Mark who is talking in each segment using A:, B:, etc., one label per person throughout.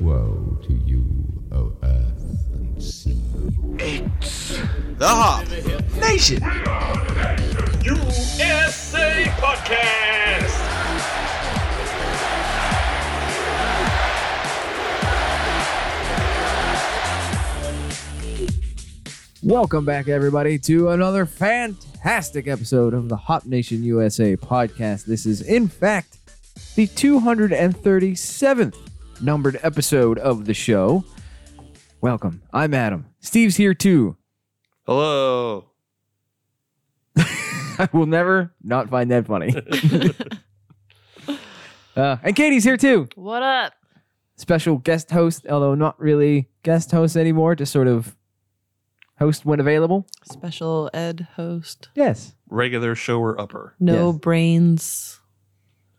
A: Woe to you, O earth and sea.
B: The Hop Nation.
C: USA Podcast.
D: Welcome back, everybody, to another fantastic episode of the Hop Nation USA podcast. This is, in fact, the 237th numbered episode of the show. Welcome. I'm Adam. Steve's here too.
B: Hello.
D: I will never not find that funny. uh, and Katie's here too.
E: What up?
D: Special guest host, although not really guest host anymore, just sort of host when available.
E: Special ed host.
D: Yes.
B: Regular shower upper.
E: No
D: Yes.
E: brains.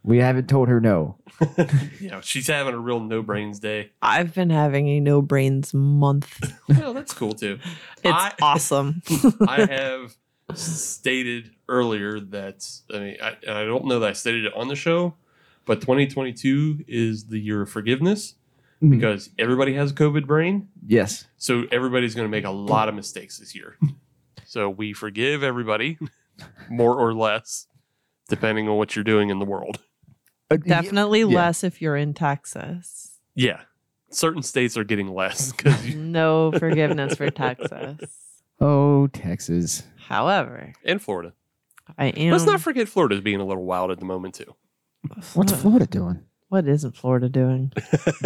D: We haven't told her no.
C: You know, she's having a real no brains day.
E: I've been having a no brains month.
C: Well, that's cool too.
E: It's
C: I-
E: awesome.
C: I have stated earlier that I mean I, and I don't know that I stated it on the show, but 2022 is the year of forgiveness
D: Mhm.
C: because everybody has a COVID brain,
D: Yes.
C: so everybody's going to make a lot of mistakes this year. So we forgive everybody, more or less, depending on what you're doing in the world.
D: Uh,
E: Definitely
D: Yeah.
E: less if you're in Texas.
C: Yeah, certain states are getting less because
E: No forgiveness for Texas.
D: Oh, Texas.
E: However,
C: and Florida.
E: I am.
C: Let's not forget Florida's being a little wild at the moment too.
D: What's
E: Ugh,
D: Florida doing?
E: What isn't Florida doing?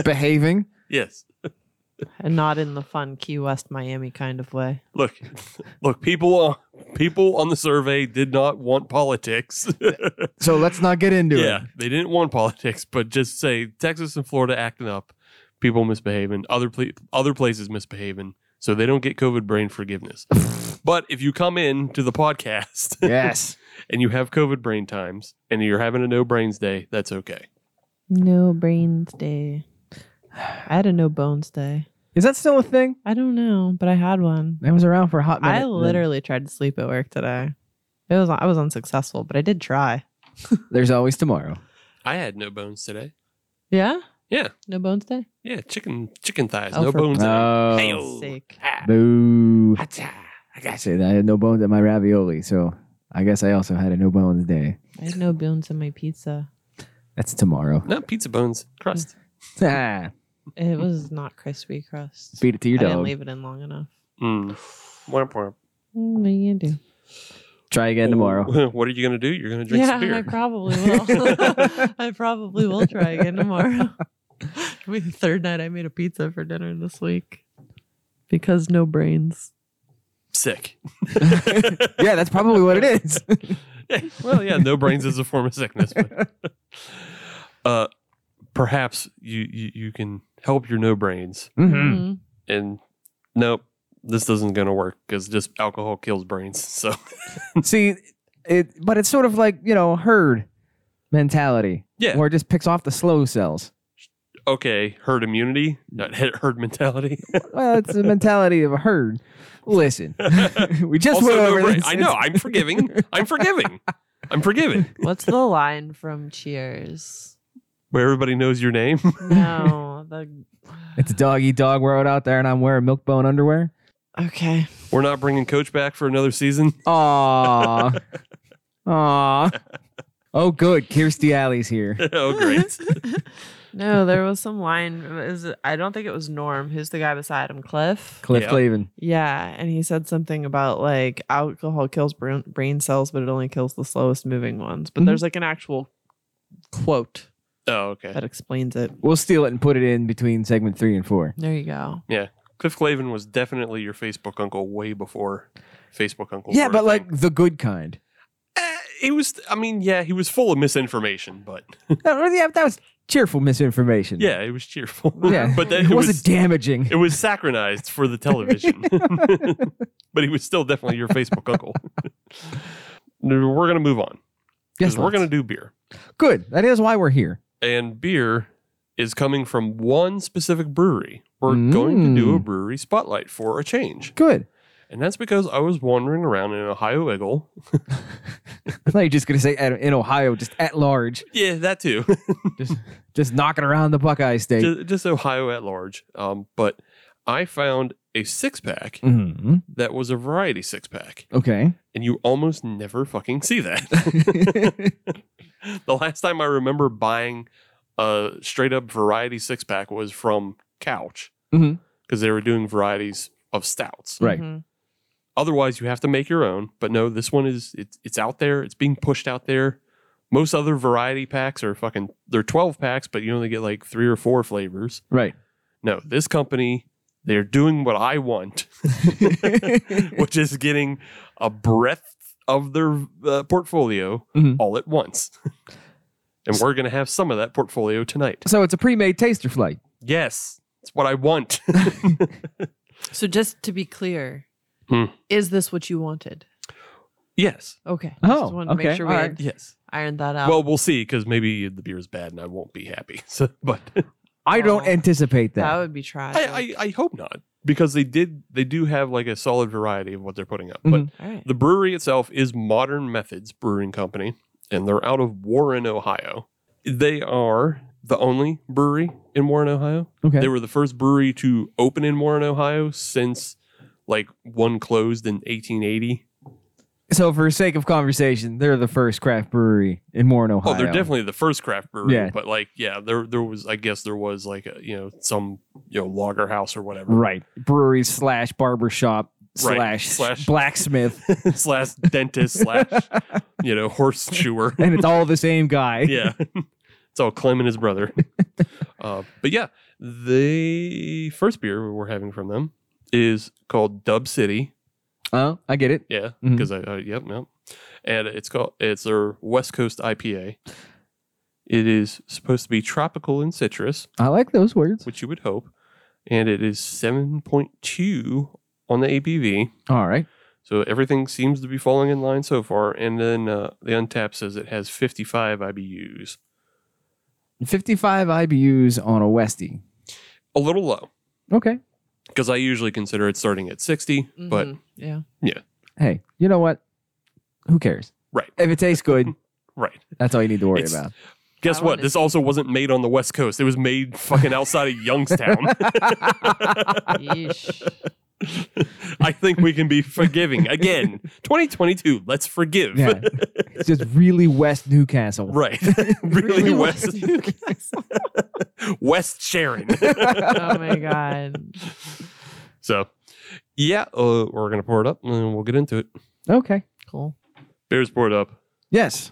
D: Behaving.
C: Yes.
E: And not in the fun Key West, Miami kind of way.
C: Look, look, people, on people on the survey did not want politics.
D: So let's not get into
C: yeah, they didn't want politics, but just say Texas and Florida acting up, people misbehaving, other ple- other places misbehaving, so they don't get COVID brain forgiveness. but if you come in to the podcast
D: it. Yes.
C: and you have COVID brain times and you're having a no brains day, that's okay.
E: No brains day. I had a no bones day.
D: Is that still a thing?
E: I don't know, but I had one.
D: That was around for a hot minute.
E: I literally tried to sleep at work today. It was I was unsuccessful, but I did try.
D: There's always tomorrow.
C: I had no bones today.
E: Yeah.
C: Yeah.
E: No bones day.
C: Yeah, chicken chicken thighs,
E: Oh,
C: no
E: for-
C: bones. today.
D: Oh,
C: Hey-o.
E: Sake.
C: Ah,
D: boo!
C: acha.
D: I got it. I had no bones at my ravioli, so I guess I also had a no bones day.
E: I had no bones in my pizza.
D: That's tomorrow.
C: No pizza bones crust.
D: Ah,
E: It was not crispy crust.
D: feed it to your
E: I didn't
D: dog.
E: leave it in long enough.
C: Mm. Womp womp.
E: Mm, What are you gonna do?
D: Try again tomorrow.
C: What are you going to do? You're going to drink
E: yeah,
C: some
E: I
C: beer.
E: probably will. I probably will try again tomorrow. It'll be the third night I made a pizza for dinner this week. Because no brains.
C: Sick.
D: yeah, that's probably what it is.
C: well, yeah, no brains is a form of sickness. But, uh, perhaps you, you you can help your no brains.
D: Mhm.
E: Mhm.
C: And nope, this isn't going to work because just alcohol kills brains. So
D: See, it, but it's sort of like you know herd mentality,
C: yeah,
D: where it just picks off the slow cells.
C: okay, herd immunity, not he- herd mentality.
D: Well, it's the mentality of a herd. Listen, we just
C: Also,
D: went
C: no
D: over
C: brain-
D: this.
C: I know. I'm forgiving. I'm forgiving. I'm forgiving.
E: What's the line from Cheers?
C: Where everybody knows your name.
E: No, the
D: It's dog eat dog world out there, and I'm wearing milk bone underwear.
E: Okay.
C: We're not bringing Coach back for another season.
D: Aw, aw. Oh, good. Kirstie Alley's here.
C: oh, great.
E: no, there was some line. Is it, I don't think it was Norm. Who's the guy beside him? Cliff.
D: Cliff
C: Yeah.
D: Clavin.
E: Yeah, and he said something about like alcohol kills brain, brain cells, but it only kills the slowest moving ones. But
D: Mhm.
E: there's like an actual quote
C: Oh, okay.
E: that explains it.
D: We'll steal it and put it in between segment three and four.
E: There you go.
C: Cliff Clavin was definitely your Facebook uncle way before Facebook uncle.
D: yeah,
C: were a
D: but like
C: thing.
D: the good kind.
C: Eh, he was. I mean, yeah, he was full of misinformation, but
D: No, really, yeah, that was cheerful misinformation.
C: yeah, it was cheerful.
D: Yeah.
C: but then
D: It,
C: it,
D: wasn't
C: was
D: damaging.
C: it was saccharinized for the television. but he was still definitely your Facebook uncle. No, we're gonna move on. 'cause
D: yes,
C: we're gonna
D: Lance.
C: do beer,
D: Good. That is why we're here.
C: and beer is coming from one specific brewery. We're going to do a
D: Mm.
C: brewery spotlight for a change.
D: Good.
C: And that's because I was wandering around in Ohio Eagle.
D: I thought you were just gonna say at, in Ohio, just at large,
C: Yeah, that too.
D: just knocking around the Buckeye State.
C: just, just Ohio at large. Um, but I found a six pack
D: Mhm.
C: that was a variety six pack.
D: Okay.
C: And you almost never fucking see that. the last time I remember buying a straight up variety six pack was from Couch because
D: Mhm.
C: they were doing varieties of stouts.
D: Right.
E: Mhm.
C: Otherwise, you have to make your own. But no, this one is it's it's out there. It's being pushed out there. Most other variety packs are fucking they're twelve packs, but you only get like three or four flavors.
D: right.
C: No, this company they're doing what I want, which is getting a breadth of their uh, portfolio
D: Mhm.
C: all at once. and we're gonna have some of that portfolio tonight.
D: so it's a pre-made taster flight.
C: Yes, it's what I want.
E: So just to be clear,
C: Hmm.
E: is this what you wanted?
C: yes,
E: Okay.
D: Oh,
E: just wanted to
D: okay,
E: make sure we
D: all
E: had
C: yes.
E: ironed that out.
C: Well, we'll see because maybe the beer is bad and I won't be happy. So, but
D: I don't
E: Oh.
D: anticipate
E: that.
D: that.
E: would be tragic.
C: I, I, I hope not because they did they do have like a solid variety of what they're putting up.
D: Mhm.
E: All right.
C: But the brewery itself is Modern Methods Brewing Company, and they're out of Warren, Ohio. They are the only brewery in Warren, Ohio.
D: okay.
C: They were the first brewery to open in Warren, Ohio since like one closed in 1880.
D: so for sake of conversation, they're the first craft brewery in Warren, Ohio.
C: Oh, they're definitely the first craft brewery,
D: Yeah.
C: but like yeah, there there was I guess there was like a, you know some you know lager house or whatever.
D: right brewery slash barber shop
C: Right.
D: slash,
C: Slash-
D: blacksmith,
C: slash dentist slash you know horse chewer.
D: and it's all the same guy.
C: yeah, it's all Clem and his brother. uh, but yeah, the first beer we're having from them is called Dub City.
D: Oh, I get it.
C: Yeah,
D: Mhm.
C: because I uh, yep yep, and it's called it's their West Coast IPA. It is supposed to be tropical and citrus,
D: I like those words.
C: which you would hope, and it is seven point two on the ABV.
D: All right.
C: So everything seems to be falling in line so far. And then uh, the untap says it has 55 IBUs.
D: 55 IBUs on a Westie.
C: A little low
D: Okay.
C: because I usually consider it starting at 60, but
E: Mhm. yeah.
D: Hey, you know what? Who cares?
C: Right.
D: If it tastes good,
C: right.
D: that's all you need to worry
C: It's-
D: about.
C: Guess
E: I
C: what?
E: wanna
C: This
E: see-
C: also wasn't made on the West Coast. It was made fucking outside of Youngstown.
E: Yeesh.
C: I think we can be forgiving. Again, 2022, let's forgive.
D: Yeah. it's just really West Newcastle.
C: Right. really,
E: Really
C: West
E: West Newcastle.
C: West Sharon.
E: oh my god.
C: so, yeah, uh, we're going to pour it up and we'll get into it.
D: Okay.
E: Cool.
C: Beer's poured up.
D: Yes.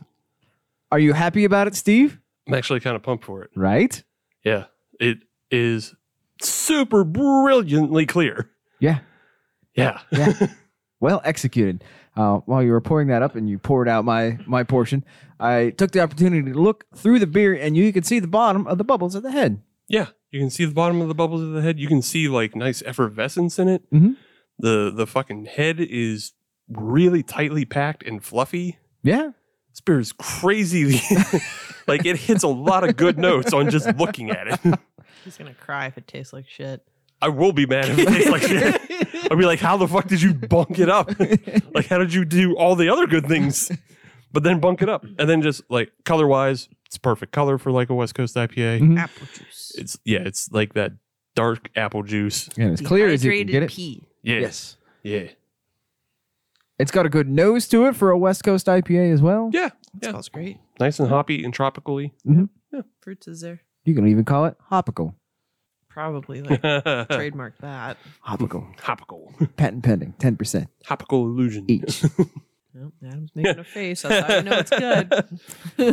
D: Are you happy about it, Steve?
C: I'm actually kind of pumped for it.
D: Right?
C: Yeah, it is super brilliantly clear.
D: Yeah.
C: Yeah.
D: Well executed. Uh, while you were pouring that up and you poured out my my portion, I took the opportunity to look through the beer and you could see the bottom of the bubbles at the head.
C: Yeah. You can see the bottom of the bubbles of the head. You can see like nice effervescence in it.
D: Mhm.
C: The the fucking head is really tightly packed and fluffy.
D: Yeah.
C: This beer is crazy. like it hits a lot of good notes on just looking at it.
E: He's gonna cry if it tastes like shit.
C: I will be mad if it tastes like shit. I'll be like, how the fuck did you bunk it up? like, how did you do all the other good things, but then bunk it up? And then just like color wise, it's perfect color for like a West Coast IPA.
D: Mhm.
E: Apple juice.
C: It's yeah, it's like that dark apple juice.
D: And as clear as you can
E: Dehydrated
D: get it.
E: pee.
C: Yeah.
D: Yes.
C: Yeah.
D: It's got a good nose to it for a West Coast IPA as well.
C: Yeah.
E: That smells great.
C: Nice and hoppy and tropically.
E: Fruits is there.
D: You can even call it hopical.
E: Probably like trademark that.
D: Hopical.
C: Hopical.
D: Patent pending, 10%
C: Hopical illusion.
D: each.
E: Nope, Adam's making a face. That's how I know it's good.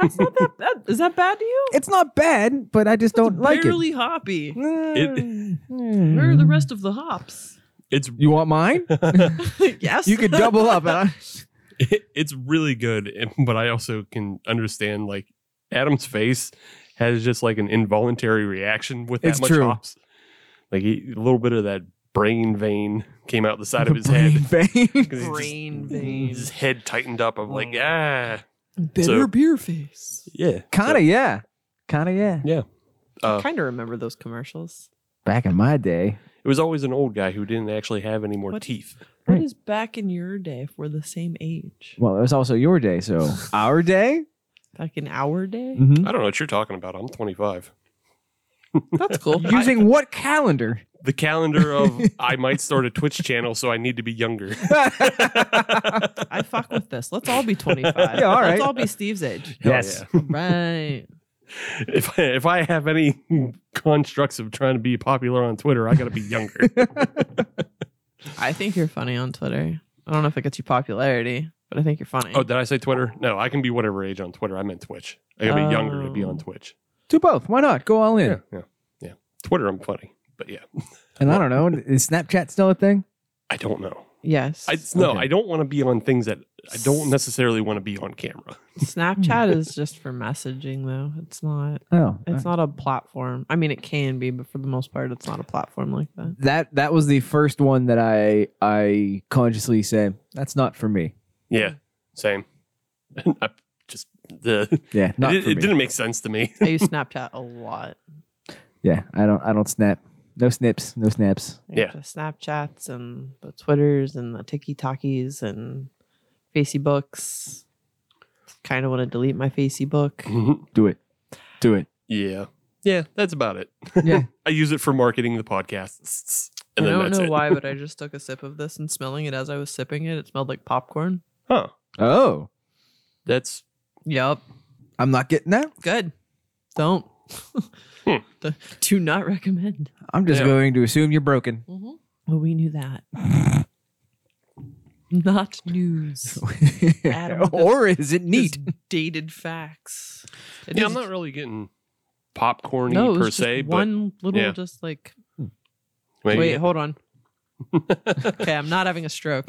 E: That's not that bad. Is that bad to you?
D: it's not bad, but I just don't like Mm.
E: Barely hoppy.
D: it.
C: It-
E: Where are the rest of the hops?
C: It's
D: You want mine?
E: yes.
D: You could double up. huh?
C: it's really good, but I also can understand like Adam's face has just like an involuntary reaction with that
D: It's
C: much
D: true.
C: hops. Like he, a little bit of that brain vein came out the side of his
D: Brain
C: head.
D: vein.
C: 'Cause he just-
E: Brain vein.
C: His head tightened up of like,
E: Oh.
C: ah,
E: Bitter
C: So-
E: beer face.
C: yeah.
D: Mm. Kinda, yeah. Kinda, yeah.
C: Uh,
E: kind of remember those commercials.
D: Back in my day.
C: It It was always an old guy who didn't actually have any more
E: What-
C: teeth.
E: What is back in your day if we're the same age?
D: Well, it was also your day, so our day.
E: Back in our day?
D: Mhm.
C: I don't know what you're talking about. I'm 25.
E: That's cool.
D: Using what calendar?
C: The calendar of I might start a Twitch channel, so I need to be younger.
E: I fuck with this. Let's all be 25.
D: Yeah, all right.
E: Let's all be Steve's age.
C: Hell
D: Yes.
C: yeah.
E: Right.
C: If I, if I have any constructs of trying to be popular on Twitter, I got to be younger.
E: I think you're funny on Twitter. I don't know if it gets you popularity, but I think you're funny.
C: oh, did I say Twitter? No, I can be whatever age on Twitter. I meant Twitch. I got to be younger to be on
E: Oh.
C: Twitch.
D: Do both. Why not? Go all in.
C: Yeah, yeah, yeah. Twitter, I'm funny, but yeah,
D: And I don't know. Is Snapchat still a thing?
C: I don't know.
E: yes.
C: I no,
D: Okay.
C: I don't want to be on things that I don't necessarily want to be on camera.
E: Snapchat is just for messaging, though. It's not.
D: Oh,
E: It's not a platform. I mean, it can be, but for the most part, it's not a platform like that.
D: that that was the first one that I I consciously said that's not for me.
C: Yeah, same. I just the
D: Yeah, not
C: it,
D: for
C: it
D: me.
C: didn't make sense to me.
E: I use Snapchat a lot.
D: Yeah, I don't I don't snap. No snips, no snaps.
E: I get
C: Yeah.
E: The Snapchats and the Twitters and the TikTokies and Facebooks. Kind of want to delete my Facebook.
D: Do it. Do it.
C: yeah, yeah, that's about it.
D: Yeah.
C: I use it for marketing the podcasts, and
E: I
C: then
E: don't
C: that's
E: know
C: it.
E: why, but I just took a sip of this and smelling it as I was sipping it, it smelled like popcorn.
C: Huh?
D: Oh,
C: That's
E: Yep.
D: I'm not getting that.
E: Good. Don't.
C: Hmm.
E: Do- Do not recommend.
D: I'm just
C: Yeah.
D: going to assume you're broken.
E: Well, we knew that. Not news. Adam,
D: or is it neat?
E: Just dated facts. It
C: yeah.
E: is-
C: I'm not really getting popcorny
E: no, it was
C: per
E: just
C: se, but
E: one little
C: yeah.
E: just like
C: maybe-
E: Wait, hold on. okay, I'm not having a stroke.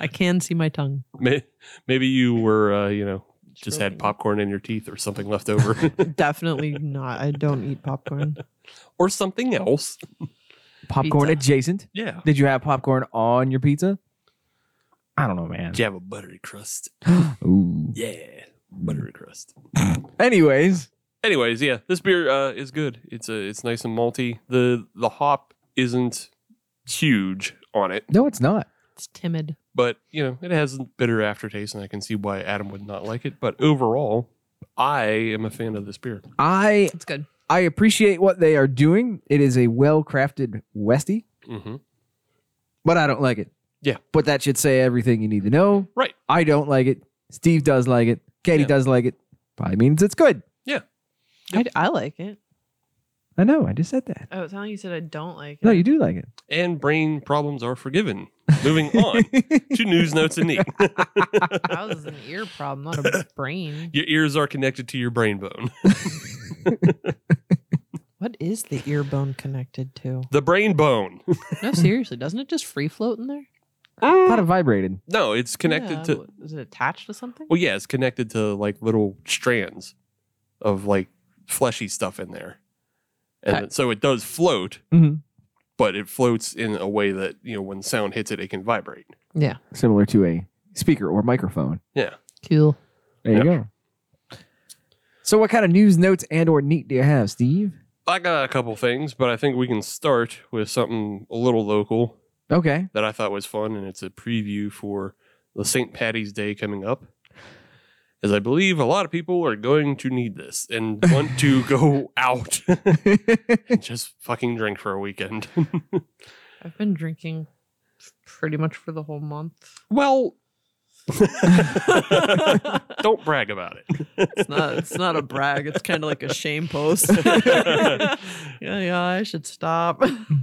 E: I can see my tongue.
C: may- maybe you were, uh, you know, just had
E: Stroking.
C: popcorn in your teeth or something left over,
E: Definitely not. I don't eat popcorn.
C: or something else.
D: Popcorn
E: Pizza.
D: adjacent.
C: Yeah.
D: Did you have popcorn on your pizza? I don't know, man.
C: Did you have a buttery crust?
D: Ooh.
C: Yeah, buttery crust.
D: Anyways,
C: Anyways, yeah, this beer uh, is good. It's a, it's nice and malty. The the hop isn't huge on it,
D: no, it's not.
E: It's timid.
C: but you know it has a bitter aftertaste, and I can see why Adam would not like it. But overall, I am a fan of this beer.
D: I
E: It's good.
D: I appreciate what they are doing. It is a well crafted Westie,
C: Mm-hmm.
D: but I don't like it.
C: Yeah.
D: But that should say everything you need to know.
C: Right.
D: I don't like it. Steve does like it. Katie
C: Yeah.
D: does like it. Probably means it's good.
E: I, I like it.
D: I know. I just said that.
E: Oh, it's not like you said I don't like it.
D: No, you do like it.
C: And brain problems are forgiven. Moving on to news notes and neat.
E: that was an ear problem, not a brain.
C: Your ears are connected to your brain bone.
E: What is the ear bone connected to?
C: The brain bone.
E: No, seriously, doesn't it just free float in there?
D: I thought it vibrated.
C: No, it's connected
E: Yeah,
C: to
E: what- Is it attached to something?
C: Well, yeah, it's connected to like little strands of like fleshy stuff in there, and
E: Okay.
C: it- so it does float,
D: Mhm.
C: but it floats in a way that you know when sound hits it, it can vibrate.
D: Similar to a speaker or microphone.
E: Cool.
D: There you go. So, what kind of news, notes, and or neat do you have, Steve?
C: I got a couple things, but I think we can start with something a little local
D: Okay.
C: that I thought was fun, and it's a preview for the St. Patty's Day coming up. As I believe a lot of people are going to need this and want to go out and just fucking drink for a weekend.
E: I've been drinking pretty much for the whole month.
C: Well,
E: it's
C: don't brag about it.
E: not. It's not a brag. It's kind of like a shame post. yeah, yeah, I should stop.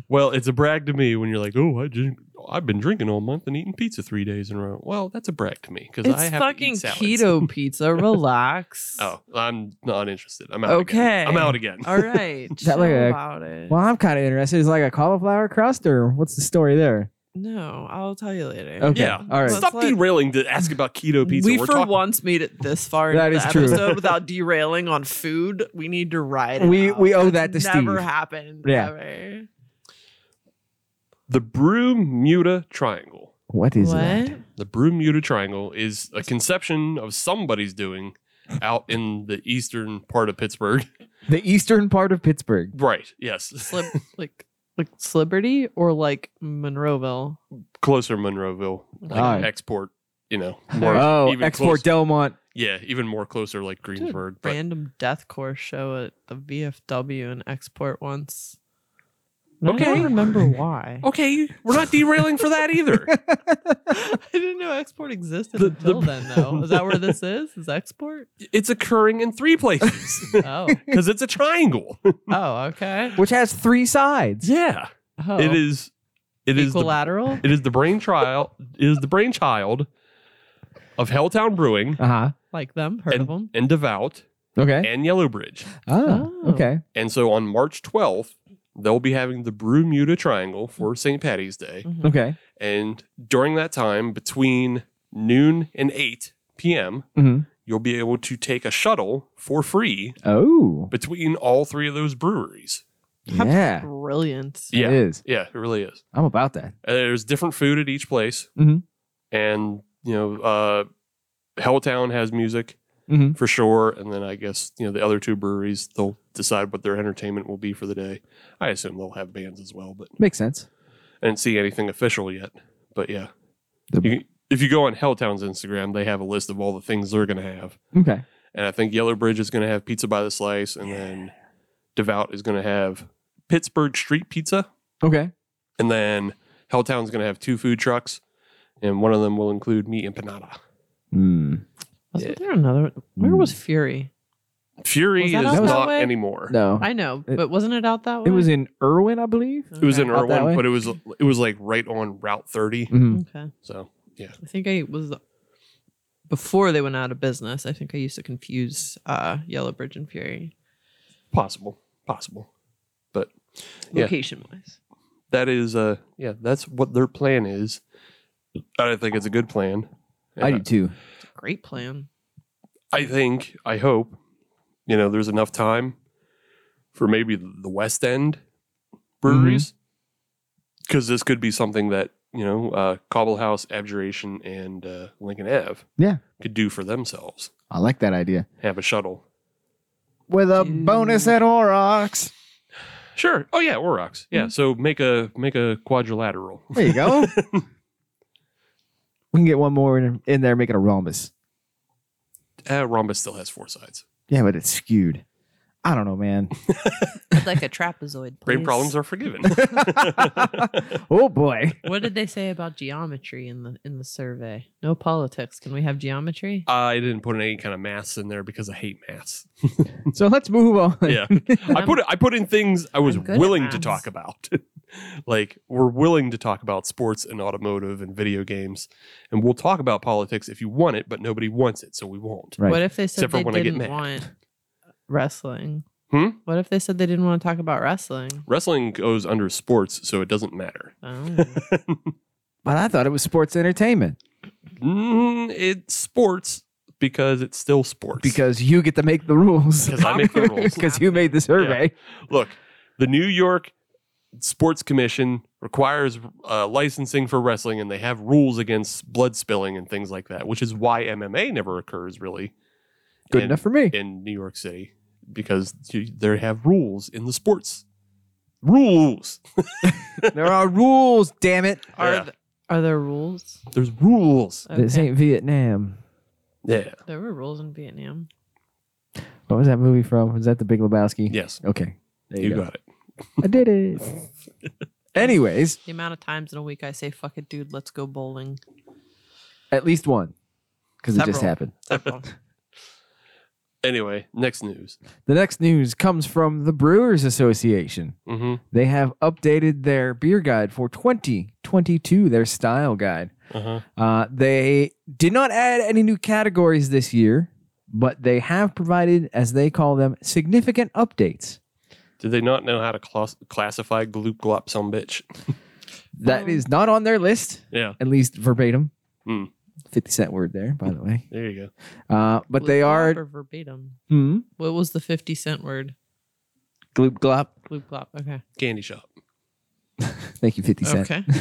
C: well, it's a brag to me when you're like, "Oh, I drink, I've been drinking all month and eating pizza three days in a row." Well, that's a brag to me because I
E: It's
C: have
E: fucking
C: to eat salads.
E: keto pizza. Relax.
C: Oh, I'm not interested. I'm out.
E: Okay.
C: again. I'm out again.
E: All right.
D: that
E: chill
D: like a-
E: about it.
D: Well, I'm kind of interested. Is it like a cauliflower crust, or what's the story there?
E: No, I'll tell you later.
D: Okay.
C: Yeah.
D: All right.
E: Let's
C: Stop
E: let-
C: derailing to ask about keto pizza.
E: we
C: We're
E: for
C: talking-
E: once made it this far
D: That
E: into
D: is
E: the
D: true.
E: episode without derailing on food. We need to ride. It
D: We-
E: out.
D: we owe
E: That's
D: that to
E: never
D: Steve.
E: happened.
D: Yeah.
E: Ever.
C: the Bermuda Triangle.
D: What is that?
C: The Bermuda Triangle is a conception of somebody's doing out in the eastern part of Pittsburgh.
D: The eastern part of Pittsburgh.
C: Right. Yes.
E: Slip like Like Celebrity or like Monroeville?
C: Closer Monroeville, like
D: Alright.
C: export. You know,
D: oh, export
C: close-
D: Delmont.
C: yeah, even more closer like
E: Did a
C: Greensburg. But
E: random deathcore show at the VFW in Export once. And I
C: Okay.
E: don't remember why.
C: okay, we're not derailing for that either.
E: I didn't know Export existed
C: The-
E: until
C: the-
E: then, though. Is that where this is? Is Export?
C: It's occurring in three places
E: Oh,
C: because it's a triangle.
E: oh, okay.
D: which has three sides.
C: Yeah,
E: Oh.
C: it is. It is the
E: equilateral.
C: It is the brain trial. it is the brainchild of Helltown Brewing
D: Uh huh.
E: like them, heard of
C: and,
E: them?
C: and Devout
D: Okay.
C: and Yellowbridge.
D: Ah,
E: Oh.
D: okay.
C: And so on March 12th, they'll be having the Brewmuta Triangle for St. Patty's Day.
E: Mhm.
D: Okay.
C: And during that time, between noon and 8 p.m.,
D: Mhm.
C: you'll be able to take a shuttle for free
D: Oh,
C: between all three of those breweries.
D: yeah.
E: Brilliant.
D: It
C: Yeah.
D: is.
C: Yeah, it really is.
D: I'm about that.
C: Uh, there's different food at each place,
D: Mhm.
C: and you know, uh, Helltown has music
D: Mhm.
C: for sure, and then I guess you know the other two breweries they'll decide what their entertainment will be for the day. I assume they'll have bands as well, but
D: Makes sense.
C: I didn't see anything official yet. But yeah,
D: The-
C: You- if you go on Helltown's Instagram, they have a list of all the things they're going to have,
D: Okay.
C: and I think Yellow Bridge is going to have pizza by the slice, and then Devout is going to have Pittsburgh Street Pizza.
D: Okay.
C: And then Helltown's going to have two food trucks, and one of them will include meat empanada.
D: Hmm.
E: Was there another? Where
C: Mm.
E: was Fury? Was
C: Fury
E: that
C: is
E: out
D: that
C: not
E: way?
C: anymore.
D: No.
E: I know,
D: It-
E: but wasn't it out that way?
D: It was in Irwin, I believe.
C: It was in
D: Out that way?
C: Irwin, but it was it was like right on Route 30.
D: Mm-hmm.
E: Mm. Okay.
C: So
E: I think I was before they went out of business. I think I used to confuse uh, Yellow Bridge and Fury
C: possible, possible. But Yeah.
E: location wise.
C: that is uh yeah, that's what their plan is. And I think it's a good plan.
D: I
C: And
D: do too.
E: Great plan.
C: I think, I hope, you know, there's enough time for maybe the West End breweries.
D: Mm-hmm.
C: Because this could be something that, you know, uh, Cobble House, Abjuration, and uh, Lincoln Ave
D: Yeah.
C: could do for themselves.
D: I like that idea.
C: Have a shuttle.
D: With a
E: Dude.
D: bonus at Orox.
C: Sure. Oh, yeah, Aurochs. Yeah.
D: Mm-hmm.
C: So make a make a quadrilateral.
D: There you go. we can get one more in, in there, make it a rhombus.
C: Uh, rhombus still has four sides.
D: Yeah, but it's skewed. I don't know, man.
E: I'd like a trapezoid.
C: Brain
E: please.
C: problems are forgiven.
D: Oh boy.
E: what did they say about geometry in the in the survey? No politics. Can we have geometry?
C: I didn't put any kind of maths in there because I hate maths.
D: So let's move on.
C: yeah i put i put in things i was
E: I'm good at
C: willing to
E: maths.
C: talk about like we're willing to talk about sports and automotive and video games and we'll talk about politics if you want it but nobody wants it so we won't
D: Right.
E: What if they said
C: Except for
E: they
C: when I get
E: didn't
C: mad.
E: want wrestling?
C: Hmm?
E: What if they said they didn't want to talk about wrestling?
C: wrestling goes under sports so it doesn't matter
E: Oh.
D: But I thought it was sports entertainment
C: mm, it's sports because it's still sports
D: because you get to make the rules.
C: 'Cause I make the rules.
D: Because you made the survey.
C: look the new york sports commission requires uh, licensing for wrestling and they have rules against blood spilling and things like that which is why mma never occurs really
D: Good
C: And-
D: enough for me.
C: in New York City because you- they have rules in the sports. Rules.
D: there are rules, damn it.
E: Are
C: Yeah.
E: th- are there rules?
C: There's rules.
D: This
E: Okay.
D: ain't Vietnam.
C: Yeah.
E: There were rules in Vietnam.
D: What was that movie from? Was that the Big Lebowski?
C: Yes.
D: Okay. There
C: You,
D: you, go.
C: got it.
D: I did it. Anyways,
E: The amount of times in a week I say, "Fuck it, dude, let's go bowling."
D: at least one. Because it just
E: Several.
D: happened.
E: Several.
C: Anyway, next news.
D: The next news comes from the Brewers Association.
C: hmm
D: They have updated their beer guide for 2022, their style guide.
C: Uh-huh.
D: Uh, they did not add any new categories this year, but they have provided, as they call them, significant updates.
C: Did they not know how to class- classify gloop glop some bitch?
D: That is
E: Um.
D: not on their list,
C: Yeah.
D: at least verbatim.
C: Hmm.
D: 50 cent word there, by the way.
C: There you go.
D: Uh, but they
E: Loop
D: are.
E: glop or verbatim.
D: Hmm?
E: What was the fifty cent word?
D: Gloop glop.
E: Loop glop. Okay.
C: Candy shop.
D: Thank you, 50 Cent.
E: Okay.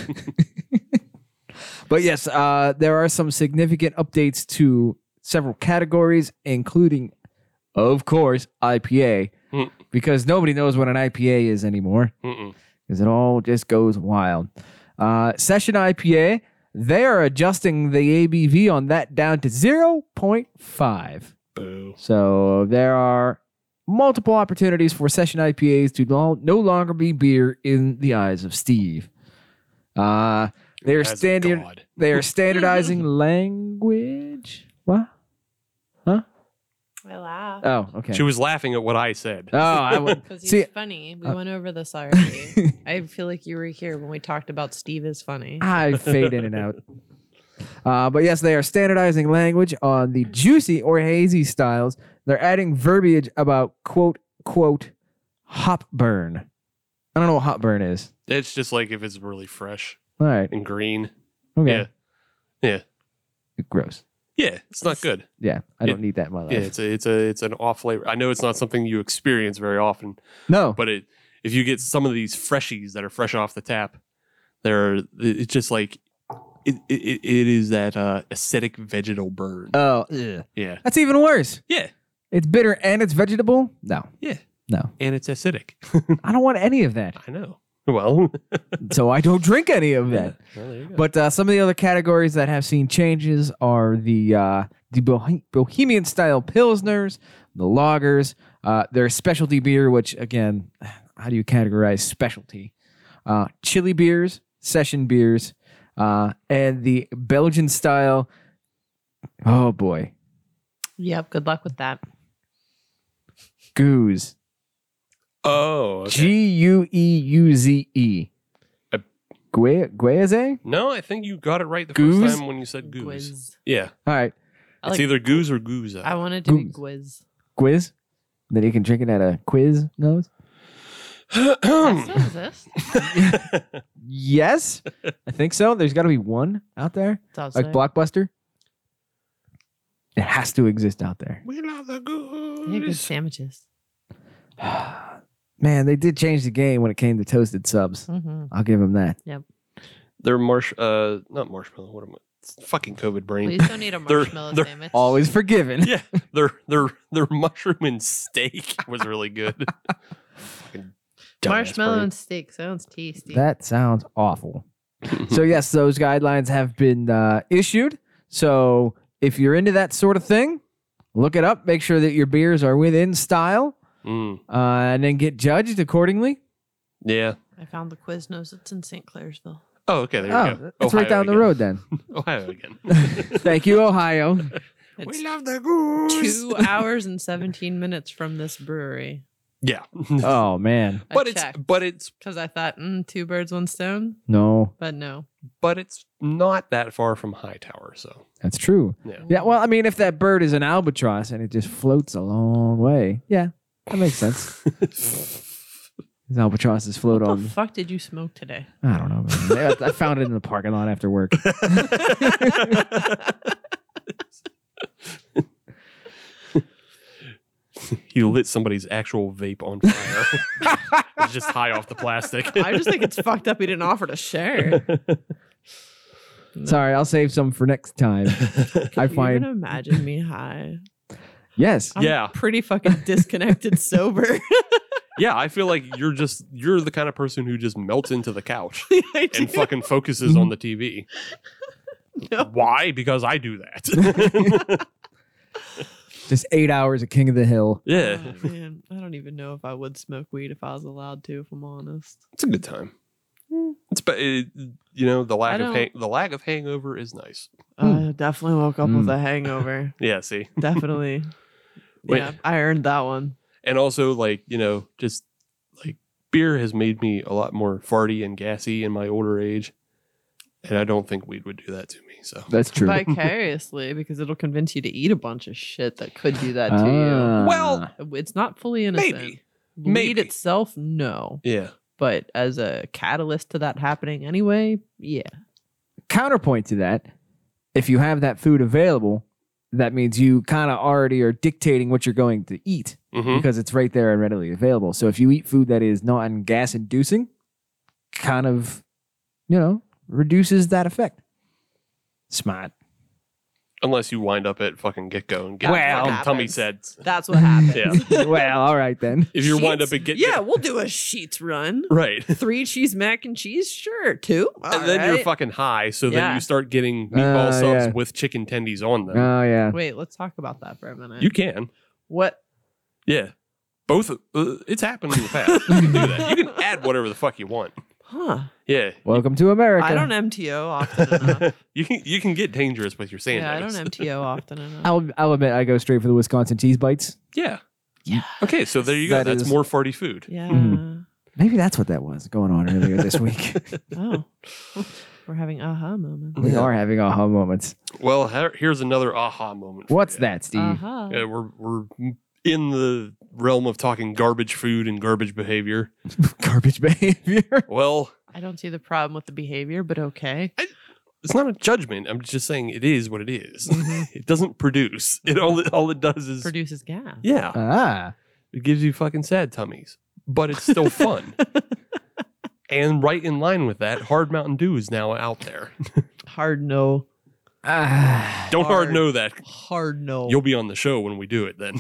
D: But yes, uh, there are some significant updates to several categories, including, of course, IPA,
C: Mm.
D: because nobody knows what an IPA is anymore.
C: Mm-mm.
D: because it all just goes wild. Uh, Session IPA, they are adjusting the ABV on that down to 0.5.
C: Boo.
D: So there are multiple opportunities for session IPAs to no, no longer be beer in the eyes of Steve. Uh, they're
C: As
D: standard.
C: God.
D: They are standardizing language. What?
E: Well,
D: Oh, okay.
C: She was laughing at what I said.
D: oh, I would,
E: Because he's
D: see.
E: funny. We
D: uh,
E: went over this already. I feel like you were here when we talked about Steve is funny.
D: I fade in and out. Uh, but yes, they are standardizing language on the juicy or hazy styles. They're adding verbiage about quote quote hop burn. I don't know what hop burn is.
C: It's just like if it's really fresh
D: All right.
C: and green.
D: Okay.
C: Yeah. Yeah.
D: Gross.
C: Yeah, it's not good.
D: Yeah, I don't need that in my life.
C: Yeah, it's a, it's a, it's an off flavor. I know it's not something you experience very often,
D: no,
C: but it if you get some of these freshies that are fresh off the tap, they're it's just like it it, it is that uh, acidic vegetal burn.
D: oh,
C: yeah,
D: that's even worse.
C: yeah,
D: It's bitter and it's vegetable. No,
C: yeah,
D: no,
C: and it's acidic.
D: I don't want any of that.
C: I know. Well,
D: So I don't drink any of that.
C: well, there you go.
D: But uh, some of the other categories that have seen changes are the uh, the bohe- Bohemian style pilsners, the lagers, uh, their specialty beer, which again, how do you categorize specialty? Uh, chili beers, session beers, uh, and the Belgian style. Oh boy,
E: Yep. Good luck with that.
D: goose.
C: oh, okay.
D: G U E U Z E.
C: Uh,
D: Gue- Gueze?
C: no, I think you got it right the
D: Goose?
C: first time when you said goose.
E: Gwiz.
C: Yeah,
D: All right,
E: I,
C: it's
E: like,
C: either goose or goose.
E: I wanted to be
D: Gwiz.
E: Gwiz.
D: quiz. Then you can drink it at a quiz nose.
C: Hmm.
E: That still exists.
D: Yes, I think so. There's got to be one out there,
E: It's outside.
D: like Blockbuster. It has to exist out there.
C: we love the
E: Yeah, good
C: goose.
E: sandwiches.
D: Man, they did change the game when it came to toasted subs.
E: hmm
D: I'll give them that.
C: They're marsh, uh, not marshmallow. What am I? It's fucking COVID brain.
E: Please don't need a
C: They're-
E: marshmallow
C: they're
E: sandwich.
D: Always forgiven.
C: yeah, their their their mushroom and steak was really good. Fucking dumbass
E: marshmallow
C: brain.
E: and steak sounds tasty.
D: That sounds awful. so yes, those guidelines have been uh, issued. So if you're into that sort of thing, look it up. Make sure that your beers are within style,
C: Mm,
D: uh, and then get judged accordingly.
C: yeah.
E: I found the Quiznos. It's in St. Clairsville.
C: Oh, okay. There you
D: oh,
C: go.
D: it's right
C: Ohio
D: down the
C: again.
D: road then.
C: Ohio again.
D: Thank you, Ohio.
E: It's
C: love the goose.
E: two hours and 17 minutes from this brewery.
C: Yeah,
D: oh man,
E: I
C: but it's
E: checked
C: but it's
E: because I thought mm, two birds, one stone,
D: no,
E: but no.
C: but it's not that far from Hightower. So
D: that's true.
C: yeah,
D: Yeah, well, I mean, if that bird is an albatross and it just floats a long way, yeah, that makes sense. 'Cause Albatrosses float
E: What
D: on.
E: the fuck did you smoke today?
D: I don't know. Man. I I found it in the parking lot after work.
C: he lit somebody's actual vape on fire. it's just high off the plastic.
E: I just think it's fucked up he didn't offer to share.
D: Sorry, I'll save some for next time. I
E: Can you
D: find
E: even imagine me high?
D: yes.
E: I'm
C: Yeah.
E: pretty fucking disconnected sober.
C: yeah, I feel like you're just you're the kind of person who just melts into the couch
E: I do
C: and fucking focuses on the TV.
E: No.
C: Why? Because I do that.
D: Just eight hours of King of the Hill.
C: yeah,
E: Oh, man, I don't even know if I would smoke weed if I was allowed to. If I'm honest,
C: it's a good time. It's but it, you know the lack
E: I
C: of hang,
E: don't-
C: the lack of hangover is nice.
E: I definitely woke up
C: Hmm.
E: with a hangover.
C: Yeah, see,
E: definitely.
C: Wait.
E: Yeah, I earned that one.
C: and also like you know just like beer has made me a lot more farty and gassy in my older age, and I don't think weed would do that to me. So
D: That's true.
E: Vicariously, because it'll convince you to eat a bunch of shit that could do that to
D: Ah.
C: Well-
E: you. It's not fully innocent.
C: maybe,
E: Weed
C: maybe.
E: itself, no.
C: yeah,
E: But as a catalyst to that happening anyway, yeah.
D: counterpoint to that, if you have that food available, that means you kind of already are dictating what you're going to eat
C: hmm
D: because it's right there and readily available. So if you eat food that is not gas inducing, kind of, you know, reduces that effect. Smart.
C: Unless you wind up at fucking get go and get
E: Well-
C: fucking tummy
E: Happens.
C: sets.
E: That's what happens.
C: Yeah.
D: well, all right then.
C: If you wind up
E: Sheets?
C: at get
E: yeah, we'll do a sheets run.
C: right.
E: Three cheese mac and cheese, sure. Two, All
C: and then you're
E: right.
C: fucking high, so
E: Yeah.
C: then you start getting meatball
D: Uh,
C: subs
D: yeah.
C: with chicken tendies on them.
D: Oh yeah.
E: Wait, let's talk about that for a minute.
C: you can,
E: what?
C: yeah. Both, of- uh, it's happened in the past. you can do that. You can add whatever the fuck you want.
E: Huh?
C: Yeah,
D: Welcome to America.
E: I don't MTO often enough.
C: you can you can get dangerous with your sandwiches.
E: yeah, I don't MTO often enough.
D: I'll, I'll admit I go straight for the Wisconsin cheese bites.
C: Yeah.
E: Yeah.
C: Okay, so there you go.
D: That
C: That's
D: is-
C: more farty food.
E: yeah.
D: Mhm. Maybe that's what that was going on earlier this week.
E: Oh, we're having aha moments.
D: we are having aha moments.
C: Well, her- here's another aha moment. for
D: What's
C: you.
D: that, Steve?
E: Aha.
C: Yeah, we're we're in the realm of talking garbage food and garbage behavior.
D: Garbage behavior.
C: Well,
E: I don't see the problem with the behavior, but okay.
C: it's not a judgment. I'm just saying it is what it is. it doesn't produce. It all it, all it does is
E: Produces gas.
C: yeah.
D: ah,
C: It gives you fucking sad tummies, but it's still fun. and right in line with that, hard Mountain Dew is now out there.
E: Hard no.
D: ah.
C: Don't hard
E: Hard.
C: know that.
E: Hard no.
C: You'll be on the show when we do it then.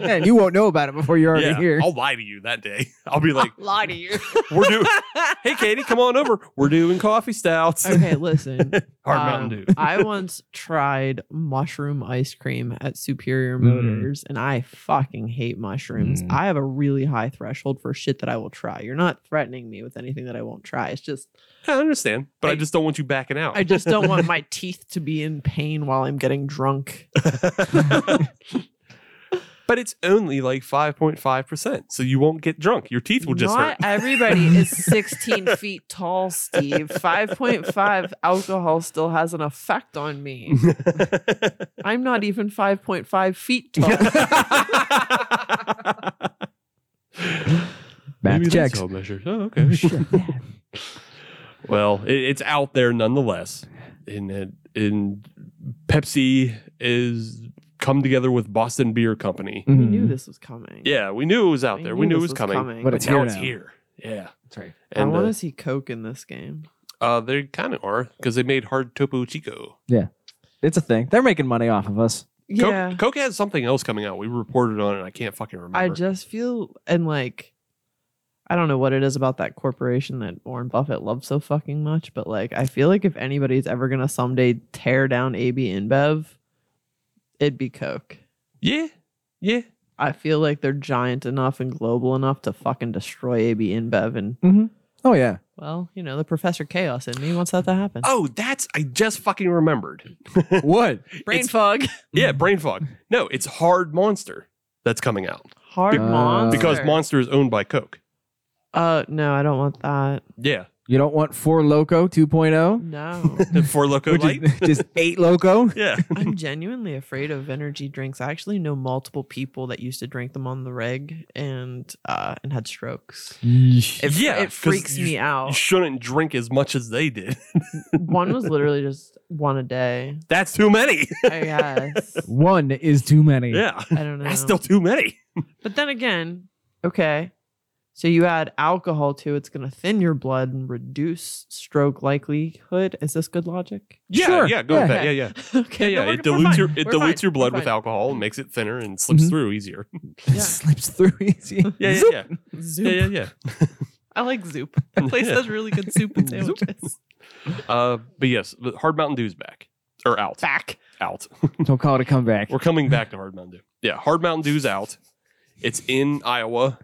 D: and you won't know about it before you're already here.
C: I'll lie to you that day. I'll be like,
E: lie to you.
C: we're doing, hey, Katie, come on over. We're doing coffee stouts.
E: okay, listen.
C: Hard
E: Um,
C: Mountain Dew.
E: I once tried mushroom ice cream at Superior
C: Mm.
E: Motors, and I fucking hate mushrooms.
D: Mm.
E: I have a really high threshold for shit that I will try. You're not threatening me with anything that I won't try. It's just
C: I understand, but I,
E: I-
C: just don't want you backing out.
E: I just don't want my teeth to be in pain while I'm getting drunk.
C: but it's only like 5.5%. So you won't get drunk. Your teeth will just
E: Not
C: hurt.
E: everybody is 16 feet tall, Steve. 5.5 alcohol still has an effect on me. I'm not even 5.5 feet tall.
D: Math checks.
C: how it measures. Oh, okay. well, it, it's out there nonetheless. And it, and Pepsi is come together with Boston Beer Company.
E: We knew
D: Mhm.
E: this was coming.
C: Yeah, we knew it was out
E: We
C: there. We knew it
E: this
C: was coming.
D: But
C: But
D: it's
C: now
D: here
C: it's
D: now.
C: here. Yeah.
D: That's right.
E: I
C: And
E: want
C: uh,
E: to see Coke in this game.
C: uh, they kind of are because they made hard Topo Chico.
D: It's a thing. They're making money off of us.
C: Coke,
E: Yeah.
C: Coke has something else coming out. We reported on it. I can't fucking remember.
E: I just feel and like I don't know what it is about that corporation that Warren Buffett loves so fucking much, but like I feel like if anybody's ever gonna someday tear down AB InBev, it'd be Coke.
C: yeah. Yeah.
E: I feel like they're giant enough and global enough to fucking destroy AB InBev, and
D: Oh yeah.
E: well, you know the Professor Chaos in me wants that to happen.
C: Oh, that's I just fucking remembered.
D: what?
E: Brain
C: it's-
E: fog,
C: Yeah, brain fog. No, it's Hard Monster that's coming out
E: hard
D: Uh,
E: monster.
C: because Monster is owned by Coke.
E: Uh, no, I don't want that.
C: Yeah,
D: You don't want four loco 2.0,
E: No.
C: for Loco
D: which
C: Light.
D: is just eight loco.
C: yeah,
E: I'm genuinely afraid of energy drinks. I actually know multiple people that used to drink them on the reg and uh, and had strokes. It, fr-
C: Yeah,
E: it
C: 'cause
E: freaks
C: you-
E: me
C: you
E: out.
C: shouldn't drink as much as they did.
E: one was literally just one a day.
C: That's too many.
E: I guess.
D: One is too many.
C: Yeah,
E: I don't know.
C: that's still too many.
E: but then again, okay. So you add alcohol to it's going to thin your blood and reduce stroke likelihood. Is this good logic?
C: Yeah,
D: Sure.
C: yeah, go with
D: Yeah.
C: that. Yeah, yeah,
E: okay.
C: yeah, yeah.
E: no, we're-
C: It
E: we're
C: dilutes
E: fine.
C: your it
E: We're
C: dilutes
E: fine.
C: your blood
E: We're
C: with
E: fine.
C: alcohol and makes it thinner and slips
D: Mhm.
C: through easier.
E: Yeah.
D: Slips through easy.
C: Yeah, yeah,
D: Zoop.
C: yeah,
E: Zoop.
C: yeah, yeah, yeah.
E: I like Zoop. That place
C: Yeah.
E: does really good soup and
C: Zoop.
E: sandwiches.
C: Uh, but yes, the Hard Mountain Dew's back or out,
E: Back.
C: out.
D: Don't call it a comeback.
C: We're coming back to Hard Mountain Dew. Yeah, Hard Mountain Dew's out. It's in Iowa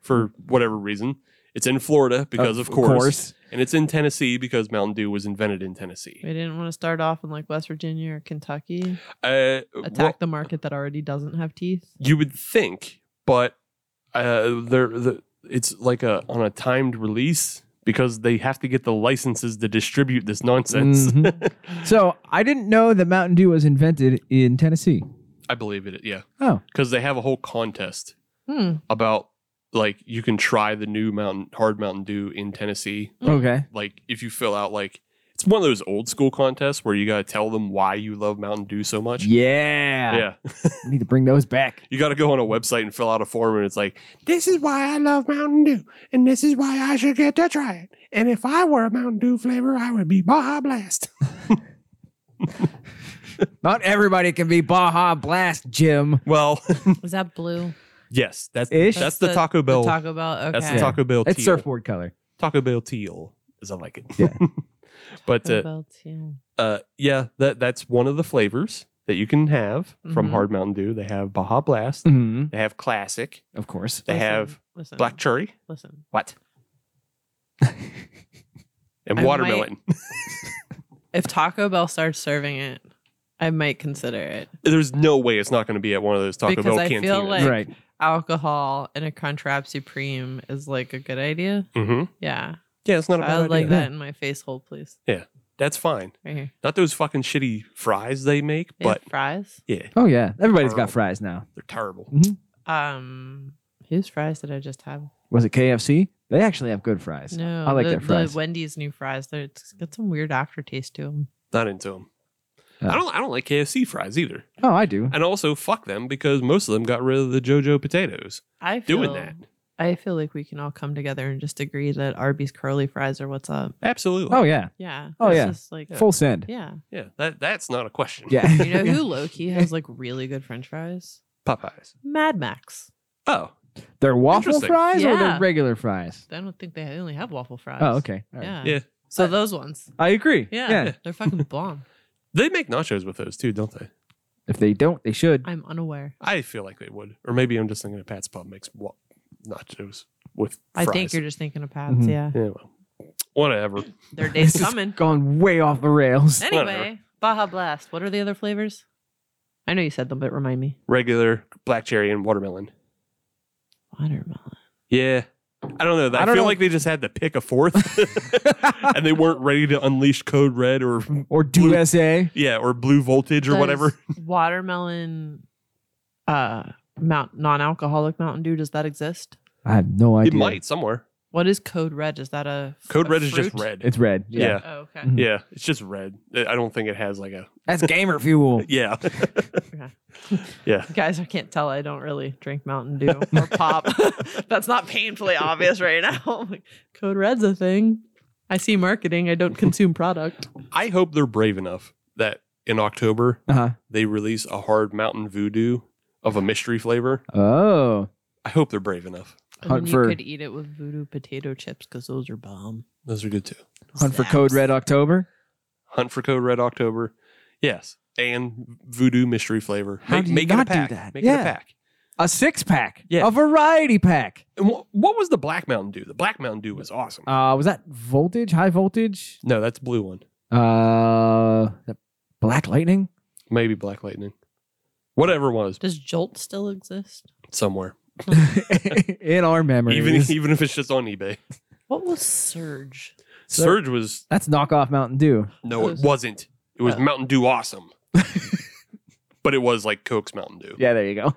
C: for whatever reason. It's in Florida because, of, course, and it's in Tennessee because Mountain Dew was invented in Tennessee.
E: We didn't want to start off in like West Virginia or Kentucky.
C: Uh,
E: Attack
C: well,
E: the market that already doesn't have teeth.
C: you would think, but uh, they're, the it's like a on a timed release because they have to get the licenses to distribute this nonsense.
D: Mhm. So I didn't know that Mountain Dew was invented in Tennessee.
C: I believe it. Yeah.
D: Oh.
C: Because they have a whole contest
E: Hmm.
C: about like you can try the new Mountain Hard Mountain Dew in Tennessee
D: Okay.
C: like if you fill out like it's one of those old school contests where you gotta tell them why you love Mountain Dew so much.
D: Yeah.
C: Yeah.
D: We need to bring those back.
C: You gotta go on a website and fill out a form and it's like, this is why I love Mountain Dew, and this is why I should get to try it. And if I were a Mountain Dew flavor, I would be Baja Blast.
D: Not everybody can be Baja Blast Jim.
C: Well,
F: Is that blue?
C: yes, that's
D: Ish.
C: that's, the, Taco Bell.
F: The Taco Bell. Okay.
C: That's the Taco Bell.
D: It's
C: teal.
D: surfboard color.
C: Taco Bell teal, as I like it.
D: Yeah.
C: but
F: Taco
C: uh,
F: Bell too.
C: uh, yeah, that that's one of the flavors that you can have from
E: Mhm.
C: Hard Mountain Dew. They have Baja Blast.
D: Mm-hmm.
C: They have Classic.
D: Of course.
C: They
E: Listen,
C: have
E: listen,
C: Black Cherry.
E: Listen,
C: What? and
E: I
C: watermelon.
E: if Taco Bell starts serving it, I might consider it.
C: There's no way it's not going to be at one of those Taco
E: Because
C: Bell
E: I feel
C: cantinas.
E: like-
D: Right.
E: Alcohol and a Crunchwrap Supreme is like a good idea.
C: hmm
E: Yeah,
C: Yeah, it's not a bad
E: I would
C: idea.
E: like that in my face hole, please.
C: That's fine.
E: Right here,
C: Not those fucking shitty fries they make,
E: They have
C: but
E: fries.
C: yeah,
D: Oh yeah. Everybody's
C: Terrible.
D: got fries now.
C: they're terrible.
E: Um, whose fries did I just have?
D: Was it KFC? They actually have good fries.
E: No,
D: I like
E: the,
D: their fries.
E: The Wendy's new fries. They're, it's got some weird aftertaste to them.
C: Not into them.
D: Yeah.
C: I don't. I don't like KFC fries either.
D: Oh, I do.
C: And also, fuck them because most of them got rid of the JoJo potatoes.
E: I feel,
C: Doing that,
E: I feel like we can all come together and just agree that Arby's curly fries are what's up.
C: absolutely.
D: Oh yeah.
E: Yeah.
D: Oh,
E: it's
D: yeah.
E: Just like
D: Full send.
E: yeah.
C: yeah. That that's not a question.
D: Yeah.
E: You know who low key has like really good French fries?
C: Popeyes.
E: Mad Max.
C: Oh,
D: They're waffle
C: Interesting.
D: fries or they're
E: Yeah.
D: regular fries?
E: I don't think they, they only have waffle fries.
D: Oh, okay. All right.
E: Yeah.
C: Yeah.
E: So those ones.
D: I agree.
E: Yeah. They're fucking bomb.
C: they make nachos with those too, don't they?
D: If they don't, they should.
E: I'm unaware.
C: I feel like they would, or maybe I'm just thinking of Pat's Pub makes wa- nachos with. Fries.
E: I think you're just thinking of Pats.
D: Mhm.
E: Yeah.
C: Yeah, well, whatever.
E: Their day's
D: This has
E: coming.
D: Gone way off the rails.
E: Eh. Anyway, Baja Blast. What are the other flavors? I know you said them, but remind me.
C: Regular black cherry and watermelon.
E: Watermelon.
C: Yeah. I don't know. I,
D: I don't
C: feel
D: know.
C: like they just had to pick a fourth and they weren't ready to unleash Code Red or,
D: Or do
C: Blue-
D: SA.
C: yeah, or Blue Voltage or
E: Does
C: whatever.
E: watermelon, uh, mount non-alcoholic Mountain Dew. Does that exist?
D: I have no idea.
C: It might somewhere.
E: What is Code Red? Is that a f-
C: Code
E: a
C: Red is just
E: fruit?
C: red.
D: It's red.
C: yeah.
D: Yeah.
C: yeah.
E: Oh, okay.
D: Mhm.
C: It's just red. I don't think it has like a.
D: That's gamer fuel.
C: Yeah.
E: You guys, I can't tell. I don't really drink Mountain Dew or pop. That's not painfully obvious right now. Code Red's a thing. I see marketing. I don't consume product.
C: I hope they're brave enough that in October
D: Uh-huh.
C: they release a hard mountain voodoo of a mystery flavor.
D: Oh.
C: I hope they're brave enough.
E: And then you
D: Hartford.
E: could eat it with voodoo potato chips because those are bomb.
C: Those are good too.
D: Hunt for Code
E: Snaps.
D: Red October.
C: Hunt for Code Red October. Yes. And voodoo mystery flavor.
D: How
C: make
D: do you
C: make it a
D: not do
C: pack.
D: that?
C: Make it
D: Yeah.
C: a pack.
D: A six pack.
C: Yeah.
D: A variety pack.
C: And wh- what was the Black Mountain Dew? The Black Mountain Dew was awesome.
D: Uh, was that voltage? High voltage?
C: no, that's blue one.
D: Uh, the black lightning.
C: Maybe Black Lightning. Whatever it was,
E: Does Jolt still exist?
C: somewhere.
D: In our memories,
C: Even even if it's just on eBay.
E: What was Surge?
D: So-
C: Surge was
D: that's knockoff Mountain Dew.
C: no, it
E: Those-
C: wasn't. It was
D: Uh.
E: Oh.
C: Mountain Dew awesome. but it was like Coke's Mountain Dew.
D: Yeah, there you go.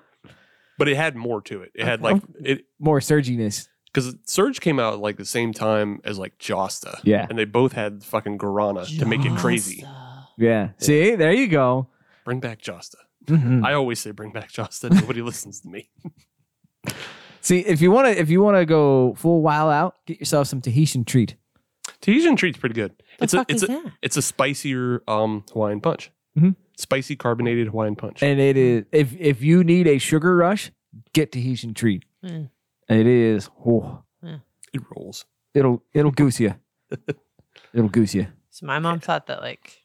C: But it had more to it. It had
D: Okay.
C: like it
D: More surginess.
C: because Surge came out like the same time as like Josta.
D: Yeah,
C: And they both had fucking Guarana to make it crazy.
E: Josta.
D: yeah. See, there you go.
C: Bring back Josta.
D: Mhm.
C: I always say bring back Josta. Nobody listens to me.
D: See, if you want to, if you want to go full while out, get yourself some Tahitian treat.
C: Tahitian treat's pretty good.
E: The
C: it's a
E: fuck
C: it's
E: is
C: a
E: that?
C: It's a spicier um, Hawaiian punch.
D: Mhm.
C: Spicy carbonated Hawaiian punch.
D: And it is if if you need a sugar rush, get Tahitian treat.
E: Eh.
D: It is. oh,
C: it rolls.
D: it'll it'll goose you. it'll goose you.
E: So my mom thought that like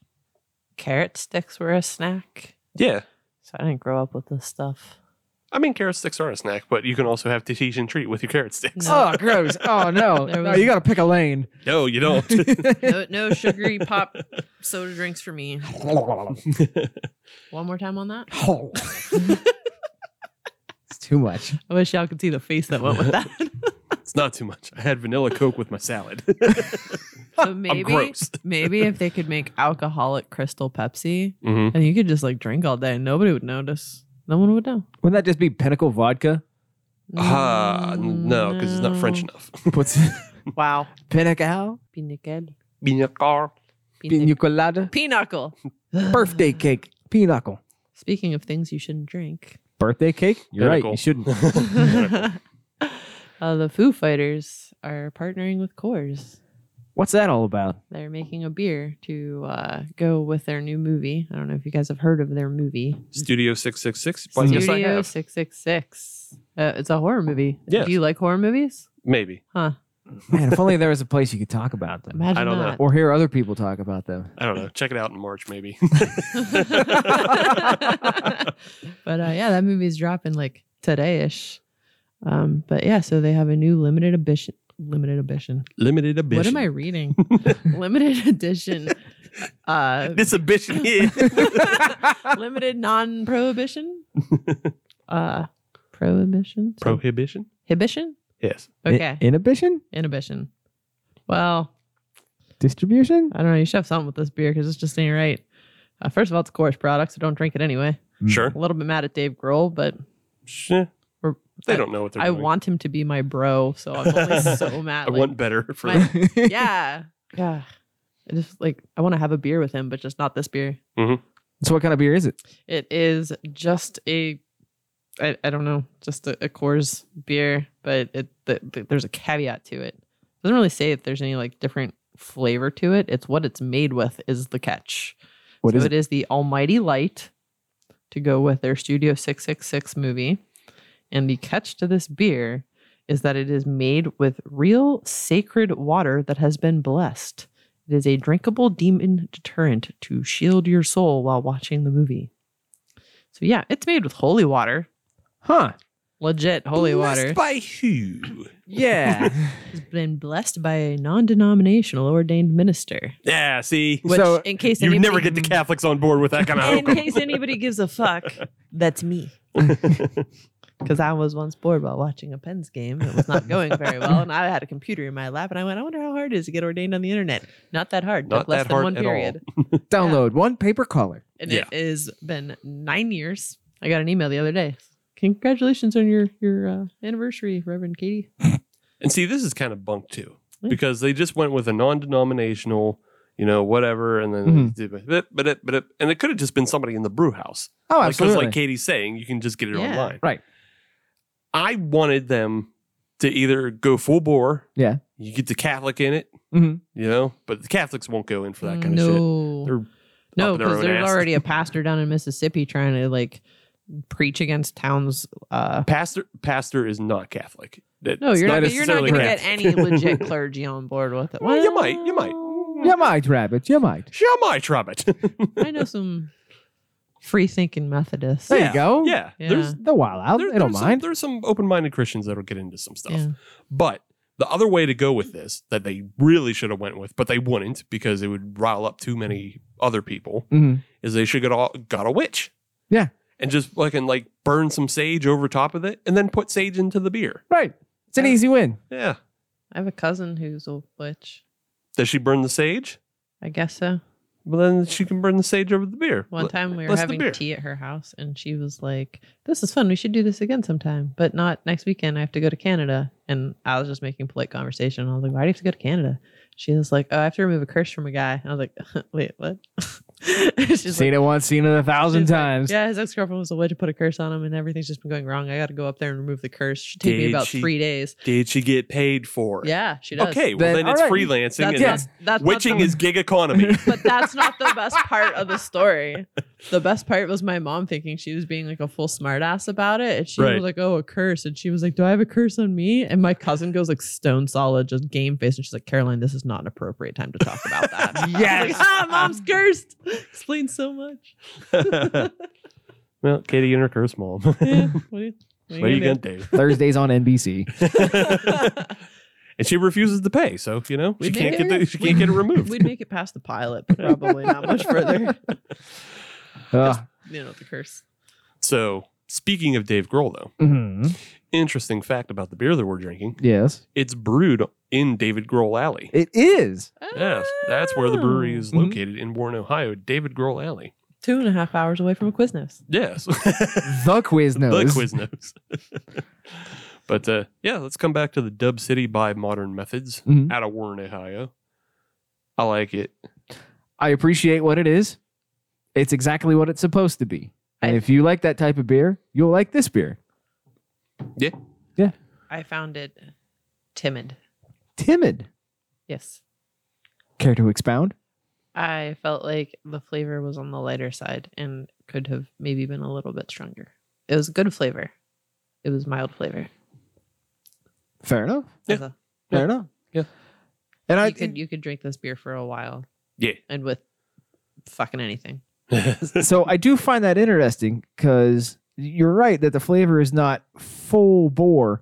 E: carrot sticks were a snack.
C: Yeah.
E: So I didn't grow up with this stuff.
C: I mean, carrot sticks are a snack, but you can also have Tahitian treat with your carrot sticks.
E: No.
D: Oh, gross. Oh no.
E: There
D: no
E: was-
D: you got to pick a lane.
C: No, you don't.
E: No, no sugary pop soda drinks for me. One more time on that.
D: Oh. it's too much.
E: I wish y'all could see the face that went with that.
C: it's not too much. I had vanilla Coke with my salad.
E: So maybe,
C: gross.
E: maybe if they could make alcoholic Crystal Pepsi,
C: Mhm.
E: and you could just like drink all day and nobody would notice. No one would know.
D: Wouldn't that just be Pinnacle Vodka?
C: Ah, n- no, because it's not French
E: No.
C: enough.
D: What's
E: Mm, Wow.
D: Pinnacle?
E: Pinnacle.
C: Binakar.
D: Pina colada?
E: Pinnacle.
D: Birthday cake. Pinnacle.
E: Speaking of things you shouldn't drink.
D: Birthday cake? You're right.
C: Pinnacle.
D: You shouldn't.
E: uh, the Foo Fighters are partnering with Coors
D: What's that all about?
E: They're making a beer to uh, go with their new movie. I don't know if you guys have heard of their movie.
C: Studio 666. Well, yes, I
E: Studio
C: have.
E: Six Six Six. Uh, It's a horror movie.
C: Yes.
E: Do you like horror movies?
C: Maybe.
E: Huh?
D: Man, if only there was a place you could talk about them
E: Imagine
C: I don't know.
E: that.
D: or hear other people talk about them.
C: I don't know. Check it out in March, maybe.
E: but uh, yeah, that movie's dropping like today ish. Um, but yeah, so they have a new limited edition. Limited edition.
C: Limited ambition.
E: What am I reading? limited edition. Uh,
C: This ambition here.
E: limited non-prohibition. Uh, prohibition.
C: Prohibition?
E: Prohibition.
C: Yes.
E: Okay.
D: I- inhibition?
E: Inhibition. Well,
D: Distribution?
E: I don't know. You should have something with this beer because it's just ain't right. Uh, first of all, it's a Coors product, so don't drink it anyway.
D: Hmm. Mm.
C: Sure.
E: A little bit mad at Dave Grohl, but
C: Sure.
E: Or-
C: They don't know what they're
E: I
C: doing.
E: want him to be my bro, so I'm always so mad.
C: I
E: like,
C: want better for
E: my- yeah, yeah. I just like I want to have a beer with him, but just not this beer.
D: So what kind of beer is it?
E: It is just a, I, I don't know, just a, a Coors beer, but it the, the, there's a caveat to it. doesn't really say if there's any like different flavor to it. It's what it's made with is the catch.
D: What
E: so
D: is
E: it is the Almighty Light to go with their Studio 666 movie. And the catch to this beer is that it is made with real sacred water that has been blessed. It is a drinkable demon deterrent to shield your soul while watching the movie. So yeah, it's made with holy water.
D: Huh.
E: Legit holy water.
C: By who?
D: Yeah.
E: It's been blessed by a non-denominational ordained minister.
C: Yeah, see?
E: Which
D: So,
E: in case
C: You never
E: anybody-
C: get the Catholics on board with that kind of
E: in
C: hokum.
E: case anybody gives a fuck, that's me. Because I was once bored while watching a Pens game. It was not going very well, and I had a computer in my lap, and I went, "I wonder how hard it is to get ordained on the internet." Not that hard.
C: Not
E: Took less
C: that
E: than
C: hard
E: one
C: at all.
E: period,
D: Download one paper color.
E: and
C: Yeah.
E: it has been nine years. I got an email the other day. Congratulations on your your uh, anniversary, Reverend Katie.
C: And see, this is kind of bunk too,
E: Yeah.
C: because they just went with a non-denominational, you know, whatever, and then
E: Mm-hmm.
C: but but it, but it, and it could have just been somebody in the brew house,
D: Oh,
C: because
D: absolutely.
C: like Katie's saying, you can just get it
E: Yeah.
C: online.
D: Right.
C: I wanted them to either go full bore,
D: Yeah.
C: you get the Catholic in it,
D: Mhm.
C: you know, but the Catholics won't go in for that kind of shit.
E: Mm-hmm.
C: They're
E: Mm, no, no,
C: up their
E: because
C: own
E: there's
C: ass.
E: already a pastor down in Mississippi trying to like preach against towns. Uh,
C: Pastor pastor is not Catholic. That's
E: No, you're not. you're not
C: necessarily
E: going to get
C: Catholic.
E: any legit clergy on board with it.
C: Well, you might, you might.
D: You might, Rabbit. You might.
C: Shall my trumpet?
E: I know some free thinking Methodists.
D: There
C: Yeah.
D: you go.
C: yeah,
E: Yeah.
C: there's
D: They'll wild
E: Um,
D: out.
C: There-
D: they don't
C: there's
D: mind.
C: Some, there's some open-minded Christians that'll get into some stuff.
E: Yeah.
C: But the other way to go with this that they really should have went with, but they wouldn't because it would rile up too many other people,
D: Mhm.
C: is they should get all got a witch.
D: Yeah.
C: And just fucking like burn some sage over top of it and then put sage into the beer.
D: Right. It's an
E: Yeah.
D: easy win.
C: Yeah.
E: I have a cousin who's a witch.
C: Does she burn the sage?
E: I guess so.
C: Well then she can burn the sage over the beer.
E: One
C: Let-
E: time we were
C: bless the
E: having
C: beer.
E: tea at her house, and she was like, "This is fun. We should do this again sometime, but not next weekend. I have to go to Canada." And I was just making polite conversation. I was like, "Why do you have to go to Canada?" She was like, "Oh, I have to remove a curse from a guy." And I was like, "Wait, what?" She's
D: seen it once, seen it a thousand
E: She's like,
D: times.
E: yeah, his ex girlfriend was a witch, put a curse on him, and everything's just been going wrong. I got to go up there and remove the curse. Should take me
C: Did
E: about
C: she-
E: three days.
C: Did she get paid for it?
E: Yeah, she does.
C: Okay, well
D: Then-
C: then, it's
D: all right.
C: freelancing
E: that's
C: and
E: not,
C: it's-
E: that's not
C: witching
E: the,
C: is gig economy.
E: but that's not the best part of the story. The best part was my mom thinking she was being like a full smartass about it, and she
C: Right.
E: was like, "Oh, a curse," and she was like, "Do I have a curse on me?" And my cousin goes like stone solid, just game face, and she's like, "Caroline, this is not an appropriate time to talk about that." I was like,
D: Yes.
E: ah, mom's cursed. Explains so much.
C: well, Katie and her curse mom. what
E: Yeah, what are you, what
C: are you
E: gonna
C: gonna
E: do?
C: do?
D: Thursdays on NBC.
C: and she refuses to pay. So you know she
E: We'd
C: can't
E: make
C: get the,
E: her-
C: she can't get it removed.
E: We'd make it past the pilot, but probably not much further.
D: Ugh.
E: You know, the curse.
C: so speaking of Dave Grohl, though,
D: Mhm.
C: interesting fact about the beer that we're drinking:
D: Yes.
C: it's brewed in David Grohl Alley.
D: It is.
C: Yes, that's
E: Oh.
C: where the brewery is
D: Mhm.
C: located in Warren, Ohio. David Grohl Alley.
E: Two and a half hours away from a Quiznos.
C: Yes,
D: The Quiznos.
C: the Quiznos. but uh, yeah, let's come back to the Dub City by Modern Methods
D: Mhm.
C: out of Warren, Ohio. I like it.
D: I appreciate what it is. It's exactly what it's supposed to be. And
E: I-
D: if you like that type of beer, you'll like this beer.
E: I found it timid.
D: Timid.
E: Yes.
D: Care to expound?
E: I felt like the flavor was on the lighter side and could have maybe been a little bit stronger. It was good flavor. It was mild flavor.
D: Fair enough.
C: Yeah.
E: As a-
D: Fair enough.
C: Yeah.
D: And I
E: you could you could drink this beer for a while
C: Yeah.
E: and with fucking anything.
D: so I do find that interesting because you're right that the flavor is not full bore,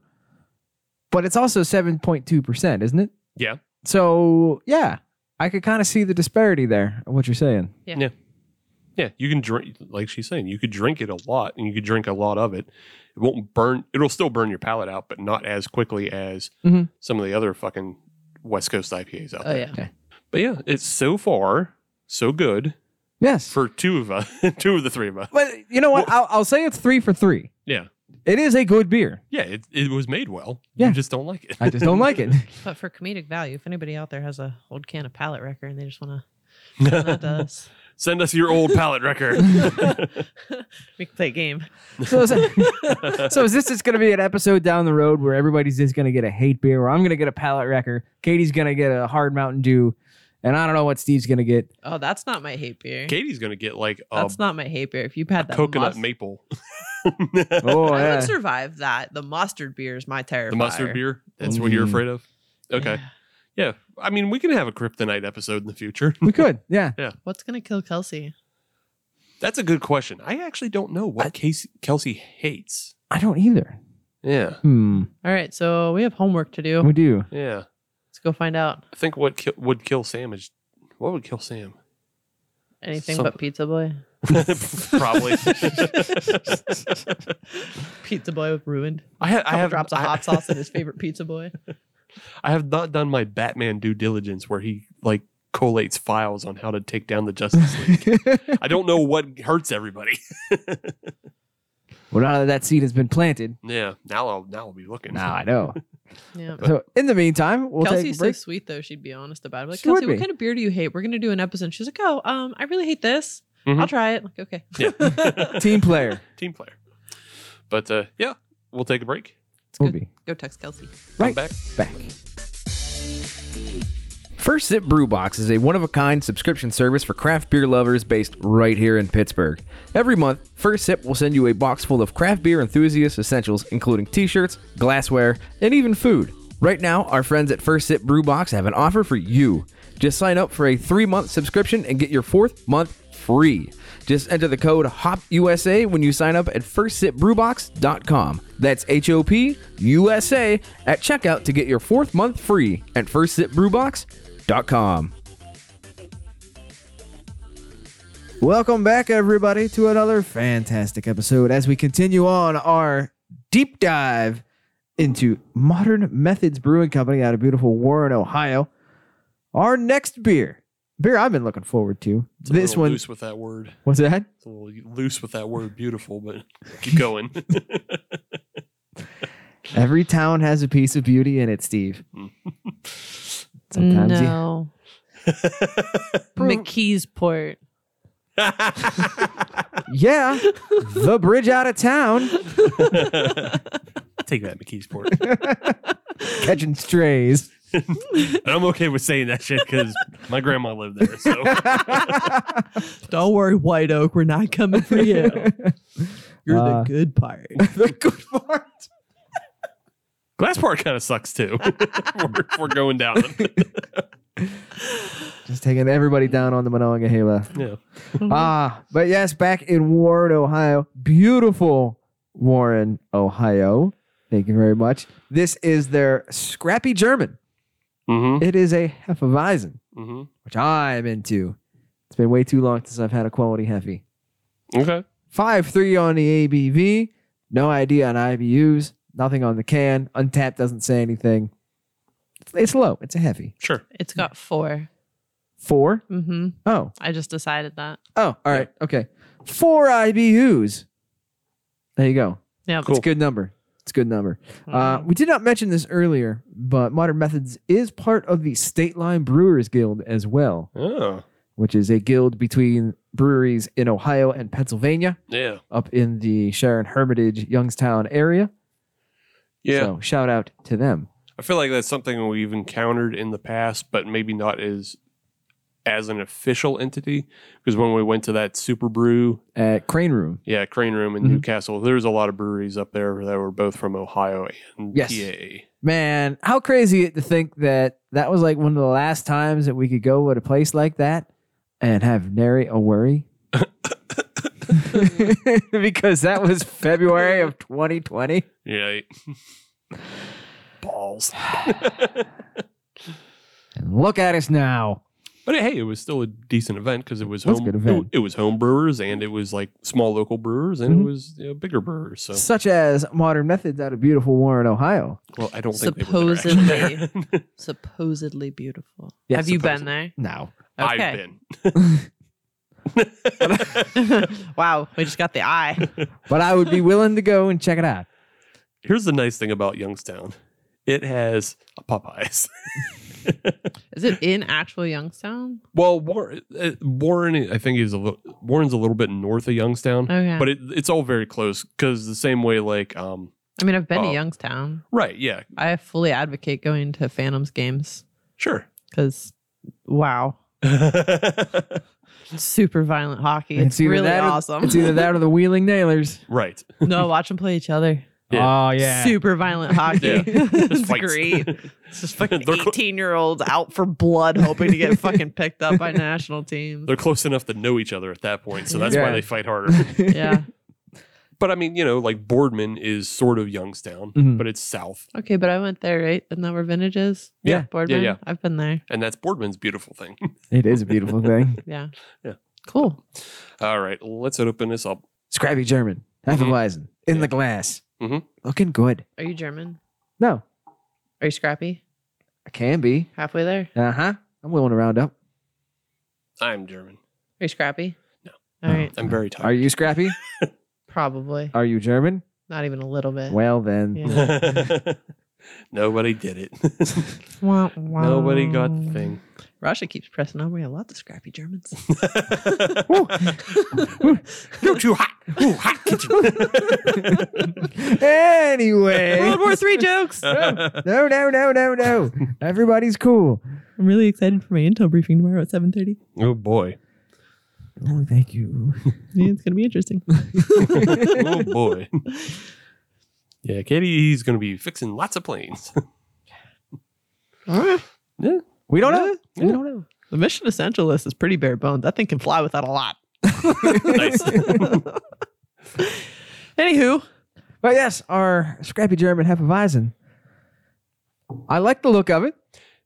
D: but it's also 7.2%, isn't it?
C: Yeah.
D: So, yeah, I could kind of see the disparity there, what you're saying.
C: yeah, you can drink like she's saying, you could drink it a lot and you could drink a lot of it. It won't burn it'll still burn your palate out, but not as quickly as
D: Mhm.
C: some of the other fucking West Coast IPAs out
E: Mm-hmm. Oh
C: there.
E: yeah.
C: But yeah, it's so far so good
D: Yes.
C: for two of us, two of the three of us.
D: but you know what? I'll, I'll say it's three for three.
C: Yeah.
D: It is a good beer.
C: Yeah, it, it was made well.
D: Yeah.
C: You just don't like it.
D: I just don't like it.
E: But for comedic value, if anybody out there has a old can of palate wrecker and they just want to send
C: it.
E: us,
C: Send us your old palate record.
E: we can play a game.
D: So, is, so is this just going to be an episode down the road where everybody's just going to get a hate beer, or I'm going to get a palate wrecker, Katie's going to get a hard Mountain Dew, and I don't know what Steve's going to get.
E: Oh, that's not my hate beer.
C: Katie's gonna get like a,
E: That's not my hate beer. If you've had that
C: um, coconut
E: mustard,
C: maple.
D: Oh,
E: I
D: yeah.
E: would survive that. The mustard beer is my terrifier.
C: The mustard beer? That's what you're
E: Mm-hmm.
D: Mm.
C: afraid of? Okay.
E: Yeah.
C: Yeah. I mean, we can have a kryptonite episode in the future.
D: We could, yeah.
E: What's gonna kill Kelsey?
C: That's a good question. I actually don't know what Casey, Kelsey hates.
D: I don't either.
C: Yeah.
D: Hmm.
E: All right, so we have homework to do.
D: We do.
C: Yeah.
E: Let's go find out
C: I think what ki- would kill Sam is what would kill Sam?
E: anything
C: Some-
E: but Pizza Boy.
C: Probably.
E: Pizza Boy ruined.
C: I, ha- I
E: couple
C: have
E: drops of
C: I-
E: hot sauce in his favorite pizza boy.
C: I have not done my Batman due diligence where he like collates files on how to take down the Justice League. I don't know what hurts everybody.
D: well, now that that seed has been planted,
C: Yeah. Now I'll now I'll be looking.
D: now I know.
E: Yeah.
D: so, in the meantime, we'll take
E: Kelsey's
D: a
E: so
D: break.
E: sweet though. She'd be honest about it. Like,
D: She would
E: Kelsey,
D: be.
E: what kind of beer do you hate? We're gonna do an episode. She's like, oh, um, I really hate this. I'll
C: Mhm.
E: try it. Like, okay.
C: Yeah.
D: Team player.
C: Team player. But uh, yeah, we'll take a break.
D: We'll be
E: Go text Kelsey.
C: Come
D: right
C: back.
D: back. First Sip Brew Box is a one of a kind subscription service for craft beer lovers based right here in Pittsburgh. Every month, First Sip will send you a box full of craft beer enthusiast essentials, including t shirts, glassware, and even food. Right now, our friends at First Sip Brew Box have an offer for you. Just sign up for a three month subscription and get your fourth month free. Just enter the code HOPUSA when you sign up at firstsipbrewbox.com. That's H O P U S A at checkout to get your fourth month free at firstsipbrewbox.com. Welcome back, everybody, to another fantastic episode as we continue on our deep dive into Modern Methods Brewing Company out of beautiful Warren, Ohio. Our next beer, beer I've been looking forward to.
C: It's a
D: this
C: little
D: one
C: loose with that word.
D: What's that?
C: It's a little loose with that word beautiful, but keep going.
D: Every town has a piece of beauty in it, Steve. Sometimes you-
E: no. McKeesport.
D: yeah, the bridge out of town,
C: Take that, McKeesport.
D: catching strays.
C: I'm okay with saying that shit because my grandma lived there. So
E: Don't worry, White Oak. We're not coming for you. You're the
D: Uh,
E: good part.
D: the good part.
C: Glass part kind of sucks too. we're, we're going down.
D: Just taking everybody down on the Monongahela.
C: yeah.
D: Ah, but yes, back in Warren, Ohio. Beautiful Warren, Ohio. Thank you very much. This is their scrappy German.
C: Mm-hmm.
D: It is a Hefeweizen,
C: Mm-hmm.
D: which I'm into. It's been way too long since I've had a quality Hefe.
C: Okay.
D: Five three on the ABV. No idea on IBUs. Nothing on the can. Untapped doesn't say anything. It's, it's low. It's a heavy.
C: Sure.
E: It's got four.
D: Four.
E: Mm-hmm.
D: Oh.
E: I just decided that.
D: Oh. All right. Okay. Four IBUs. There you go.
E: Yeah. Mm-hmm.
C: Cool.
D: It's a good number. It's a good number. Uh, we did not mention this earlier, but Modern Methods is part of the State Line Brewers Guild as well,
C: Oh.
D: which is a guild between breweries in Ohio and Pennsylvania,
C: Yeah.
D: up in the Sharon Hermitage, Youngstown area.
C: Yeah.
D: So shout out to them.
C: I feel like that's something we've encountered in the past, but maybe not as as an official entity. Because when we went to that Super Brew,
D: At Crane Room.
C: yeah, Crane Room in
D: Mhm.
C: Newcastle, there was a lot of breweries up there that were both from Ohio and
D: Yes.
C: PA.
D: Man, how crazy to think that that was like one of the last times that we could go at a place like that and have nary a worry. because that was February of 2020.
C: Yeah. Balls.
D: And look at us now.
C: But hey, it was still a decent event because it was
D: That's a
C: home.
D: good event.
C: It, it was home brewers and it was like small local brewers and
D: Mhm.
C: it was you know, bigger brewers. So
D: Such as Modern Methods out of beautiful Warren, Ohio.
C: well, I don't think they were there, actually.
E: Supposedly beautiful.
D: Yeah,
E: Have you been there?
D: No.
C: I've been.
E: wow, we just got the eye.
D: But I would be willing to go and check it out.
C: Here's the nice thing about Youngstown. It has a Popeyes.
E: Is it in actual Youngstown?
C: well, Warren, uh, Warren, I think is a little, Warren's a little bit north of Youngstown,
D: Oh,
E: Okay.
C: but it, it's all very close because the same way, like, um,
E: I mean, I've been
C: Oh.
E: to Youngstown.
C: right? Yeah,
E: I fully advocate going to Phantoms games
C: sure.
E: because, wow, super violent hockey. It's,
D: either
E: really
D: that or-
E: awesome.
D: It's either that or the Wheeling Nailers.
C: right.
E: no, watch them play each other.
D: Oh, yeah.
E: Super violent hockey.
C: Yeah.
E: it's
C: Fights.
E: great. It's just fucking
C: They're cl-
E: 18 year olds out for blood, hoping to get fucking picked up by national teams.
C: They're close enough to know each other at that point, so that's
D: Yeah.
C: why they fight harder.
E: Yeah.
C: but I mean, you know, like Boardman is sort of Youngstown,
D: Mhm.
C: but it's south,
E: Okay, but I went there, right? And there were villages.
C: Yeah. Yeah,
E: Boardman.
C: yeah.
E: I've been there.
C: and that's Boardman's beautiful thing.
D: It is a beautiful thing.
E: Yeah.
C: Yeah.
E: Cool.
C: All right, let's open this up.
D: Scrappy German, Mm-hmm. Hefeweizen, in the glass.
C: Mhm.
D: Looking good.
E: Are you German?
D: No,
E: Are you scrappy?
D: I can be.
E: Halfway there?
D: Uh huh. I'm willing to round up.
C: I'm German.
E: Are you scrappy?
C: No.
E: All
D: No.
E: right.
C: I'm very
D: Are
C: tired.
D: you Scrappy?
E: Probably.
D: Are you German?
E: Not even a little bit.
D: Well, then.
E: Yeah.
C: Nobody did it.
E: Wah,
C: Nobody got
E: wah.
C: the thing.
E: Russia keeps pressing on. We have lots of scrappy Germans.
C: You're too hot. Ooh, hot kitchen.
D: Anyway.
E: World War Three jokes. I'm
D: No, no, no, no, no. Everybody's cool.
E: really excited for my intel briefing tomorrow at 7.30.
C: oh boy.
D: No, Oh, thank you.
E: Yeah, it's going to be interesting.
C: oh boy. Yeah, Katie's gonna be fixing lots of planes.
D: We don't know.
C: Yeah.
D: We don't know.
E: The mission essential list is pretty bare bones. That thing can fly without a lot.
C: nice.
E: Anywho,
D: But yes, our Scrappy German Hefeweizen. I like the look of it.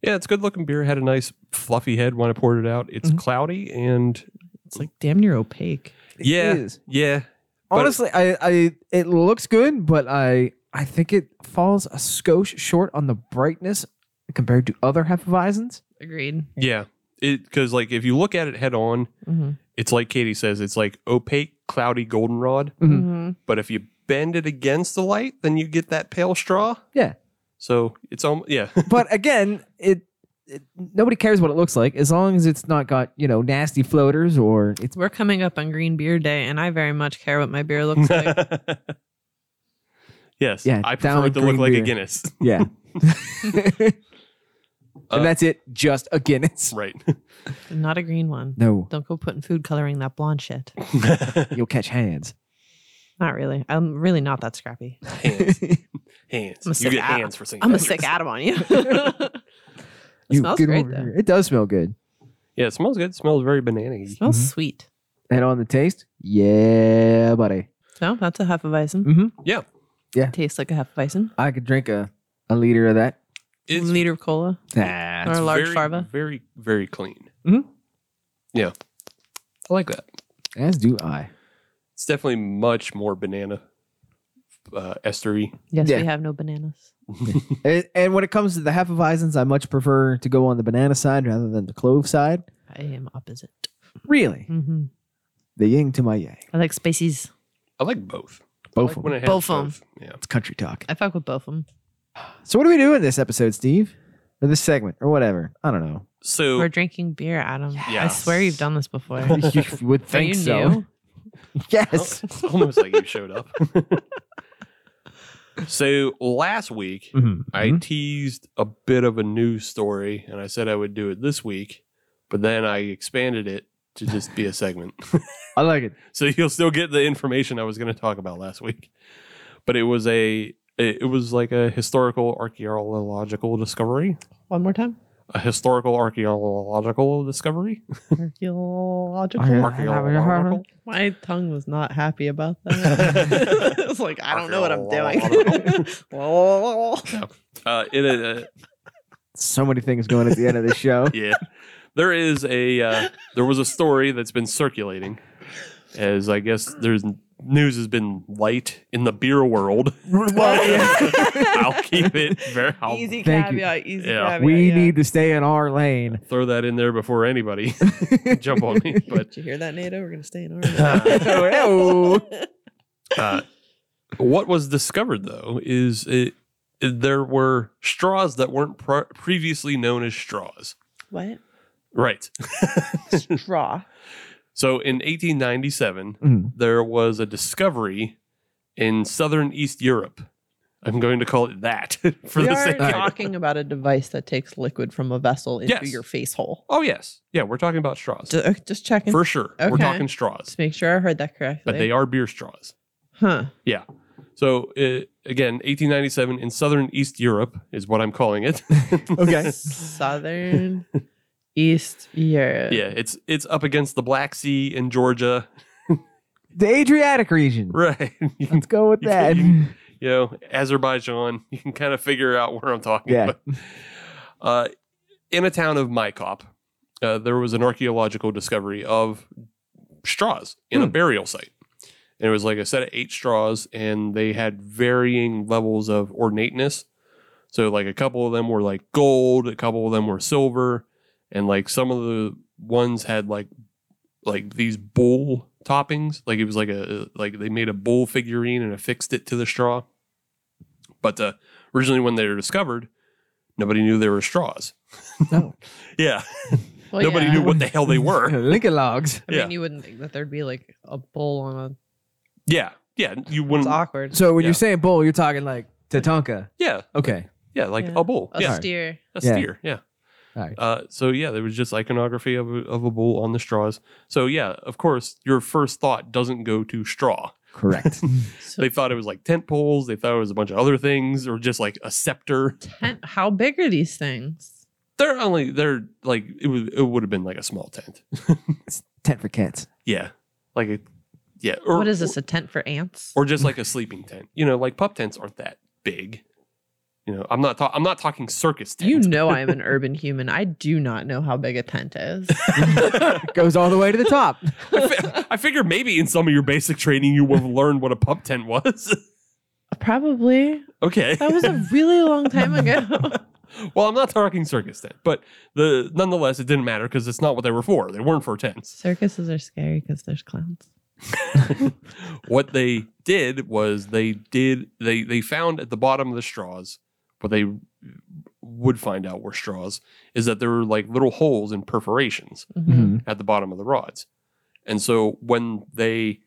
C: Yeah, it's good looking beer. Had a nice fluffy head when I poured it out. It's
D: Mhm.
C: cloudy and
E: it's like damn near opaque.
D: It
C: Yeah.
D: is.
C: yeah, But-
D: Honestly, I, I it looks good, but I I think it falls a skosh short on the brightness compared to other Hefeweizens.
E: Agreed.
C: yeah. It because like if you look at it head on,
D: Mm-hmm.
C: it's like Katie says, it's like opaque, cloudy goldenrod.
E: Mm-hmm.
D: Mhm.
C: But if you bend it against the light, then you get that pale straw.
D: Yeah.
C: So it's um yeah.
D: But again, it, it nobody cares what it looks like as long as it's not got you know nasty floaters or it's
E: We're coming up on Green Beer Day, and I very much care what my beer looks like.
C: yes.
D: Yeah,
C: I
D: down
C: prefer it
D: with
C: to look
D: green
C: like a
D: beer.
C: Guinness.
D: yeah.
C: Uh,
D: and that's it. Just a Guinness.
C: right.
E: Not a green one.
D: No,
E: Don't go putting food coloring in that blonde shit.
D: you'll catch hands.
E: Not really. I'm really not that scrappy.
C: hands. Hands.
E: I'm a
C: you
E: sick
C: get
E: ass.
C: hands for saying
E: I'm a
C: that.
E: sick Adam on you.
D: You
E: smells
D: get
E: great,
D: over
E: though.
D: here. It does smell good.
C: Yeah, it smells good. It smells very banana
E: smells
D: Mhm.
E: sweet.
D: And on the taste, yeah, buddy.
E: No, that's a Hefeweizen.
D: Mm-hmm.
C: Yeah.
D: Yeah.
E: Tastes like a Hefeweizen.
D: I could drink a, a liter of that.
C: It's
E: liter of cola.
D: Nah.
E: Or a large
C: very,
E: farva. Mm-hmm.
C: Very, very clean.
D: Mhm.
C: Yeah. I like that.
D: As do I.
C: It's definitely much more banana uh, estery.
E: Yes,
D: Yeah.
E: we have no bananas.
D: And, and when it comes to the Hefeweizens, I much prefer to go on the banana side rather than the clove side.
E: I am opposite.
D: Really?
E: hmm
D: The yin to my yang.
E: I like spices.
C: I like both. I
D: Both
C: like
D: of
C: when
D: them.
C: it has
E: Both of 'em.
C: Yeah.
D: It's country talk.
E: I fuck with both of them.
D: So what are we doing this episode, Steve? Or this segment, or whatever. I don't know.
C: So
E: We're drinking beer, Adam. I
C: Yes.
E: swear you've done this before.
D: you would
E: Are
D: think
E: you
D: so.
E: new?
D: Yes.
C: almost like you showed up. so last week
D: Mhm.
C: I teased a bit of a news story, and I said I would do it this week. but then I expanded it to just be a segment.
D: I like it.
C: so you'll still get the information I was going to talk about last week. But it was a it it was like a historical archaeological discovery,
E: One more time.
C: a historical archaeological discory.
E: Archaeological.
C: Archaeological.
E: My tongue was not happy about that. it's like I don't know what I'm doing.
C: Uh, it, uh,
D: So many things going at the end of the show.
C: yeah, there is a uh, there was a story that's been circulating, as I guess there's news has been light in the beer world. I'll keep it very. I'll
E: easy
D: Thank you.
E: caveat. Easy
C: Yeah.
E: caveat.
D: we
E: yeah.
D: need to stay in our lane.
C: throw that in there before anybody jump on me. But
E: Did you hear that, NATO? We're gonna stay in our.
C: Oh,
D: Hey-oh.
C: uh, what was discovered though is it, there were straws that weren't pr- previously known as straws.
E: what?
C: Right.
E: Straw.
C: So in 1897,
D: Mm.
C: there was a discovery in southern East Europe. I'm going to call it that for
E: we
C: the
E: are
C: sake. of-
E: talking about a device that takes liquid from a vessel into
C: Yes.
E: your face hole.
C: Oh yes, yeah, we're talking about straws
E: Ju- uh, Just, checking
C: for sure. We're
E: Okay.
C: talking straws,
E: to make sure I heard that correctly.
C: but they are beer straws.
E: huh?
C: So uh, again, 1897 in southern East Europe is what I'm calling it.
D: Okay.
E: Southern East Europe.
C: yeah, it's it's up against the Black Sea in Georgia,
D: The Adriatic region.
C: right? You, can,
D: Let's go with
C: You
D: that.
C: can- you know, Azerbaijan. You can kind of figure out where I'm talking.
D: Yeah.
C: about. Uh, in a town of Mykop, uh, there was an archaeological discovery of straws in a
D: Hmm.
C: burial site. And it was like a set of eight straws, and they had varying levels of ornateness. So, like, a couple of them were like gold, a couple of them were silver, and like some of the ones had like like these bull toppings. Like it was like a like they made a bull figurine and affixed it to the straw. But uh, originally, when they were discovered, nobody knew they were straws.
D: No.
C: yeah,
E: Well,
C: nobody
E: yeah,
C: knew
E: I
C: what the hell they were.
D: Lincoln logs.
E: I mean,
C: yeah.
E: you wouldn't think that there'd be like a bull on
C: Yeah, yeah, you
E: a. It's
C: wouldn't.
E: awkward.
D: So when
C: Yeah.
D: you're saying bull, you're talking like Tatanka.
C: Yeah,
D: Okay.
C: yeah, like
E: Yeah.
C: a bull.
E: a
C: yeah,
E: steer.
C: a
D: Yeah.
C: steer. Yeah.
D: All right.
C: Uh, so yeah, there was just iconography of a, of a bull on the straws. So yeah, of course, your first thought doesn't go to straw.
D: Correct.
E: So
C: They thought it was like tent poles. They thought it was a bunch of other things, or just like a scepter.
E: tent, how big are these things?
C: They're only they're like it was it would have been like a small tent.
D: Tent for cats.
C: Yeah, like a yeah. Or,
E: what is this? A tent for ants?
C: Or, just like a sleeping tent. You know, like pup tents aren't that big. You know, I'm not ta- I'm not talking circus tents.
E: you know I am an urban human. I do not know how big a tent is.
D: Goes all the way to the top.
C: I, fi- I figure maybe in some of your basic training you will have learned what a pup tent was.
E: Probably.
C: okay.
E: That was a really long time ago.
C: well, I'm not talking circus tent, but the nonetheless, it didn't matter because it's not what they were for. They weren't for tents.
E: Circuses are scary because there's clowns.
C: What they did was they did they they found at the bottom of the straws what they would find out were straws is that there were like little holes and perforations
E: Mhm.
C: at the bottom of the rods. And so when they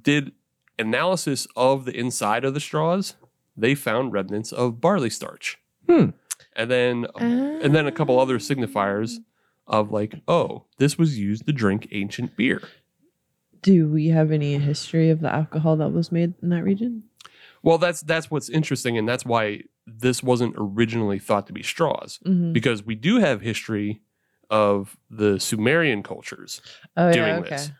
C: did analysis of the inside of the straws, they found remnants of barley starch.
D: Hmm.
C: And then and then a couple other signifiers
E: Um,
C: of like, oh, this was used to drink ancient beer.
E: Do we have any history of the alcohol that was made in that region?
C: Well, that's that's what's interesting, and that's why this wasn't originally thought to be straws,
E: Mhm.
C: because we do have history of the Sumerian cultures
E: Oh,
C: doing this.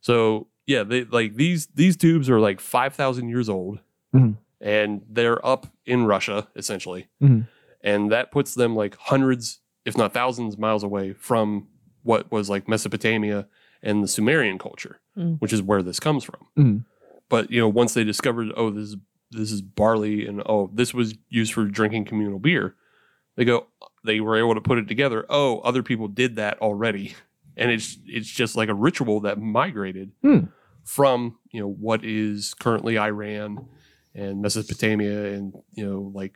C: So yeah, they like these these tubes are like five thousand years old,
D: Mhm.
C: and they're up in Russia essentially,
D: Mhm.
C: and that puts them like hundreds, if not thousands, of miles away from what was like Mesopotamia and the Sumerian culture,
E: Mm.
C: which is where this comes from.
D: Mhm.
C: But you know, once they discovered, oh, this is this is barley, and oh, this was used for drinking communal beer. They go, they were able to put it together. Oh, other people did that already and it's it's just like a ritual that migrated
D: Hmm.
C: from you know what is currently Iran and Mesopotamia and you know like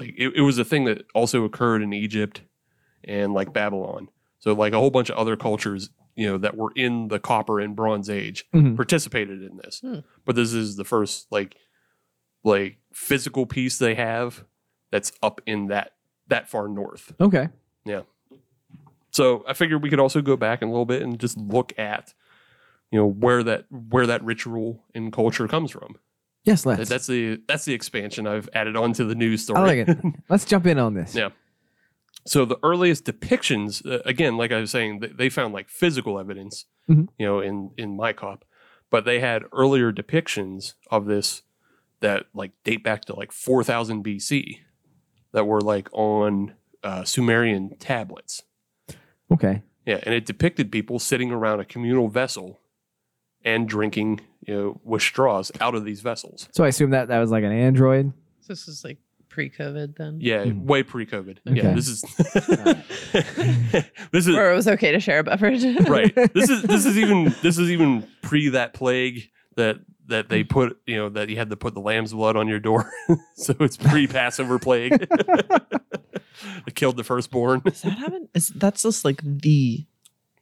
C: like it, it was a thing that also occurred in Egypt and like Babylon so like a whole bunch of other cultures you know that were in the copper and bronze age
D: Mhm.
C: participated in this
E: Hmm.
C: but this is the first like like physical piece they have that's up in that that far north
D: Okay.
C: So I figured we could also go back in a little bit and just look at, you know, where that where that ritual and culture comes from.
D: Yes,
C: That-
D: let's.
C: That's the that's the expansion I've added on to the news story.
D: I like it. let's jump in on this.
C: Yeah. So the earliest depictions, uh, again, like I was saying, th- they found like physical evidence,
D: Mhm.
C: you know, in in my cop, but they had earlier depictions of this that like date back to like 4000 BC that were like on uh, Sumerian tablets.
D: Okay.
C: Yeah, and it depicted people sitting around a communal vessel and drinking, you know, with straws out of these vessels.
D: So I assume that that was like an android.
E: So this is like pre-COVID then.
C: Yeah,
D: Hmm.
C: way pre-COVID.
D: Okay.
C: Yeah, this is this is
E: Where it was okay to share a beverage.
C: right this is this is even this is even pre that plague that that they put you know that you had to put the lamb's blood on your door so it's pre passover plague it killed the firstborn
E: Does that happen? Is that's just like the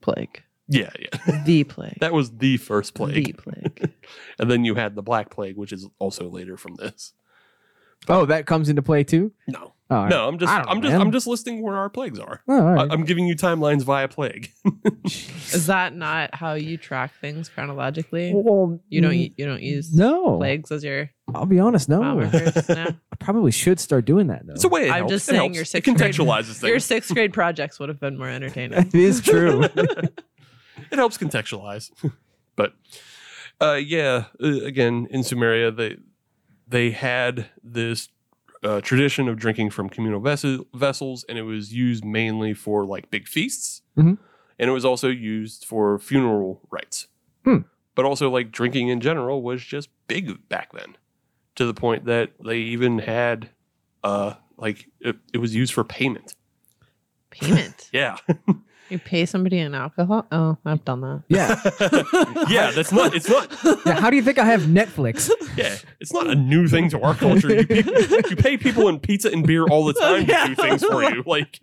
E: plague.
C: yeah yeah
E: The plague.
C: that was the first
E: The
C: plague
E: plague.
C: and then you had the black plague which is also later from this
D: Oh, that comes into play too.
C: no
D: Oh, all right.
C: no Uh, i'm just
D: I don't
C: i'm
D: know,
C: just
D: man.
C: i'm just listing where our plagues are
D: Oh, all
C: I-
D: right.
C: i'm giving you timelines via plague
E: is that not how you track things chronologically?
D: Uh, Well,
E: You don't
D: mm,
E: you don't use
D: No.
E: plagues as your
D: I'll be honest. No.
E: mom
D: I
E: records now.
D: probably should start doing that though.
C: it's a way it
E: I'm
C: helps.
E: just
C: It
E: saying
C: helps.
E: your
C: It
E: sixth grade-
C: contextualizes
E: Your
C: things
E: sixth grade projects would have been more entertaining.
D: it is true.
C: it helps contextualize. but uh, yeah, uh, again, in Sumeria, they they had this uh, tradition of drinking from communal vessel, vessels, and it was used mainly for like big feasts,
D: Mhm.
C: and it was also used for funeral rites.
D: Hmm.
C: But also, like drinking in general was just big back then, to the point that they even had uh, like it, it was used for payment.
E: Payment.
C: Yeah,
E: You pay somebody in alcohol? Oh, I've done that.
D: yeah.
C: yeah, that's not it's not
D: yeah. How do you think I have Netflix?
C: Yeah, it's not a new thing to our culture. You, pe- you pay people in pizza and beer all the time to
E: Yeah.
C: do things for you. Like,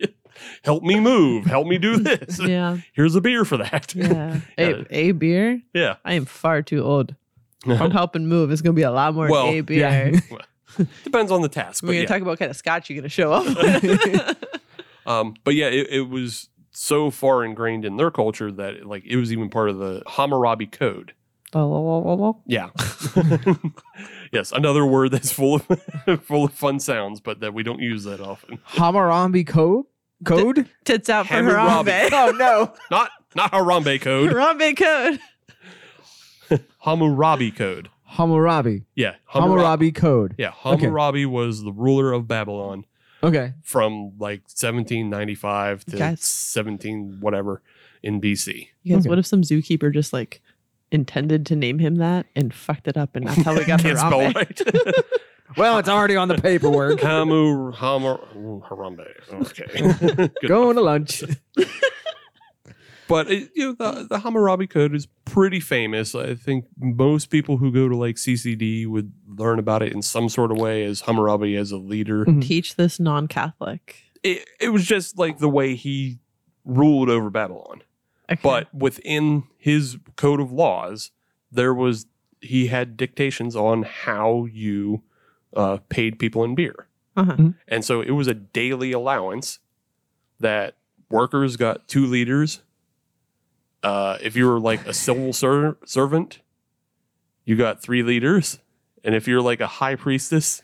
C: help me move, help me do this.
E: Yeah.
C: Here's a beer for that.
E: Yeah. a, a beer?
C: Yeah.
E: I am far too old. I'm helping move. It's going to be a lot more
C: Well,
E: a beer.
D: yeah.
C: Depends on the task.
E: We're
C: But
E: going to
C: yeah.
E: talk about what kind of scotch you're going to show up with.
C: um, but yeah, it, it was so far ingrained in their culture that like it was even part of the Hammurabi Code. Yeah. yes, another word that's full of full of fun sounds, but that we don't use that often.
D: Hammurabi code. Code.
E: Tits out for
C: Hammurabi.
E: Harambe.
D: oh no.
C: Not not Harambe Code,
E: Harambe code.
C: Hammurabi Code.
D: Hammurabi.
C: Yeah,
D: Hammurabi code.
C: Yeah,
D: Okay.
C: Hammurabi was the ruler of Babylon
D: Okay.
C: from like 1795 to
E: Guys.
C: 17 whatever in BC.
E: You guys,
D: Okay.
E: what if some zookeeper just like intended to name him that and fucked it up and that's how we got
C: Can't spell
E: Harambe?
C: right.
D: Well, it's already on the paperwork.
C: Hamu Hamur ooh, Harambe. Okay. Good.
D: Going to lunch.
C: But it, you know, the, the Hammurabi Code is pretty famous. I think most people who go to like CCD would learn about it in some sort of way as Hammurabi as a leader.
D: Mhm.
E: Teach this non Catholic.
C: It, it was just like the way he ruled over Babylon. but within his code of laws there was he had dictations on how you uh, paid people in beer
E: Uh-huh.
C: and so it was a daily allowance that workers got two liters uh, if you were like a civil ser- servant you got three liters and if you're like a high priestess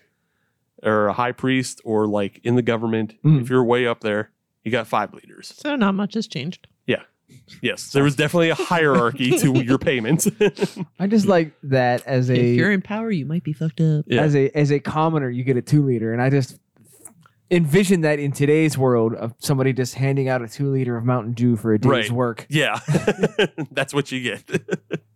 C: or a high priest or like in the government
D: Mhm.
C: if you're way up there you got five liters
E: So not much has changed.
C: Yes, there was definitely a hierarchy to your payments.
D: I just like that as
E: if you're
D: a
E: in power, you might be fucked up.
C: Yeah.
D: as a as a commoner, you get a two liter, and I just envision that in today's world of somebody just handing out a two liter of Mountain Dew for a day's
C: Right.
D: work.
C: yeah, that's what you get.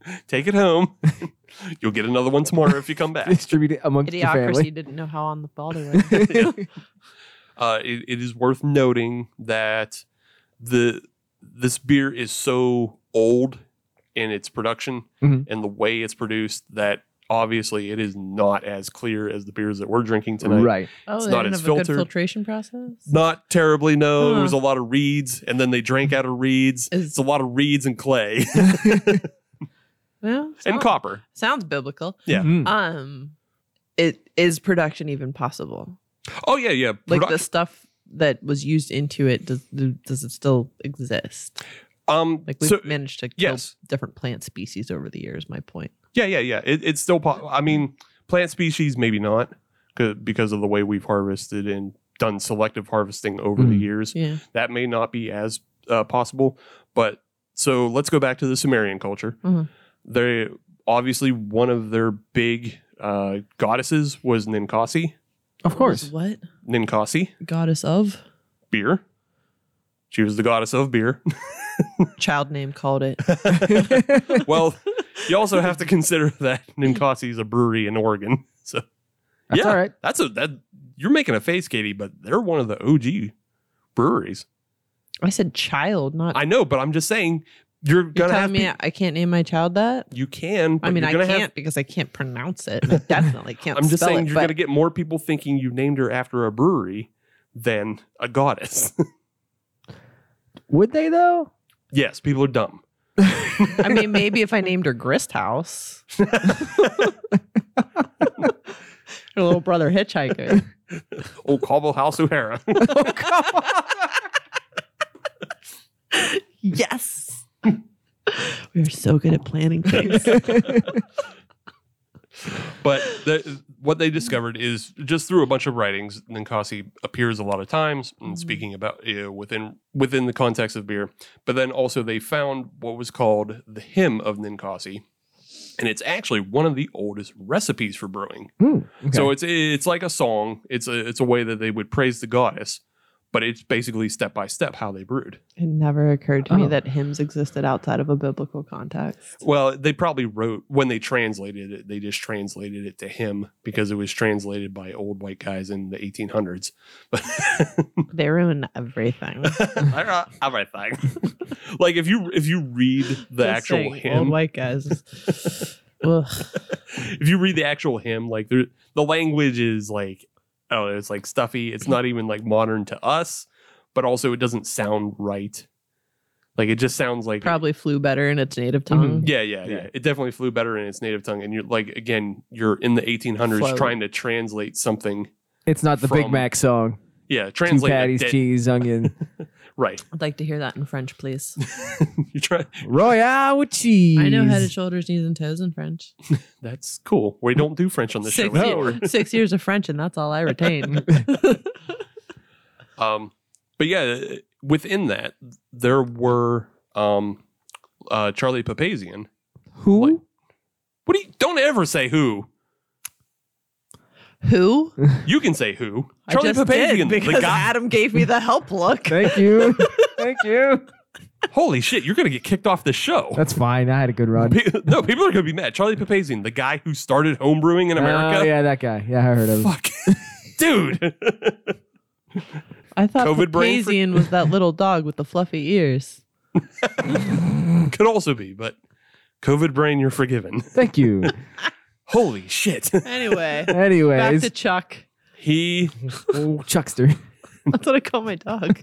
C: Take it home. You'll get another one tomorrow if you come back.
D: Distribute it amongst your
E: Idiocracy
D: family.
E: didn't know how on the ball they were.
C: Uh, it, it is worth noting that the this beer is so old in its production
D: Mhm.
C: and the way it's produced that obviously it is not as clear as the beers that we're drinking tonight.
D: right.
E: Oh,
C: It's
E: they
C: not
E: didn't
C: as
E: have a good
C: filtered.
E: filtration process.
C: Not terribly, no. There was
E: Huh.
C: a lot of reeds, and then they drank out of reeds.
E: Is-
C: it's a lot of reeds and clay
E: Well,
C: and
E: sound-
C: copper.
E: sounds biblical.
C: Yeah.
D: Mm.
E: Um, it is production even possible?
C: Oh yeah, yeah.
E: Like
C: Product-
E: the stuff that was used into it does does it still exist?
C: Um,
E: Like we've
C: so,
E: managed to kill
C: yes.
E: different plant species over the years. My point.
C: yeah, yeah, yeah. It, it's still, po- I mean, plant species, maybe not 'cause- because of the way we've harvested and done selective harvesting over the
E: Mm.
D: Mhm.
C: years.
E: Yeah.
C: That may not be as uh, possible. But so let's go back to the Sumerian culture.
E: Mhm.
C: They obviously one of their big uh, goddesses was Ninkasi.
D: Of course.
E: What
C: Ninkasi,
E: goddess of
C: beer. She was the goddess of beer.
E: child name called it.
C: well, you also have to consider that Ninkasi is a brewery in Oregon. So
D: That's
C: yeah,
D: all right.
C: that's a that you're making a face, Katie, but they're one of the OG breweries.
E: I said child, not.
C: I know, but I'm just saying you're
E: you're
C: gonna
E: telling
C: have
E: me
C: pe-
E: I can't name my child that.
C: you can.
E: I
C: but
E: mean,
C: you're
E: I
C: gonna
E: can't
C: have-
E: because I can't pronounce it. and I definitely can't.
C: I'm just
E: spell
C: saying
E: it,
C: you're
E: but-
C: going to get more people thinking you named her after a brewery than a goddess.
D: Would they though?
C: yes, people are dumb.
E: I mean, maybe if I named her Grist House. her little brother hitchhiker.
C: Oh, Cobble House O'Hara.
E: yes. We are so good at planning things.
C: but the, what they discovered is just through a bunch of writings, Ninkasi appears a lot of times and
E: Mhm.
C: speaking about you know, within within the context of beer. But then also they found what was called the hymn of Ninkasi. And it's actually one of the oldest recipes for brewing.
D: Hmm.
C: So it's it's like a song. It's a it's a way that they would praise the goddess, but it's basically step by step how they brewed.
E: It never occurred to
D: Oh.
E: me that hymns existed outside of a biblical context.
C: Well, they probably wrote when they translated it. They just translated it to him because it was translated by old white guys in the 1800s. But
E: They ruin everything.
C: I don't know, everything. like if you if you read the
E: Just
C: actual
E: saying, old
C: hymn,
E: white guys. Ugh.
C: if you read the actual hymn, like there, the language is like, I don't know, it's like stuffy. It's not even like modern to us, but also it doesn't sound right. Like it just sounds like
E: Probably flew better in its native tongue.
C: Mm-hmm. Yeah, yeah, yeah,
D: Yeah.
C: It definitely flew better in its native tongue. And you're like, again, you're in the 1800s
E: Flow.
C: trying to translate something.
D: It's not the Big
C: From-
D: Mac song.
C: Yeah,
D: Two
C: translate a
D: patties,
C: dead-
D: cheese, onion,
C: Right.
E: I'd like to hear that in French, please.
C: you're trying.
D: royale with cheese.
E: I know head and shoulders, knees, and toes in French.
C: That's cool. We don't do French on this
E: six,
C: show.
E: year- six years of French, and that's all I retain.
C: Um, but yeah, within that, there were um, uh, Charlie Papazian.
D: Who?
C: What do you? Don't ever say who.
E: Who?
C: You can say who.
E: I
C: Charlie
E: just
C: Papazian.
E: did because
C: the guy.
E: Adam gave me the help look.
D: Thank you. Thank you.
C: Holy shit! You're gonna get kicked off the show.
D: That's fine. I had a good run.
C: Pe- no, people are gonna be mad. Charlie Papazian, the guy who started homebrewing in America.
D: Oh, yeah, that guy. Yeah, I heard of him.
C: Fuck. Dude.
E: I thought
C: COVID brain for-
E: Papazian was that little dog with the fluffy ears.
C: Could also be, but COVID brain, you're forgiven.
D: Thank you.
C: Holy shit.
E: Anyway, back
D: Anyways,
E: to Chuck.
C: He
D: oh, Chuckster.
E: That's what I call my dog.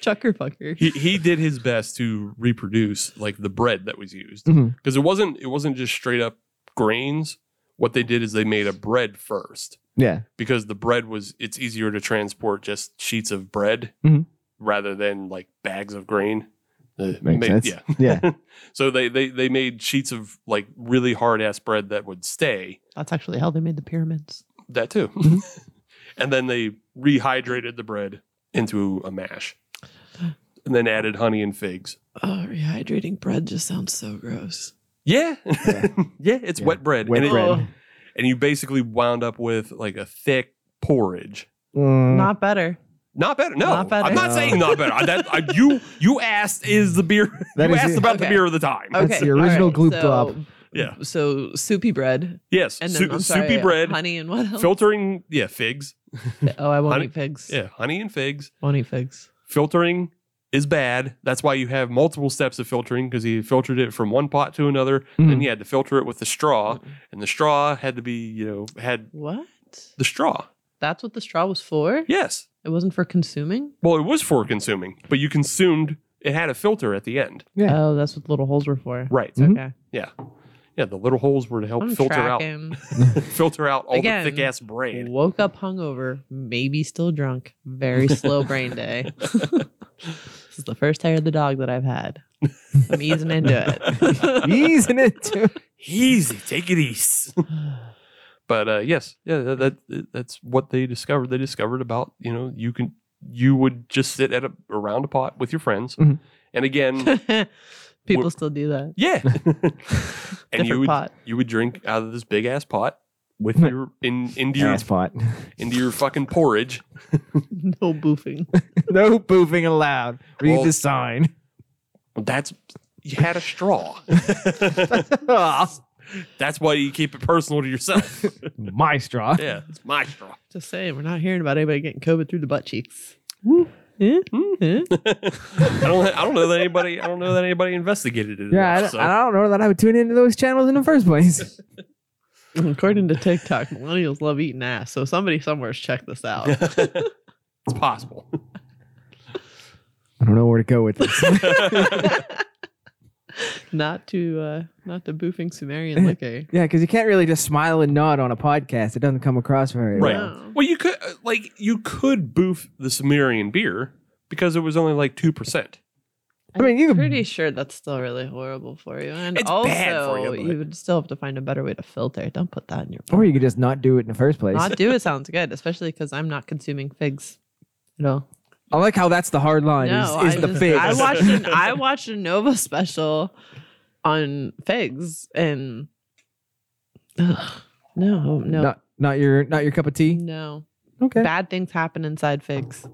E: Chucker fucker.
C: he he did his best to reproduce like the bread that was used. Because
D: Mhm.
C: it wasn't it wasn't just straight up grains. What they did is they made a bread first.
D: Yeah.
C: Because the bread was it's easier to transport just sheets of bread
D: Mhm.
C: rather than like bags of grain. Uh,
D: Makes
C: ma-
D: sense.
C: Yeah.
D: Yeah.
C: So they, they they made sheets of like really hard ass bread that would stay.
E: That's actually how they made the pyramids.
C: That too.
D: Mm-hmm.
C: and then they rehydrated the bread into a mash. And then added honey and figs.
E: Oh, rehydrating bread just sounds so gross.
C: Yeah.
D: Yeah.
C: Yeah, it's
D: Yeah.
C: wet bread.
D: Wet
C: and, it-
D: bread.
E: Oh.
C: and you basically wound up with like a thick porridge.
D: Mm.
E: Not better.
C: Not better. No,
E: Not better.
C: I'm not
D: No.
C: saying not better. I- that, I, you you asked is the beer.
D: That
C: you
D: is
C: asked
D: it.
C: about the
E: Okay.
C: beer of the time.
D: That's the original
E: alright,
D: Gloop
E: so-
D: Glop.
C: Yeah.
E: So soupy bread
C: Yes.
E: and
C: Su-
E: then I'm sorry,
C: soupy bread.
E: honey, and what else?
C: Filtering. Yeah, figs.
E: oh, I won't
C: honey-
E: eat figs.
C: Yeah, honey and figs.
E: Won't eat figs.
C: filtering is bad. That's why you have multiple steps of filtering because he filtered it from one pot to another, and then
D: Mhm.
C: he had to filter it with the straw,
E: Mm-hmm.
C: and the straw had to be, you know, had
E: What?
C: the straw.
E: That's what the straw was for?
C: Yes.
E: It wasn't for consuming?
C: Well, it was for consuming, but you consumed. It had a filter at the end.
D: Yeah.
E: Oh, that's what little holes were for.
C: Right.
D: Mhm.
E: Okay.
C: Yeah, the little holes were to help
E: I'm
C: filter
E: tracking.
C: out filter out all
E: Again.
C: the thick ass brain.
E: Woke up hungover, maybe still drunk. Very slow brain day. this is the first hair of the dog that I've had. I'm easing into it.
D: Easing it too.
C: Easy, take it easy. but uh, yes, yeah, that, that that's what they discovered. They discovered about you know you can you would just sit at a around a pot with your friends,
D: Mhm.
E: Mm-hmm.
C: and again,
E: People
C: We're-
E: still do that.
C: yeah, and
E: Different
C: you would
E: pot.
C: you would drink out of this big ass pot with your in into your
D: pot.
C: into your fucking porridge.
E: No boofing.
D: no poofing allowed. Read
C: Well-
D: the sign.
C: That's you had a straw.
D: Ah,
C: That's why you keep it personal to yourself.
D: My straw.
C: yeah, it's my straw.
E: Just saying, we're not hearing about anybody getting COVID through the butt cheeks.
C: I don't. I don't know that anybody. I don't know that anybody investigated it.
D: Yeah, I
C: enough, so.
D: don't, I don't know that I would tune into those channels in the first place.
E: According to TikTok, millennials love eating ass. So somebody somewhere's checked this out.
C: it's possible.
D: I don't know where to go with this.
E: not to uh not to boofing Sumerian liquor.
D: yeah, because you can't really just smile and nod on a podcast. It doesn't come across very
C: Right.
D: well.
E: Wow.
C: Well, you could uh, like you could boof the Sumerian beer because it was only like two percent.
D: I mean, you
E: I'm
D: could-
E: pretty sure that's still really horrible for you. And
C: It's
E: also,
C: bad for you, but-
E: would still have to find a better way to filter. it. Don't put that in your.
D: Or you could just not do it in the first place.
E: not do it sounds good, especially because I'm not consuming figs. at all.
D: I like how that's the hard line
E: no,
D: is,
E: I
D: is the
E: just-
D: figs.
E: I watched an, I watched a Nova special on figs and ugh, no, no,
D: Not, not your not your cup of tea.
E: no.
D: Okay.
E: Bad things happen inside figs.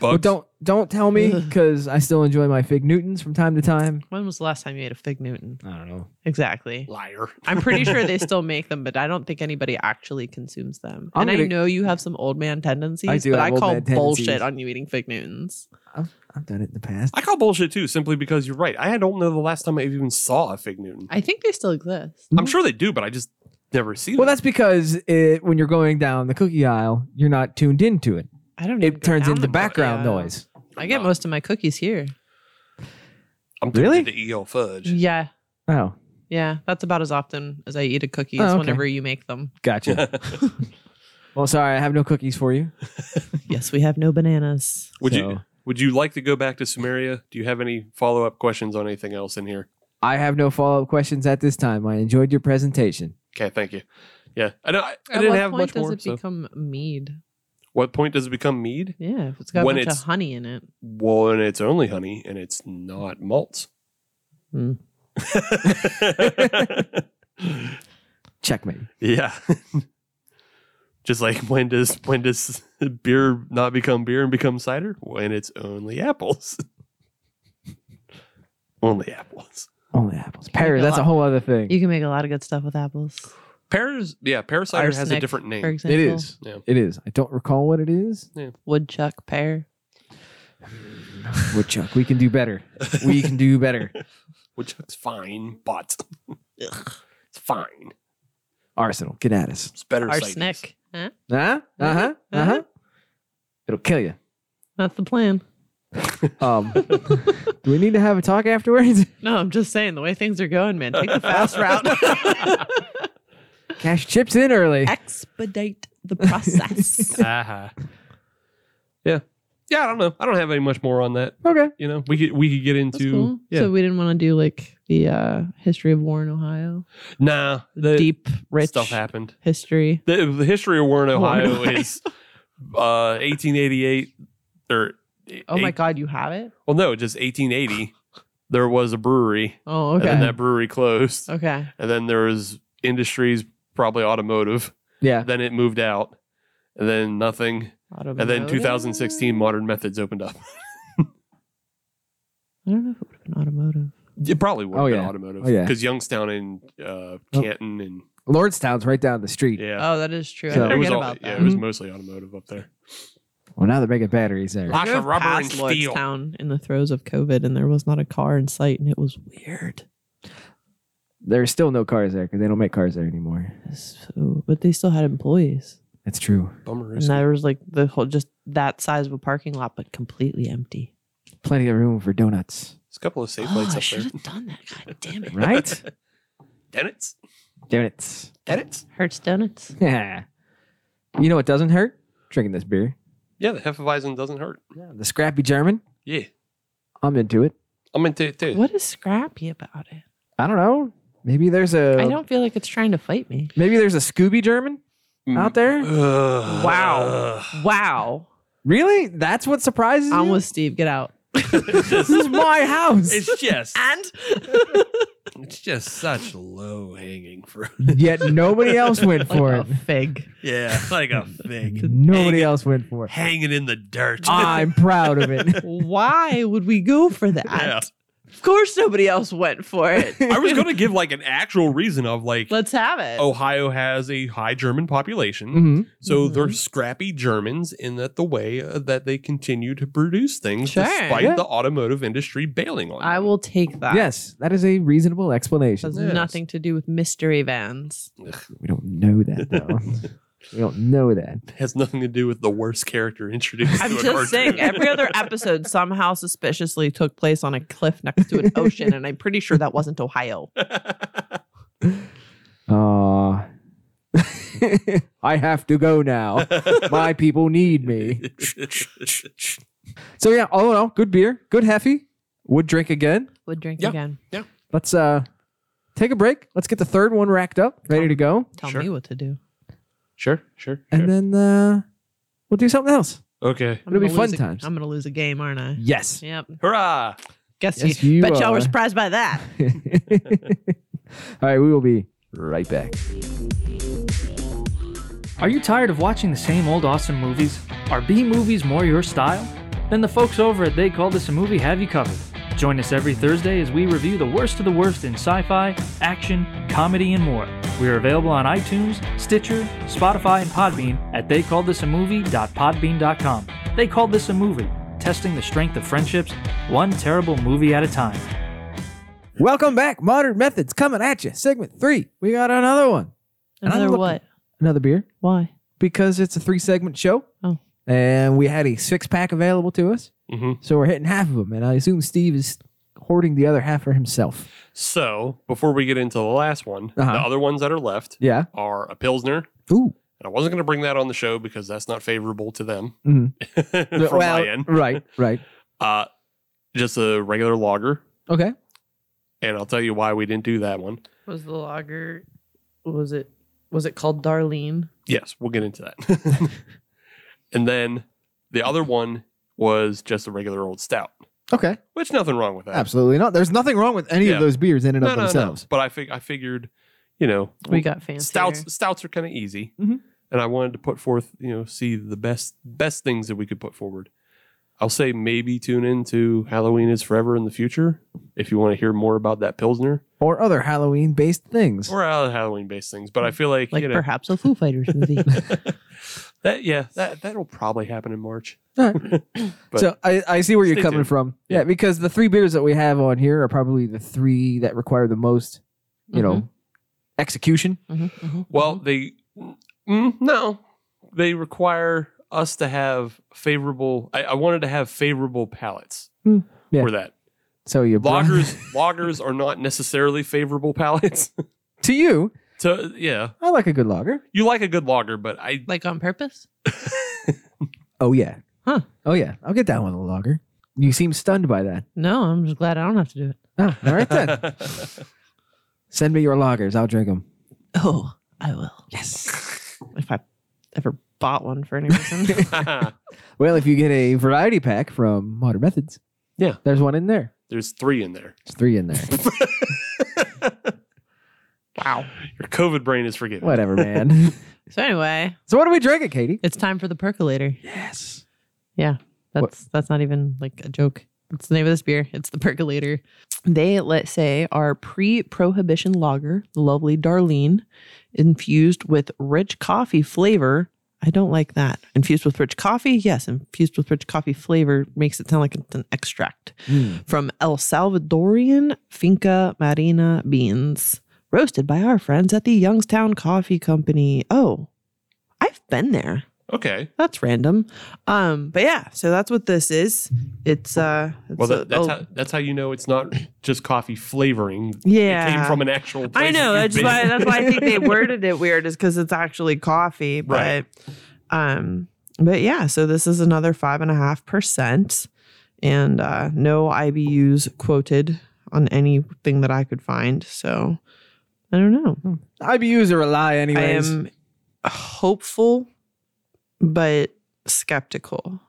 D: Well,
C: Bugs.
D: don't don't tell me
E: Ugh.
D: because I still enjoy my fig Newtons from time to time.
E: When was the last time you ate a fig Newton?
D: I don't know.
E: Exactly.
C: liar.
E: I'm pretty sure they still make them, but I don't think anybody actually consumes them.
D: I'm
E: and I
D: gonna-
E: know you have some old man tendencies,
D: I do
E: but
D: have
E: I
D: old
E: call
D: man tendencies.
E: bullshit on you eating fig Newtons.
D: I've done it in the past.
C: I call bullshit too, simply because you're right. I don't know the last time I even saw a fig Newton.
E: I think they still exist.
C: I'm sure they do, but I just never see
D: Well,
C: them.
D: that's because it, when you're going down the cookie aisle, you're not tuned into it.
E: I don't. even
D: It
E: go
D: turns
E: down
D: into
E: them, but
D: background
E: yeah.
D: noise.
E: I get most of my cookies here.
C: I'm thinking
D: Really?
C: of the EO fudge.
E: Yeah,
D: Oh,
E: yeah. That's about as often as I eat a cookie
D: Oh,
E: is
D: okay.
E: whenever you make them.
D: gotcha. well, sorry, I have no cookies for you.
E: yes, we have no bananas.
C: Would you
D: So-
C: Would you like to go back to Sumeria? Do you have any follow up questions on anything else in here?
D: I have no follow up questions at this time. I enjoyed your presentation.
C: Okay, thank you. Yeah, I, don't- I, I
E: At
C: didn't
E: what
C: have
E: point
C: much
E: does
C: more.
E: it
C: so-
E: become mead?
C: What point does it become mead?
E: Yeah, if it's got
C: When
E: a bunch
C: it's-
E: of honey in it.
C: Well, and it's only honey, and it's not malts.
E: Hmm.
D: Checkmate.
C: yeah. Just like when does when does beer not become beer and become cider? When it's only apples. only apples.
D: Only apples. Pears. That's a whole other thing.
E: You can make a lot of good stuff with apples.
C: Pears, yeah, pear cider has a
E: Arsenic,
C: different
E: For
C: name.
D: It
E: example,
D: is.
C: Yeah.
D: It is. I don't recall what it is.
E: woodchuck pear.
D: Woodchuck. We can do better. We can do better.
C: Which is fine, but it's fine.
D: Arsenal, get at us.
C: It's better. cities.
E: arsenic. Huh?
D: Huh? Uh huh. Uh huh. It'll kill you.
E: That's the plan.
D: Um, do we need to have a talk afterwards?
E: No, I'm just saying the way things are going, man. Take the fast route.
D: Cash chips in early.
E: Expedite the process.
C: Uh-huh. Yeah. Yeah, I don't know. I don't have any much more on that.
D: Okay.
C: You know, we could we could get into yeah.
E: So we didn't want to do like the uh, history of Warren, Ohio.
C: nah, the
E: Deep, rich
C: stuff happened.
E: history.
C: The, the history of Warren,
E: Warren,
C: Ohio
E: Ohio.
C: is uh 1888 or
E: Oh my
C: e, eight-
E: God, you have it?
C: Well, no, just 1880. There was a brewery,
E: Oh,
C: and then
E: okay.
C: that brewery closed,
E: Okay.
C: and then there was industries, probably automotive.
D: Yeah.
C: Then it moved out, and then nothing, and then
E: Automotive?
C: 2016, Modern Methods opened up.
E: I don't know if it would have been automotive.
C: It probably would
D: Oh,
C: have been
D: yeah.
C: automotive.
D: Oh, yeah.
C: Because Youngstown and uh,
D: Oh.
C: Canton and
D: Lordstown's right down the street.
C: yeah.
E: Oh, that is true.
D: So- Mm-hmm.
E: I
D: It
C: was
E: forget
C: all-
E: about that.
C: Yeah, it was mostly automotive up there.
D: Well, now they're making batteries there.
C: Lots
E: I drove
C: of rubber and
E: past
C: steel.
E: Lordstown in the throes of COVID, and there was not a car in sight, and it was weird.
D: There's still no cars there because they don't make cars there anymore.
E: So, but they still had employees,
D: That's true.
C: Bummer.
E: and there was like the whole just that size of a parking lot, but completely empty.
D: Plenty of room for donuts.
C: There's a couple of safe
E: Oh,
C: lights
E: I
C: up
E: should
C: there.
E: have done that. God damn it!
D: Right?
C: Tenants?
D: Donuts.
C: Tenants?
E: Hurts donuts.
D: Yeah. You know what doesn't hurt? Drinking this beer.
C: Yeah, the Hefeweizen doesn't hurt.
D: Yeah, the scrappy German.
C: Yeah.
D: I'm into it.
C: I'm into it too.
E: What is scrappy about it?
D: I don't know. Maybe there's a.
E: I don't feel like it's trying to fight me.
D: Maybe there's a Scooby German out there.
C: Ugh.
E: Wow. Wow.
D: Really? That's what surprises
E: I'm
D: you?
E: with Steve. Get out.
D: this is my house.
C: It's just
E: And
C: it's just such low hanging fruit.
D: Yet nobody else went
E: like
D: for
E: a fig.
C: Yeah, like a
D: it.
C: fig
D: Nobody else went for it.
C: hanging in the dirt.
D: I'm proud of it.
E: Why would we go for that?
C: Yeah.
E: Of course, nobody else went for it.
C: I was gonna give like an actual reason of like
E: Let's have it.
C: Ohio has a high German population,
D: hmm
C: so
E: Mhm.
C: they're scrappy Germans in that the way uh, that they continue to produce things
E: Sure.
C: despite
D: Yeah.
C: the automotive industry bailing on.
E: I
C: them.
E: will take that.
D: Yes, that is a reasonable explanation.
E: Has
C: Yes.
E: nothing to do with mystery vans.
D: We don't know that though. we don't know that.
C: It has nothing to do with the worst character introduced.
E: I'm
C: to a cartoon.
E: just saying, every other episode somehow suspiciously took place on a cliff next to an ocean, and I'm pretty sure that wasn't Ohio.
D: Uh I have to go now. My people need me. So yeah, all in all, good beer, good heffy. Would drink again.
E: Would drink
C: Yeah.
E: again.
D: Let's uh take a break. Let's get the third one racked up, ready to go,
E: Tell
C: Sure.
E: me what to do.
C: sure, sure,
D: and then uh we'll do something else.
C: okay,
E: I'm
D: It'll be
E: gonna lose
D: fun
E: a-
D: times.
E: I'm gonna lose a game, aren't I?
D: Yes.
E: Yep.
C: hurrah!
E: Guess
D: Yes,
E: you,
D: you
E: bet y'all
D: are.
E: were surprised by that.
D: all right, we will be right back.
F: Are you tired of watching the same old awesome movies? Are B movies more your style? Then the folks over at They Call This a Movie have you covered. Join us every Thursday as we review the worst of the worst in sci fi, action, comedy, and more. We are available on iTunes, Stitcher, Spotify, and Podbean at theycalledthisamovie.podbean.com. They Called This a Movie, testing the strength of friendships, one terrible movie at a time.
D: Welcome back, Modern Methods coming at you. Segment three. We got another one. And I'm
E: Another
D: looking-
E: what?
D: Another beer
E: Why?
D: because it's a three segment show.
E: Oh.
D: And we had a six pack available to us.
C: hmm
D: So we're hitting half of them. And I assume Steve is hoarding the other half for himself.
C: So before we get into the last one,
D: Uh-huh.
C: the other ones that are left
D: Yeah.
C: are a pilsner.
D: Ooh.
C: And I wasn't going to bring that on the show because that's not favorable to them
D: Mhm.
C: from
D: Well,
C: my end.
D: Right, right.
C: Uh, just a regular lager,
D: Okay.
C: and I'll tell you why we didn't do that one.
E: Was the lager? Was it? Was it called Darlene?
C: Yes, we'll get into that. and then the other one was just a regular old stout,
D: Okay.
C: which nothing wrong with that.
D: Absolutely not. There's nothing wrong with any
C: Yeah.
D: of those beers in and
C: No,
D: of
C: no, no.
D: themselves.
C: But I fig- I figured, you know,
E: We got fancy.
C: stouts stouts are kind of easy
D: Mhm.
C: and i wanted to put forth you know see the best best things that we could put forward i'll say maybe tune in to halloween is forever in the future if you want to hear more about that pilsner
D: Or other Halloween based things.
C: or other halloween based things but i feel like,
E: like
C: you know
E: perhaps a Foo Fighters movie.
D: Uh-huh,
C: that yeah that that'll probably happen in march but-
D: so I, I see where you're
C: Stay
D: coming
C: tuned.
D: from. Yeah.
C: Yeah.
D: because the three beers that we have on here are probably the three that require the most, you
E: Mm-hmm.
D: know, execution.
E: Mhm,
D: uh-huh.
E: mhm,
C: well
E: mhm.
C: they mm, no they require us to have favorable i, I wanted to have favorable palates
D: Hmm, yeah.
C: for that
D: So you brought-
C: loggers loggers are not necessarily favorable palates
D: to you.
C: So yeah,
D: I like a good lager.
C: you like a good lager, but I
E: like on purpose.
D: Oh yeah.
E: Huh.
D: Oh yeah. I'll get down with a lager. You seem stunned by that.
E: No, I'm just glad I don't have to do it.
D: Ah, all right then. Send me your lagers. I'll drink them.
E: Oh, I will. Yes. if I ever bought one for any reason.
D: Well, if you get a variety pack from Modern Methods,
C: Yeah.
D: there's one in there.
C: There's three in there.
D: There's three in there.
E: wow.
C: Your COVID brain is forgiven.
D: Whatever, man.
E: So anyway,
D: so what are we drinking, Katie?
E: it's time for the percolator.
D: Yes.
E: That's
D: What-
E: that's not even like a joke. It's the name of this beer. It's the percolator. They let's say are pre-prohibition lager, the lovely Darlene, infused with rich coffee flavor. I don't like that. Infused with rich coffee, yes. Infused with rich coffee flavor makes it sound like it's an extract
D: Hmm.
E: from El Salvadorian Finca Marina beans, roasted by our friends at the Youngstown Coffee Company. Oh, I've been there.
C: Okay.
E: That's random. Um, but yeah, so that's what this is. It's uh it's
C: Well,
E: a-
C: that, that's
E: oh,
C: how that's how you know it's not just coffee flavoring.
E: yeah.
C: It came from an actual. Place
E: I know.
C: that
E: That's
C: you've
E: why.
C: been.
E: That's why I think they worded it weird, is because it's actually coffee. But,
C: Right.
E: um, but yeah. So this is another five and a half percent, and uh, no IBUs quoted on anything that I could find. So I don't know.
D: IBUs are a lie,
E: I
D: anyways.
E: am hopeful, but skeptical,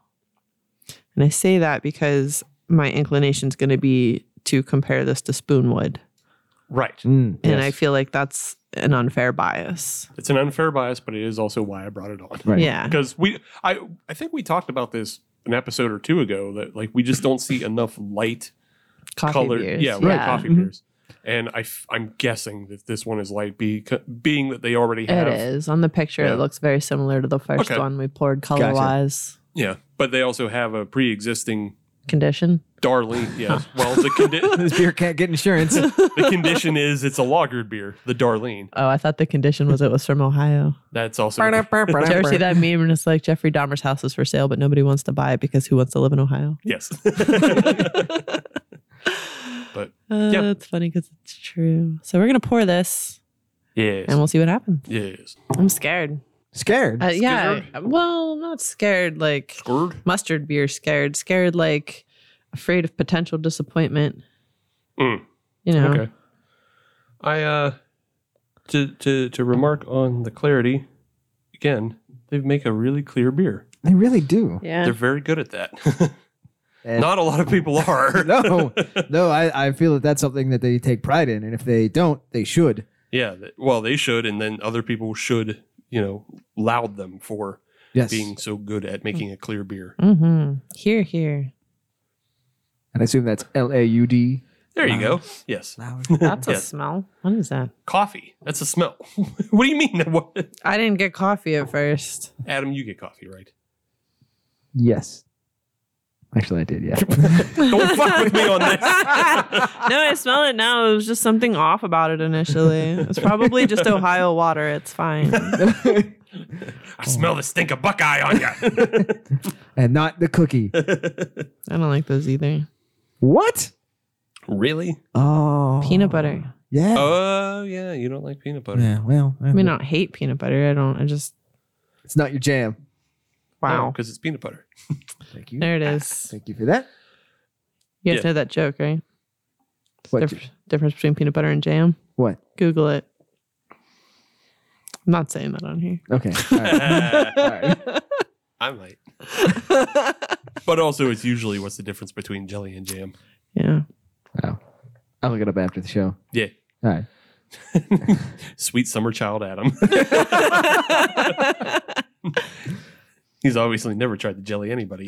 E: and I say that because my inclination is going to be to compare this to Spoonwood,
C: right.
D: Mm,
E: and
D: yes.
E: I feel like that's an unfair bias.
C: It's an unfair bias, but it is also why I brought it on.
D: Right.
E: Yeah.
C: Because we, I, I think we talked about this an episode or two ago that like we just don't see enough light
E: Coffee
C: colored,
E: beers.
C: yeah, right, coffee
E: Mhm.
C: beers. And I, f- I'm guessing that this one is light, be, being that they already have
E: It is on the picture.
C: Yeah.
E: It looks very similar to the first
C: Okay.
E: one we poured color wise
C: Yeah, but they also have a pre-existing
E: condition.
C: Darling. Yes. Well, the, condi-
D: this beer can't get insurance.
C: the condition is it's a lagered beer, the Darlene.
E: Oh, I thought the condition was it was from Ohio.
C: That's also
E: Did you ever see
D: That's
E: that meme? And it's like Jeffrey Dahmer's house is for sale, but nobody wants to buy it because who wants to live in Ohio?
C: yes. but
E: Uh,
C: Yeah.
E: That's funny because it's true. So we're gonna pour this
C: yes,
E: and we'll see what happens.
C: yes,
E: I'm scared.
D: Scared.
E: Uh, yeah. Well, not scared like
C: scored.
E: mustard beer. Scared. Scared like afraid of potential disappointment.
C: Mm.
E: You know.
C: Okay. I uh to to to remark on the clarity again. They make a really clear beer.
D: they really do.
E: Yeah.
C: They're very good at that.
D: And-
C: Not a lot of people are.
D: no, no, I, I feel that that's something that they take pride in, and if they don't, they should.
C: Yeah. th- Well, they should, and then other people should, you know, laud them for
D: Yes,
C: being so good at making a clear beer.
E: Mm-hmm. Here, here.
D: and I assume that's L A U D.
C: There you go. Yes.
E: That's a
C: Yes.
E: smell. What is that?
C: Coffee. That's a smell. what do you mean? What?
E: I didn't get coffee at first.
C: Adam, you get coffee, right?
D: Yes, actually, I did. Yeah,
C: Don't fuck with me on this.
E: No, I smell it now. It was just something off about it initially. It's probably just Ohio water. It's fine.
C: I smell the stink of Buckeye on you.
D: and not the cookie.
E: I don't like those either.
D: what?
C: really?
D: Oh,
E: Peanut butter.
D: Yeah.
C: Oh, yeah. You don't like peanut butter.
D: Yeah. Well,
E: I mean, I don't hate peanut butter. I don't. I just
D: it's not your jam.
E: wow.
C: Because it's peanut butter.
D: Thank you.
E: There it is.
D: Mm-hmm. Ah, Thank you for that.
E: You guys
C: Yeah.
E: know that joke, right?
D: What?
E: Dif- difference between peanut butter and jam.
D: What?
E: Google it. I'm not saying that on here.
D: Okay. All right. All right.
C: I might. but also, it's usually what's the difference between jelly and jam?
E: Yeah.
D: Wow. I'll look it up after the show.
C: Yeah.
D: All right.
C: Sweet summer child Adam. He's obviously never tried to jelly anybody.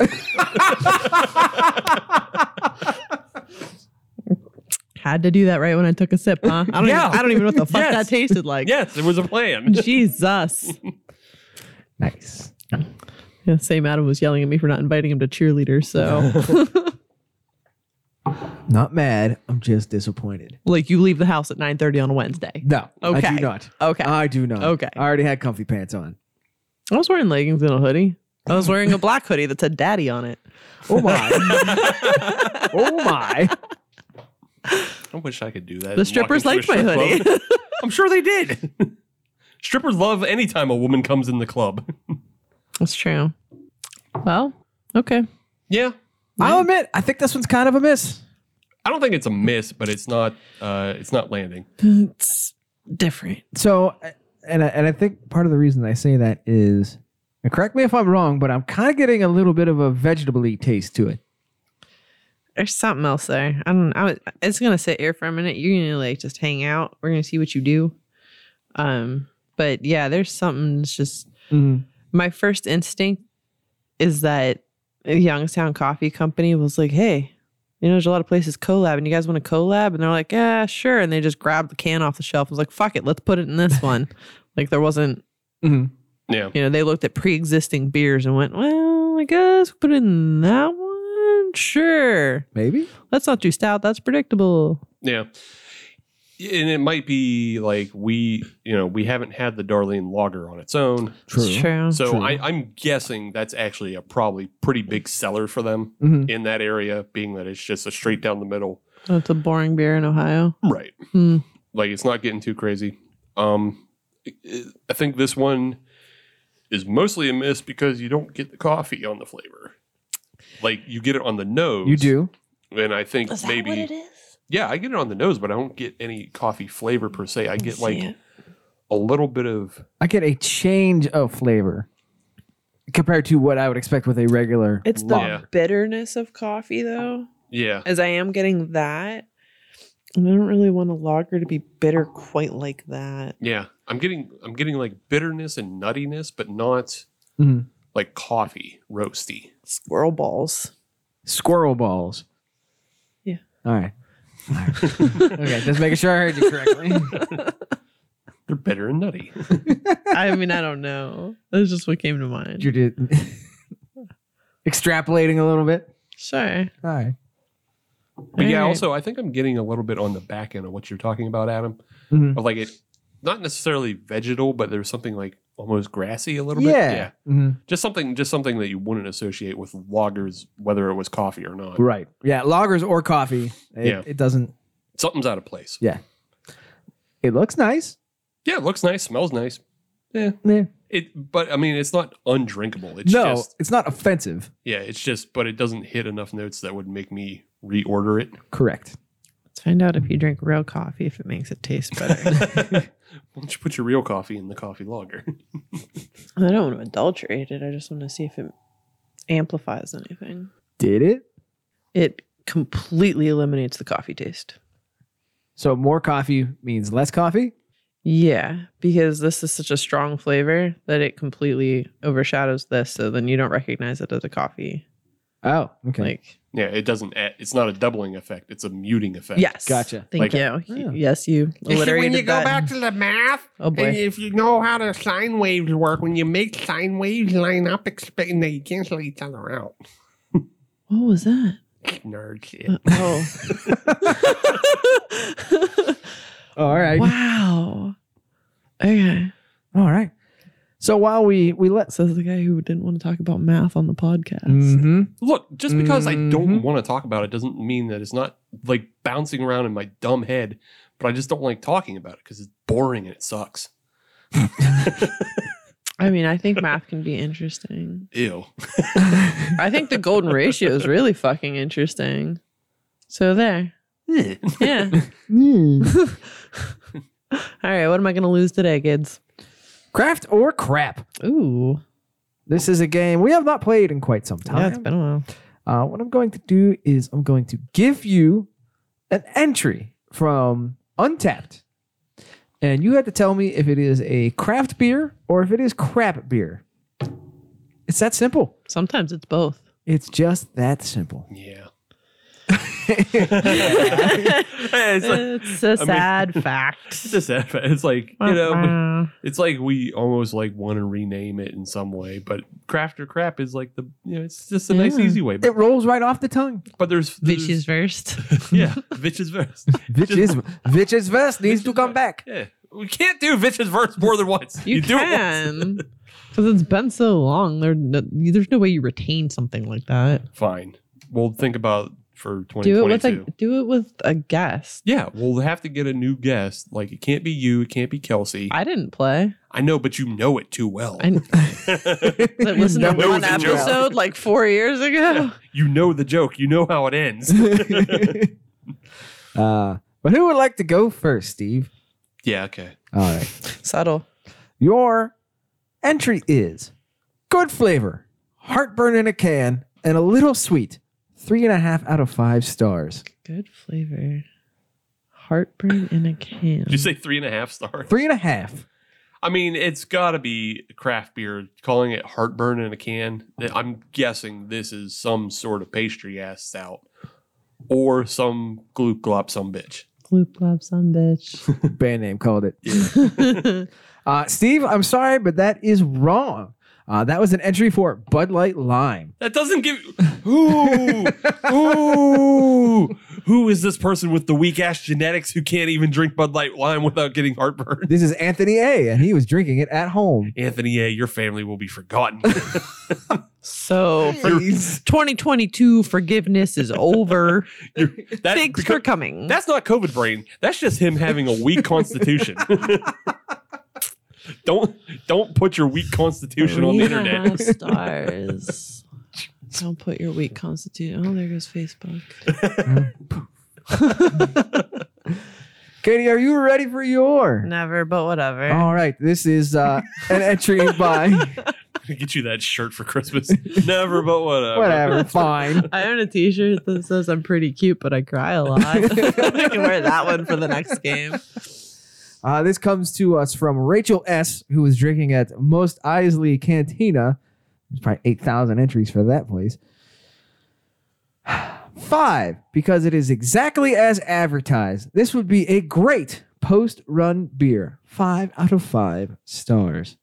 E: Had to do that right when I took a sip, huh? I don't.
C: Yeah.
E: Even, I don't even know what the fuck
C: Yes.
E: that tasted like.
C: yes, there was a plan.
E: Jesus.
D: Nice.
E: Yeah, same Adam was yelling at me for not inviting him to cheerleader. So,
D: Not mad. I'm just disappointed.
E: like, you leave the house at 9.30 on a Wednesday.
D: No. I
E: Okay.
D: do not.
E: Okay.
D: I do not.
E: Okay.
D: I already had comfy pants on.
E: I was wearing leggings and a hoodie. I was wearing a black hoodie that said daddy on it.
D: Oh my. oh my.
C: I wish I could do that.
E: The
C: and walk
E: strippers
C: into a
E: liked my
C: strip
E: hoodie.
C: club. I'm sure they did. strippers love anytime a woman comes in the club.
E: That's true. Well, okay.
C: Yeah.
D: I'll admit, I think this one's kind of a miss.
C: I don't think it's a miss, but it's not uh it's not landing.
E: It's different.
D: So, and I, and I think part of the reason I say that is, and correct me if I'm wrong, but I'm kind of getting a little bit of a vegetable taste to it.
E: There's something else there. I don't know. I was, it's going to sit here for a minute. You're going to, like, just hang out. We're going to see what you do. Um, But yeah, there's something that's just Mm-hmm. my first instinct is that Youngstown Coffee Company was like, hey, you know, there's a lot of places collab, and you guys want to collab? And they're like, yeah, sure. And they just grabbed the can off the shelf. and was like, fuck it, let's put it in this one. like there wasn't,
C: Yeah.
E: you know, they looked at pre-existing beers and went, well, I guess we'll put it in that one. Sure.
D: Maybe.
E: Let's not do stout. That's predictable.
C: Yeah. and it might be like we, you know, we haven't had the Darlene Lager on its own.
E: It's true.
C: So
D: True.
C: I, I'm guessing that's actually a probably pretty big seller for them
D: Mhm.
E: Mm-hmm.
C: in that area, being that it's just a straight down the middle.
E: So it's a boring beer in Ohio.
C: Right.
E: Hmm.
C: Like it's not getting too crazy. Um, I- I think this one is mostly a miss because you don't get the coffee on the flavor. Like you get it on the nose.
D: You do.
C: And I think
E: Is that
C: maybe
E: what it is?
C: yeah, I get it on the nose, but I don't get any coffee flavor per se. I get
E: see
C: like
E: it.
C: a little bit of
D: I get a change of flavor compared to what I would expect with a regular.
E: It's the
C: Yeah.
E: bitterness of coffee, though,
C: yeah,
E: as I am getting that. And I don't really want a lager to be bitter quite like that.
C: yeah. I'm getting I'm getting like bitterness and nuttiness, but not
D: Mhm.
C: like coffee roasty.
E: Squirrel balls.
D: squirrel balls.
E: Yeah.
D: All right. All right. okay, just making sure I heard you correctly.
C: They're bitter and nutty.
E: I mean, I don't know. That's just what came to mind.
D: you did extrapolating a little bit.
E: sure.
D: All right.
C: But yeah,
E: Alright.
C: also I think I'm getting a little bit on the back end of what you're talking about, Adam.
D: Mhm.
C: Of like it, not necessarily vegetal, but there's something like almost grassy a little
D: Yeah.
C: bit. Yeah,
D: Mhm.
C: just something, just something that you wouldn't associate with loggers, whether it was coffee or not.
D: Right. Yeah. Loggers or coffee. It,
C: Yeah.
D: It doesn't.
C: Something's out of place.
D: It looks nice.
C: Yeah, it looks nice, smells nice.
D: Yeah.
C: It, but I mean, it's not undrinkable. It's
D: no,
C: just
D: it's not offensive.
C: yeah, it's just, but it doesn't hit enough notes that would make me reorder it.
D: Correct.
E: Let's find out if you drink real coffee if it makes it taste better.
C: Why don't you put your real coffee in the coffee lager?
E: I don't want to adulterate it. I just want to see if it amplifies anything.
D: Did it?
E: It completely eliminates the coffee taste.
D: So more coffee means less coffee.
E: Yeah, because this is such a strong flavor that it completely overshadows this. So then you don't recognize it as a coffee.
D: Oh, okay.
E: Like,
C: yeah, it doesn't. Add, it's not a doubling effect. It's a muting effect.
E: yes.
D: Gotcha.
C: Like-
E: Thank you.
D: Yeah.
E: Yes, you alliterated
A: oh. when you
E: that.
A: go back to the math,
E: oh,
A: and
E: boy.
A: if you know how the sine waves work, when you make sine waves line up, expecting they cancel each other out.
E: What was that?
A: Nerd shit.
E: Uh, oh.
D: all right.
E: wow. Okay.
D: All right. So while we we let.
E: Says the guy who didn't want to talk about math on the podcast.
D: Mm-hmm.
C: Look, just because I
D: Mhm.
C: don't want to talk about it doesn't mean that it's not like bouncing around in my dumb head. But I just don't like talking about it because it's boring and it sucks.
E: I mean, I think math can be interesting.
C: Ew.
E: I think the golden ratio is really fucking interesting. So there. Yeah. All right, what am I going to lose today, kids?
D: Craft or crap.
E: Ooh.
D: This is a game we have not played in quite some
E: Yeah,
D: time.
E: it's been a while.
D: Uh, what I'm going to do is I'm going to give you an entry from Untapped, and you have to tell me if it is a craft beer or if it is crap beer. It's that simple.
E: Sometimes it's both.
D: It's just that simple.
C: Yeah.
E: it's,
C: it's like,
E: a
C: mean-
E: sad fact.
C: it's just it's like you know.
E: Uh-uh.
C: It's like we almost like want to rename it in some way, but craft or crap is like the you know it's just a nice
E: Yeah.
C: easy way. But,
D: It rolls right off the tongue.
C: but there's, there's
E: Bitches first.
C: yeah bitches verse
D: Vitch's, Vitch's vest needs to come back.
C: yeah we can't do bitches verse more than once.
E: You,
C: do
E: can. Because it's been so long. There, no, there's no way you retain something like that.
C: Fine, we'll think about for
E: Do
C: 2022.
E: it with a do it with a guest.
C: yeah, we'll have to get a new guest. Like it can't be you, it can't be Kelsey. I,
E: I didn't play.
C: know, but you know it too well.
E: I that listened
D: know
E: to
C: it
E: one
C: was a joke.
E: episode like four years ago.
C: you know the joke. You know how it ends.
D: uh, but who would like to go first, Steve?
C: yeah. Okay.
D: All right.
E: Subtle.
D: Your entry is good flavor, heartburn in a can, and a little sweet. Three and a half out of five stars.
E: Good flavor. Heartburn in a can.
C: Did you say three and a half stars?
D: Three and a half.
C: I mean, it's got to be craft beer. Calling it heartburn in a can.
E: Mm-hmm.
C: I'm guessing this is some sort of pastry ass stout or some gloop glop some bitch.
E: Gloop glop some bitch.
D: Band name called it. Uh, Steve, I'm sorry, but that is wrong. Uh, that was an entry for Bud Light Lime.
C: That doesn't give. Ooh, ooh, who who is this person with the weak ass genetics who can't even drink Bud Light wine without getting heartburn?
D: This is Anthony A, and he was drinking it at home.
C: Anthony A, your family will be forgotten.
E: So for 2022 forgiveness is over.
C: That-
E: Thanks for coming.
C: That's not COVID brain. That's just him having a weak constitution. don't don't put your weak constitution on the internet.
E: stars. Don't put your weak constitute. Oh, there goes Facebook.
D: Katie, are you ready for your?
E: Never, but whatever.
C: Oh.
D: All right, this is uh, an entry by
C: Get you that shirt for Christmas. Never, but whatever.
D: whatever, fine.
E: I own a T-shirt that says I'm pretty cute, but I cry a lot. I can wear that one for the next game.
D: Uh, this comes to us from Rachel S, who was drinking at Most Isley Cantina. There's probably 8,000 entries for that place. Five, because it is exactly as advertised. This would be a great post run beer. Five out of five stars.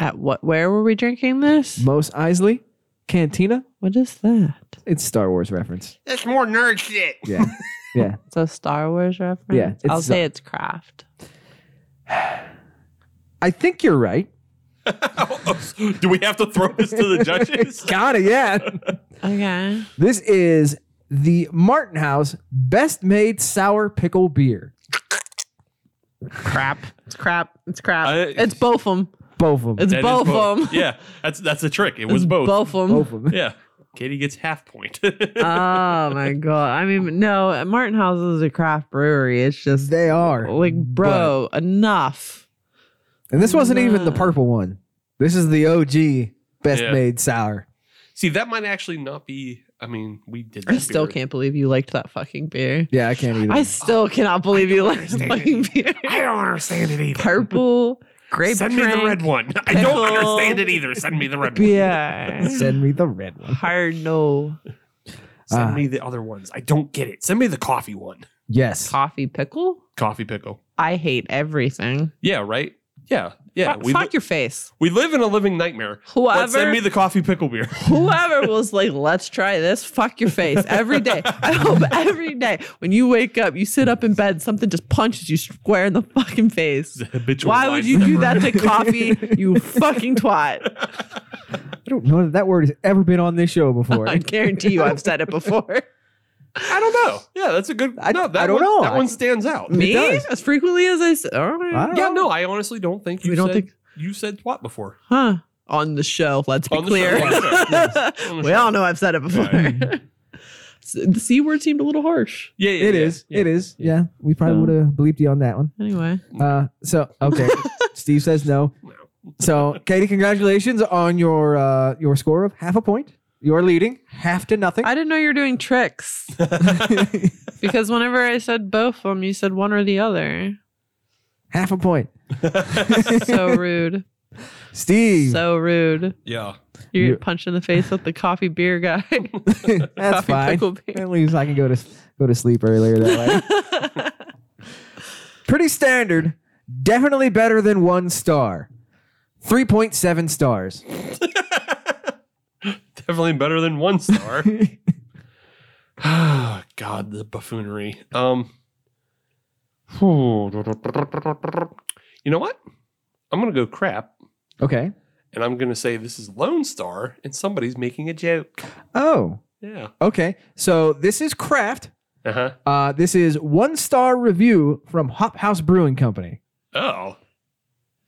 E: At what? Where were we drinking this?
D: Most Isley Cantina.
E: What is that?
D: It's Star Wars reference.
A: That's more nerd shit.
D: Yeah.
E: It's a Star Wars reference.
D: Yeah, it's
E: I'll
D: a-
E: say it's craft.
D: I think you're right.
C: Do we have to throw this to the judges?
D: Gotta, yeah.
E: Okay.
D: This is the Martin House Best Made Sour Pickle Beer.
E: Crap. It's crap. It's crap.
C: I-
E: it's both of them.
D: Both of them.
E: It's
C: That is
E: both of them.
C: Yeah, that's that's a trick. It was both. Oh,
E: Both of them.
D: Both of them.
C: Yeah, Katie gets half point.
E: oh my god! I mean, no, Martin House is a craft brewery. It's just
D: They are.
E: like, bro, enough.
D: And this wasn't even the purple one. This is the OG Best
C: Yeah.
D: Made Sour.
C: See, that might actually not be. I mean, we did.
E: I
C: that
E: still
C: beer.
E: can't believe you liked that fucking beer.
D: Yeah, I can't either.
E: I still cannot believe you liked that
A: understand
E: fucking beer.
A: I don't understand it either.
E: Purple grape.
A: Send me the
E: drink,
A: red one. I don't
E: pickle.
A: understand it either. Send me the red one.
E: beer.
D: Send me the red one.
E: Hard no
D: Ah.
A: Send me
C: The other ones, I don't get it. Send me the coffee one.
D: Yes.
E: coffee pickle.
C: Coffee pickle.
E: I hate everything.
C: Yeah. Right. Yeah. Yeah.
E: Fuck-
C: we
E: fuck
C: li-
E: your face.
C: we live in a living nightmare.
E: Whoever.
C: But send me the coffee pickle beer.
E: whoever was like, let's try this, fuck your face every day. I hope every day when you wake up, you sit up in bed, something just punches you square in the fucking face.
C: Habitual
E: Why would you do that to coffee, you fucking twat?
D: I don't know that that word has ever been on this show before.
E: I guarantee you I've said it before.
C: I don't know. Yeah, that's a good.
D: I-
C: no, that
D: I don't
C: one,
D: know.
C: That
D: I-
C: one stands out.
E: Me?
D: does.
E: As frequently as I said. All
D: I
E: right.
D: don't
C: Yeah.
D: know.
C: No, I honestly don't think you
E: We don't
C: said,
E: think-
C: you said what before.
E: Huh. On the show, let's be
C: On the show,
E: clear.
C: on the show, On the
E: we
C: show.
E: all know I've said it before.
C: Right.
E: So the C word seemed a little harsh.
C: Yeah. yeah
D: It
C: yeah,
D: is.
C: yeah.
D: It is. Yeah. We probably
E: Um,
D: would have bleeped you on that one.
E: Anyway.
D: Uh, so okay. Steve says no. So Katie, congratulations on your uh, your score of half a point. You're leading half to nothing.
E: I didn't know you were doing tricks. Because whenever I said both of them, you said one or the other.
D: half a point.
E: So rude.
D: Steve.
E: So rude.
C: Yeah.
E: You're
D: You-
E: punched in the face with the coffee beer guy.
D: That's
E: coffee
D: fine.
E: pickle beer.
D: At least I can go to go to sleep earlier that way. Pretty standard. Definitely better than one star. Three point seven stars.
C: Definitely better than one star. Ah, God, the buffoonery. Um, you know what? I'm gonna go crap,
D: Okay.
C: and I'm gonna say this is Lone Star, and somebody's making a joke.
D: Oh.
C: Yeah.
D: Okay. So this is craft.
C: Uh huh.
D: Uh, this is one star review from Hop House Brewing Company.
C: Oh.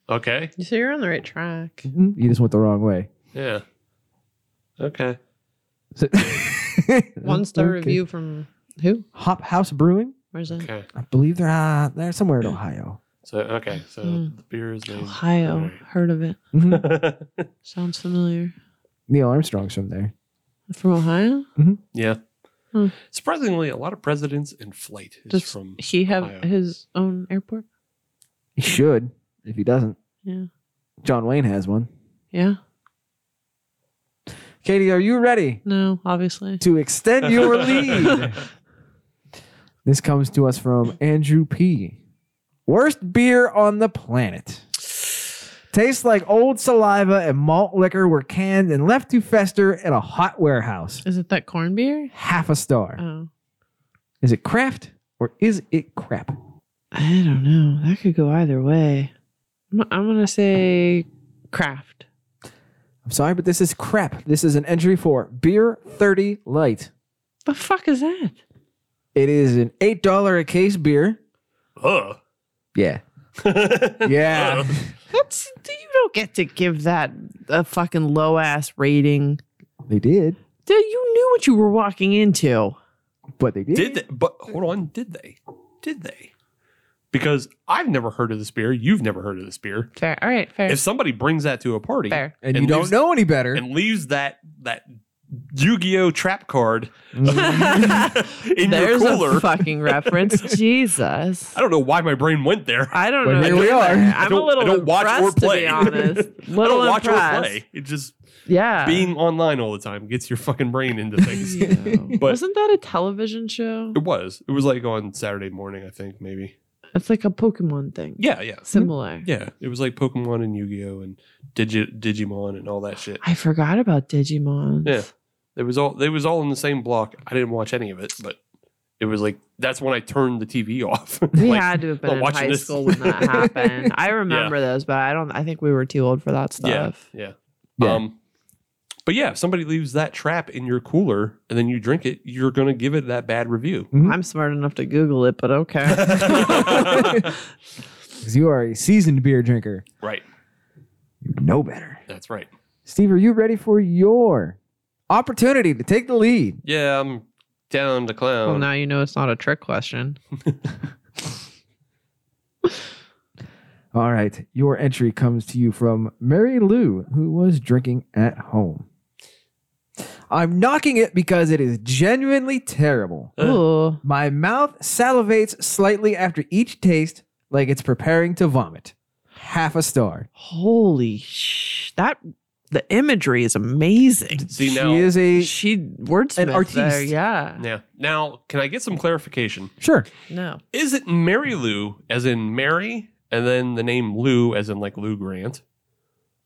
C: Okay.
E: so you're on the right track.
D: Hmm, You just went the wrong way.
C: Yeah. Okay.
D: So-
E: One star
D: Okay.
E: review from who?
D: Hop House Brewing.
E: Where's that?
C: Okay.
D: I believe they're uh, they're somewhere in Ohio.
C: So okay. So
E: Hmm.
C: the beer is named.
E: Ohio. Heard of it.
D: Mhm.
E: Sounds familiar.
D: Neil Armstrong's from there.
E: From Ohio?
C: yeah.
E: Hmm.
C: Surprisingly, a lot of presidents in flight is
E: Does
C: from.
E: he have
C: Ohio.
E: his own airport?
D: He should. If he doesn't,
E: Yeah.
D: John Wayne has one.
E: Yeah.
D: Katie, are you ready
E: No, obviously.
D: to extend your lead? This comes to us from Andrew P. Worst beer on the planet. Tastes like old saliva and malt liquor were canned and left to fester at a hot warehouse.
E: Is it that corn beer?
D: Half a star.
E: Oh.
D: Is it craft or is it crap?
E: I don't know. That could go either way. I'm, I'm going to say craft.
D: I'm sorry, but this is crap. This is an entry for Beer 30 Light.
E: The fuck is that?
D: It is an $8 a case beer.
C: Huh.
D: Yeah. yeah.
E: That's you don't get to give that a fucking low ass rating.
D: They did.
E: Dude, you knew what you were walking into.
D: But they did.
C: Did they? But hold on, did they? Did they? Because I've never heard of this beer. You've never heard of this beer.
E: Fair. All right. Fair.
C: If somebody brings that to a party
E: fair.
D: and, you don't
C: leaves-
D: know any better.
C: and leaves that that Yu-Gi-Oh trap card in your
E: There's
C: cooler,
E: a fucking reference. Jesus.
C: I don't know why my brain went there.
E: I don't
D: But
E: know.
D: here we
E: either.
D: are.
E: I'm
C: I don't-
E: a little
C: I don't watch or
E: impressed,
C: play.
E: to be honest.
C: I
E: Little
C: don't watch or
E: impressed. Uh.
C: play. It just
E: Yeah.
C: being online all the time gets your fucking brain into things. it but-
E: Wasn't that a television show?
C: was. It was like on Saturday morning, I think, maybe.
E: It's like a Pokemon thing.
C: Yeah, yeah.
E: Similar.
C: Yeah. It was like Pokemon and Yu-Gi-Oh and Digi- Digimon and all that shit.
E: I forgot about Digimon.
C: Yeah. It was all they was all in the same block. I didn't watch any of it, but it was like that's when I turned the TV off.
E: We
C: Like,
E: had to have
C: not
E: been in
C: watching
E: high
C: this.
E: school when that happened. I remember those, but I don't. I think we were too old for that
C: yeah,
E: stuff.
C: yeah.
D: Yeah.
C: Um but yeah, if somebody leaves that trap in your cooler and then you drink it, you're gonna give it that bad review.
E: I'm smart enough to Google it, but okay.
C: right.
D: 'Cause you are a seasoned beer drinker. You know better.
C: That's right.
D: Steve, are you ready for your opportunity to take the lead?
C: Yeah, I'm down to
E: well,
C: clown.
E: now you know it's not a trick question.
D: All right. Your entry comes to you from Mary Lou, who was drinking at home. I'm knocking it because it is genuinely terrible.
C: Uh.
E: Ooh,
D: My mouth salivates slightly after each taste, like it's preparing to vomit. Half a star.
E: holy sh! That the imagery is amazing.
C: See
D: she
C: now
D: is a
E: She wordsmith
D: artiste.
E: there. Yeah.
C: yeah. Now can I get some clarification?
D: sure.
E: No.
C: Is it Mary Lou as in Mary and then the name Lou as in like Lou Grant?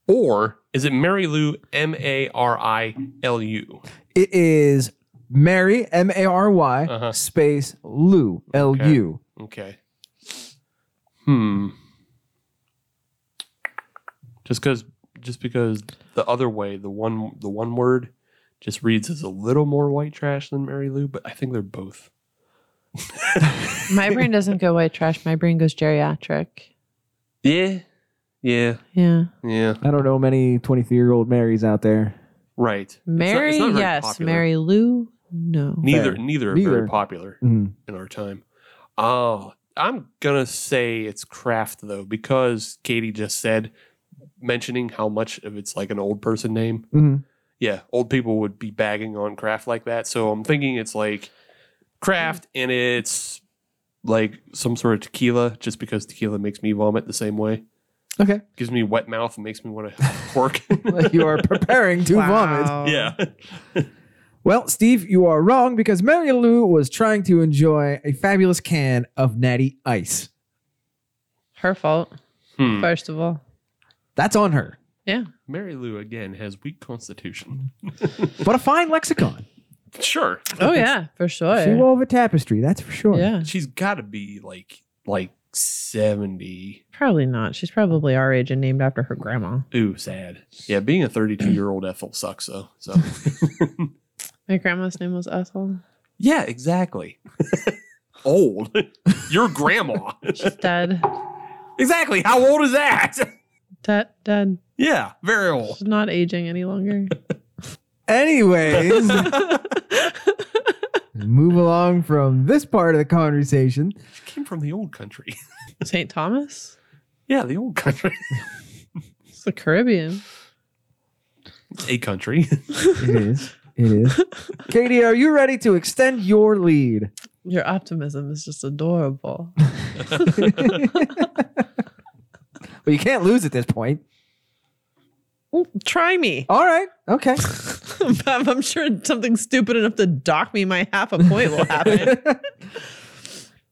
C: Or is it Mary Lou M A R I L U?
D: It is Mary M A R Y
C: Uh-huh.
D: space Lou L U.
C: Okay. Hmm. Just cuz just because the other way, the one the one word just reads as a little more white trash than Mary Lou, but I think they're both.
E: My brain doesn't go white trash. My brain goes geriatric.
C: Yeah. Yeah.
E: Yeah.
C: Yeah.
D: I don't know many 23 year old Marys out there.
C: Right. It's not-
E: Mary,
C: it's not very
E: yes.
C: popular.
E: Mary Lou, no.
C: Neither
D: Fair.
C: neither are
D: Neither.
C: very popular.
D: Mhm.
C: in our time. Oh, I'm gonna say it's craft though, because Katie just said mentioning how much of it's like an old person name.
D: Mhm.
C: Yeah, old people would be bagging on craft like that. So I'm thinking it's like craft and it's like some sort of tequila, just because tequila makes me vomit the same way.
D: Okay.
C: Gives me wet mouth and makes me want to work.
D: Like you are preparing to vomit.
E: Um,
C: yeah.
D: Well, Steve, you are wrong because Mary Lou was trying to enjoy a fabulous can of Natty Ice.
E: Her fault,
C: Hmm.
E: first of all.
D: That's on her,
C: Mary Lou again has weak constitution.
D: but a fine lexicon.
C: Sure.
E: Oh yeah, for sure.
D: She wove a tapestry, that's for sure.
E: Yeah.
C: She's gotta be like like 70.
E: Probably not. She's probably our age and named after her grandma.
C: Ooh, sad. Yeah, being a 32 year old Ethel sucks though. So
E: My grandma's name was Ethel.
C: yeah, exactly. old, your grandma.
E: She's dead.
C: exactly. How old is that?
E: dead. Dead.
C: yeah, very old.
E: She's not aging any longer.
D: Anyways, move along from this part of the conversation.
C: She came from the old country.
E: St. Thomas?
C: yeah, the old country.
E: It's the Caribbean.
C: It's a country.
D: It is. It is. Katie, are you ready to extend your lead?
E: Your optimism is just adorable.
D: Well, you can't lose at this point.
E: Well, Try me.
D: All right. Okay.
E: I'm I'm sure something stupid enough to dock me my half a point will happen.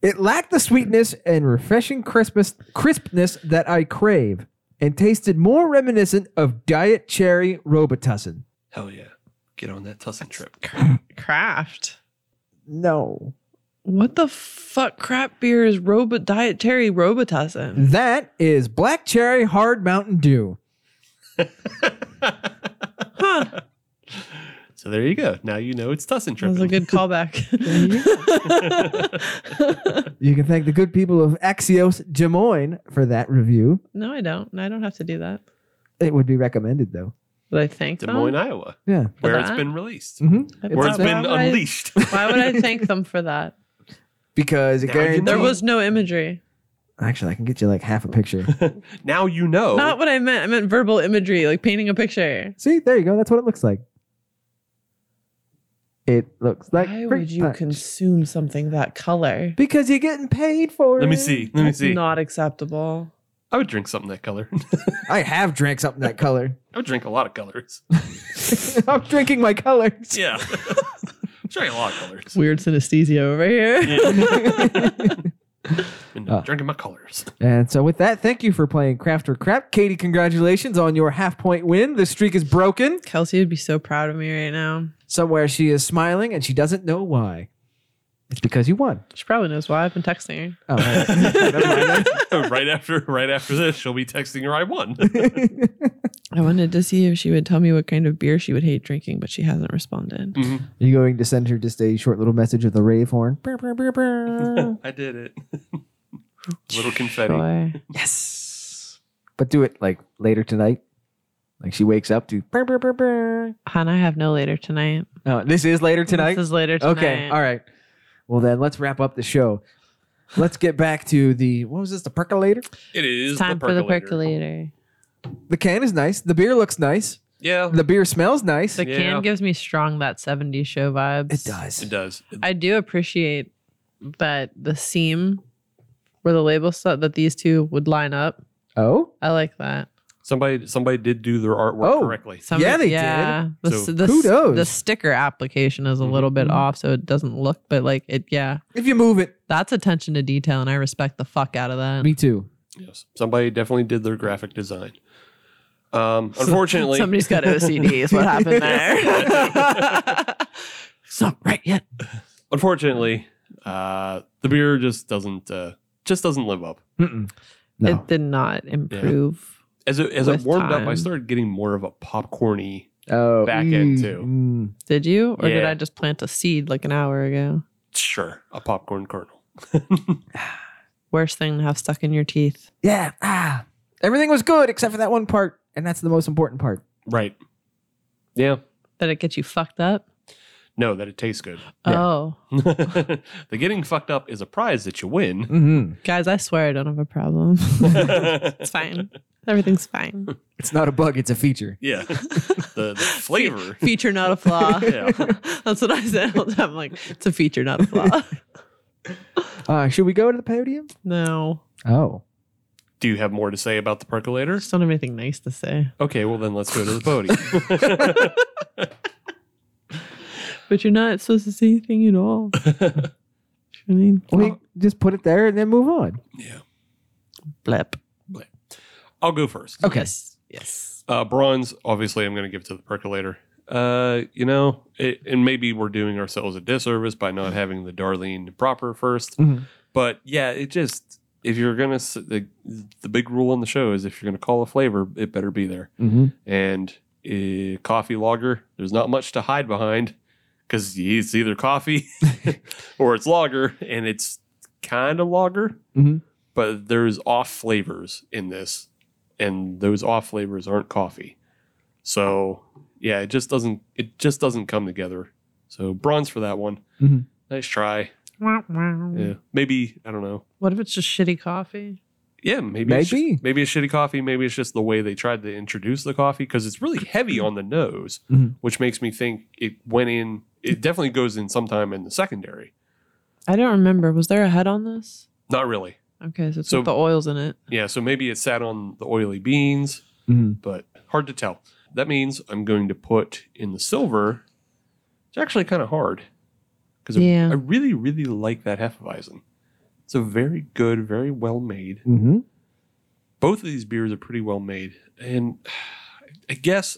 D: It lacked the sweetness and refreshing crispness, crispness that I crave. and tasted more reminiscent of Diet Cherry Robitussin.
B: Hell yeah. Get on that Tussin trip.
E: Craft.
D: No.
E: What the fuck crap beer is robot dietary robitussin?
D: That is Black Cherry Hard Mountain Dew.
B: So there you go. Now you know it's Tussin
E: That was a
B: trip.
E: good callback.
D: You can thank the good people of Axios Des Moines for that review.
E: no, I don't. I don't have to do that.
D: It would be recommended, though.
E: But I thank
B: Des
E: them.
B: Moines, Iowa,
D: Yeah.
E: For
B: where it's
E: that?
B: been released,
D: hmm
E: I
D: It's
B: where it's
E: thought-
B: been
E: why would I-
B: unleashed.
E: Why would I thank them for that?
D: Because it
B: Now you
D: guarantees.
E: There was no imagery.
D: Actually, I can get you like half a picture.
B: now you
C: Oh.
B: know.
E: Not what I meant. I meant verbal imagery, like painting a picture.
D: See, there you go. That's what it looks like. It looks like.
E: Why
D: fruit
E: would you
D: punch.
E: consume something that color?
D: because you're getting paid for it.
C: Let me see. Let me
E: That's
C: see.
E: Not acceptable.
C: I would drink something that color.
D: I have drank something that color.
C: I would drink a lot of colors.
D: I'm drinking my colors.
C: Yeah. drink a lot of colors.
E: Weird synesthesia over here. Uh.
C: Been
D: Ah.
C: drinking my colors.
D: And so, with that, thank you for playing Craft or Crap. Katie, congratulations on your half point win. The streak is broken.
E: Kelsey would be so proud of me right now.
D: Somewhere she is smiling and she doesn't know why. It's because you won.
E: She probably knows why I've been texting her.
D: Oh, right.
C: right after right after this, she'll be texting her I won.
E: I wanted to see if she would tell me what kind of beer she would hate drinking, but she hasn't responded.
D: Are you going to send her just a short little message of the rave horn? Brr, brr, brr, brr.
C: I did it. Little confetti.
E: Sure.
D: yes. But do it like later tonight. Like she wakes up to. brr, brr, brr, brr.
E: Hannah, I have no later tonight.
D: Oh, this is later tonight?
E: This is later tonight.
D: Okay. All right. Well, then let's wrap up the show. Let's get back to the. What was this? The percolator?
C: It is
E: It's time
C: the
E: for the
C: percolator.
E: percolator.
D: The can is nice. The beer looks nice.
C: Yeah,
D: The beer smells nice.
E: The
C: Yeah.
E: can gives me strong that 70s show vibes.
D: It does.
C: it does.
E: I do appreciate that the seam where the label stuff that these two would line up.
D: Oh,
E: I like that.
C: Somebody somebody did do their artwork
D: Oh.
C: correctly.
D: Yeah, they did.
E: The,
C: So
E: s- the, s-
D: kudos. Mm-hmm.
E: The sticker application is a little bit off, so it doesn't look, but like it, yeah,
D: if you move it.
E: that's attention to detail, and I respect the fuck out of that.
D: Me too.
C: Yes, somebody definitely did their graphic design. Um, unfortunately,
E: Somebody's got OCD, is what happened there. it's not right yet.
C: unfortunately, uh, the beer just doesn't uh, just doesn't live up.
D: Mm-mm. No.
E: It did not improve.
C: As it, as it
E: With
C: warmed up, I
E: time.
C: started getting more of a popcorny.
D: oh,
C: back end, too.
D: mm.
E: Did you, or did
C: Yeah.
E: I just plant a seed like an hour ago?
C: Sure, a popcorn kernel.
E: Worst thing to have stuck in your teeth.
D: Yeah. Ah, everything was good except for that one part, and that's the most important part.
C: Right. Yeah.
E: Did it get you fucked up?
C: No, that it tastes good.
D: Yeah.
E: Oh,
C: the getting fucked up is a prize that you win.
D: Mm-hmm.
E: guys, I swear I don't have a problem. it's fine. Everything's fine.
D: It's not a bug; it's a feature.
C: Yeah. The, the flavor.
E: Feature, not a flaw.
C: Yeah.
E: That's what I said all the time. Like, it's a feature, not a flaw.
D: Uh, should we go to the podium?
E: no.
D: Oh,
C: Do you have more to say about the percolator?
E: I just don't have anything nice to say.
C: Okay, well then let's go to the podium.
E: But you're not supposed to say anything at all. I
D: we just put it there and then move on.
E: blip.
C: I'll go first.
D: Okay.
E: Yes. Yes.
C: Uh, bronze, obviously, I'm going to give to the percolator. Uh, you know, it, and maybe we're doing ourselves a disservice by not having the Darlene proper 1st
D: Mhm.
C: But yeah, it just if you're gonna s- the, the big rule on the show is if you're gonna call a flavor, it better be there.
D: Mm-hmm.
C: and uh, coffee lager. There's not much to hide behind because it's either coffee or it's lager, and it's kind of lager,
D: Mhm.
C: but there's off flavors in this, and those off flavors aren't coffee. So yeah, it just doesn't it just doesn't come together. So bronze for that one.
D: Mhm.
C: Nice try. Yeah, maybe I don't know.
E: What if it's just shitty coffee?
C: Yeah, maybe it's
D: Maybe.
C: ju- maybe it's shitty coffee. Maybe it's just the way they tried to introduce the coffee because it's really heavy on the nose,
D: Mhm.
C: which makes me think it went in. It definitely goes in sometime in the secondary.
E: I don't remember. Was there a head on this?
C: Not really.
E: Okay, so it's
C: So-
E: with the oils in it.
C: Yeah, so maybe it sat on the oily beans,
D: Mhm.
C: but hard to tell. That means I'm going to put in the silver. It's actually kind of hard because
E: Yeah.
C: I really, really like that Hefeweizen. It's a very good, very well made
D: Mm-hmm.
C: both of these beers are pretty well made, and I guess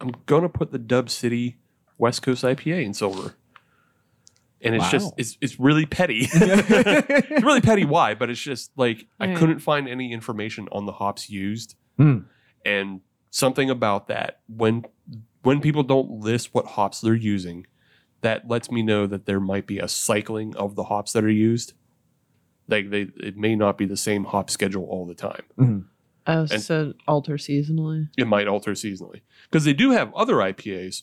C: I'm gonna put the Dub City West Coast IPA in silver. And it's just
D: Wow.
C: it's it's really petty. it's really petty why, but it's just like I
E: Right.
C: couldn't find any information on the hops used.
D: Hmm.
C: And something about that when when people don't list what hops they're using, that lets me know that there might be a cycling of the hops that are used. Like they it may not be the same hop schedule all the time.
E: Oh,
C: And-
E: so alter seasonally.
C: It might alter seasonally. Because they do have other IPAs.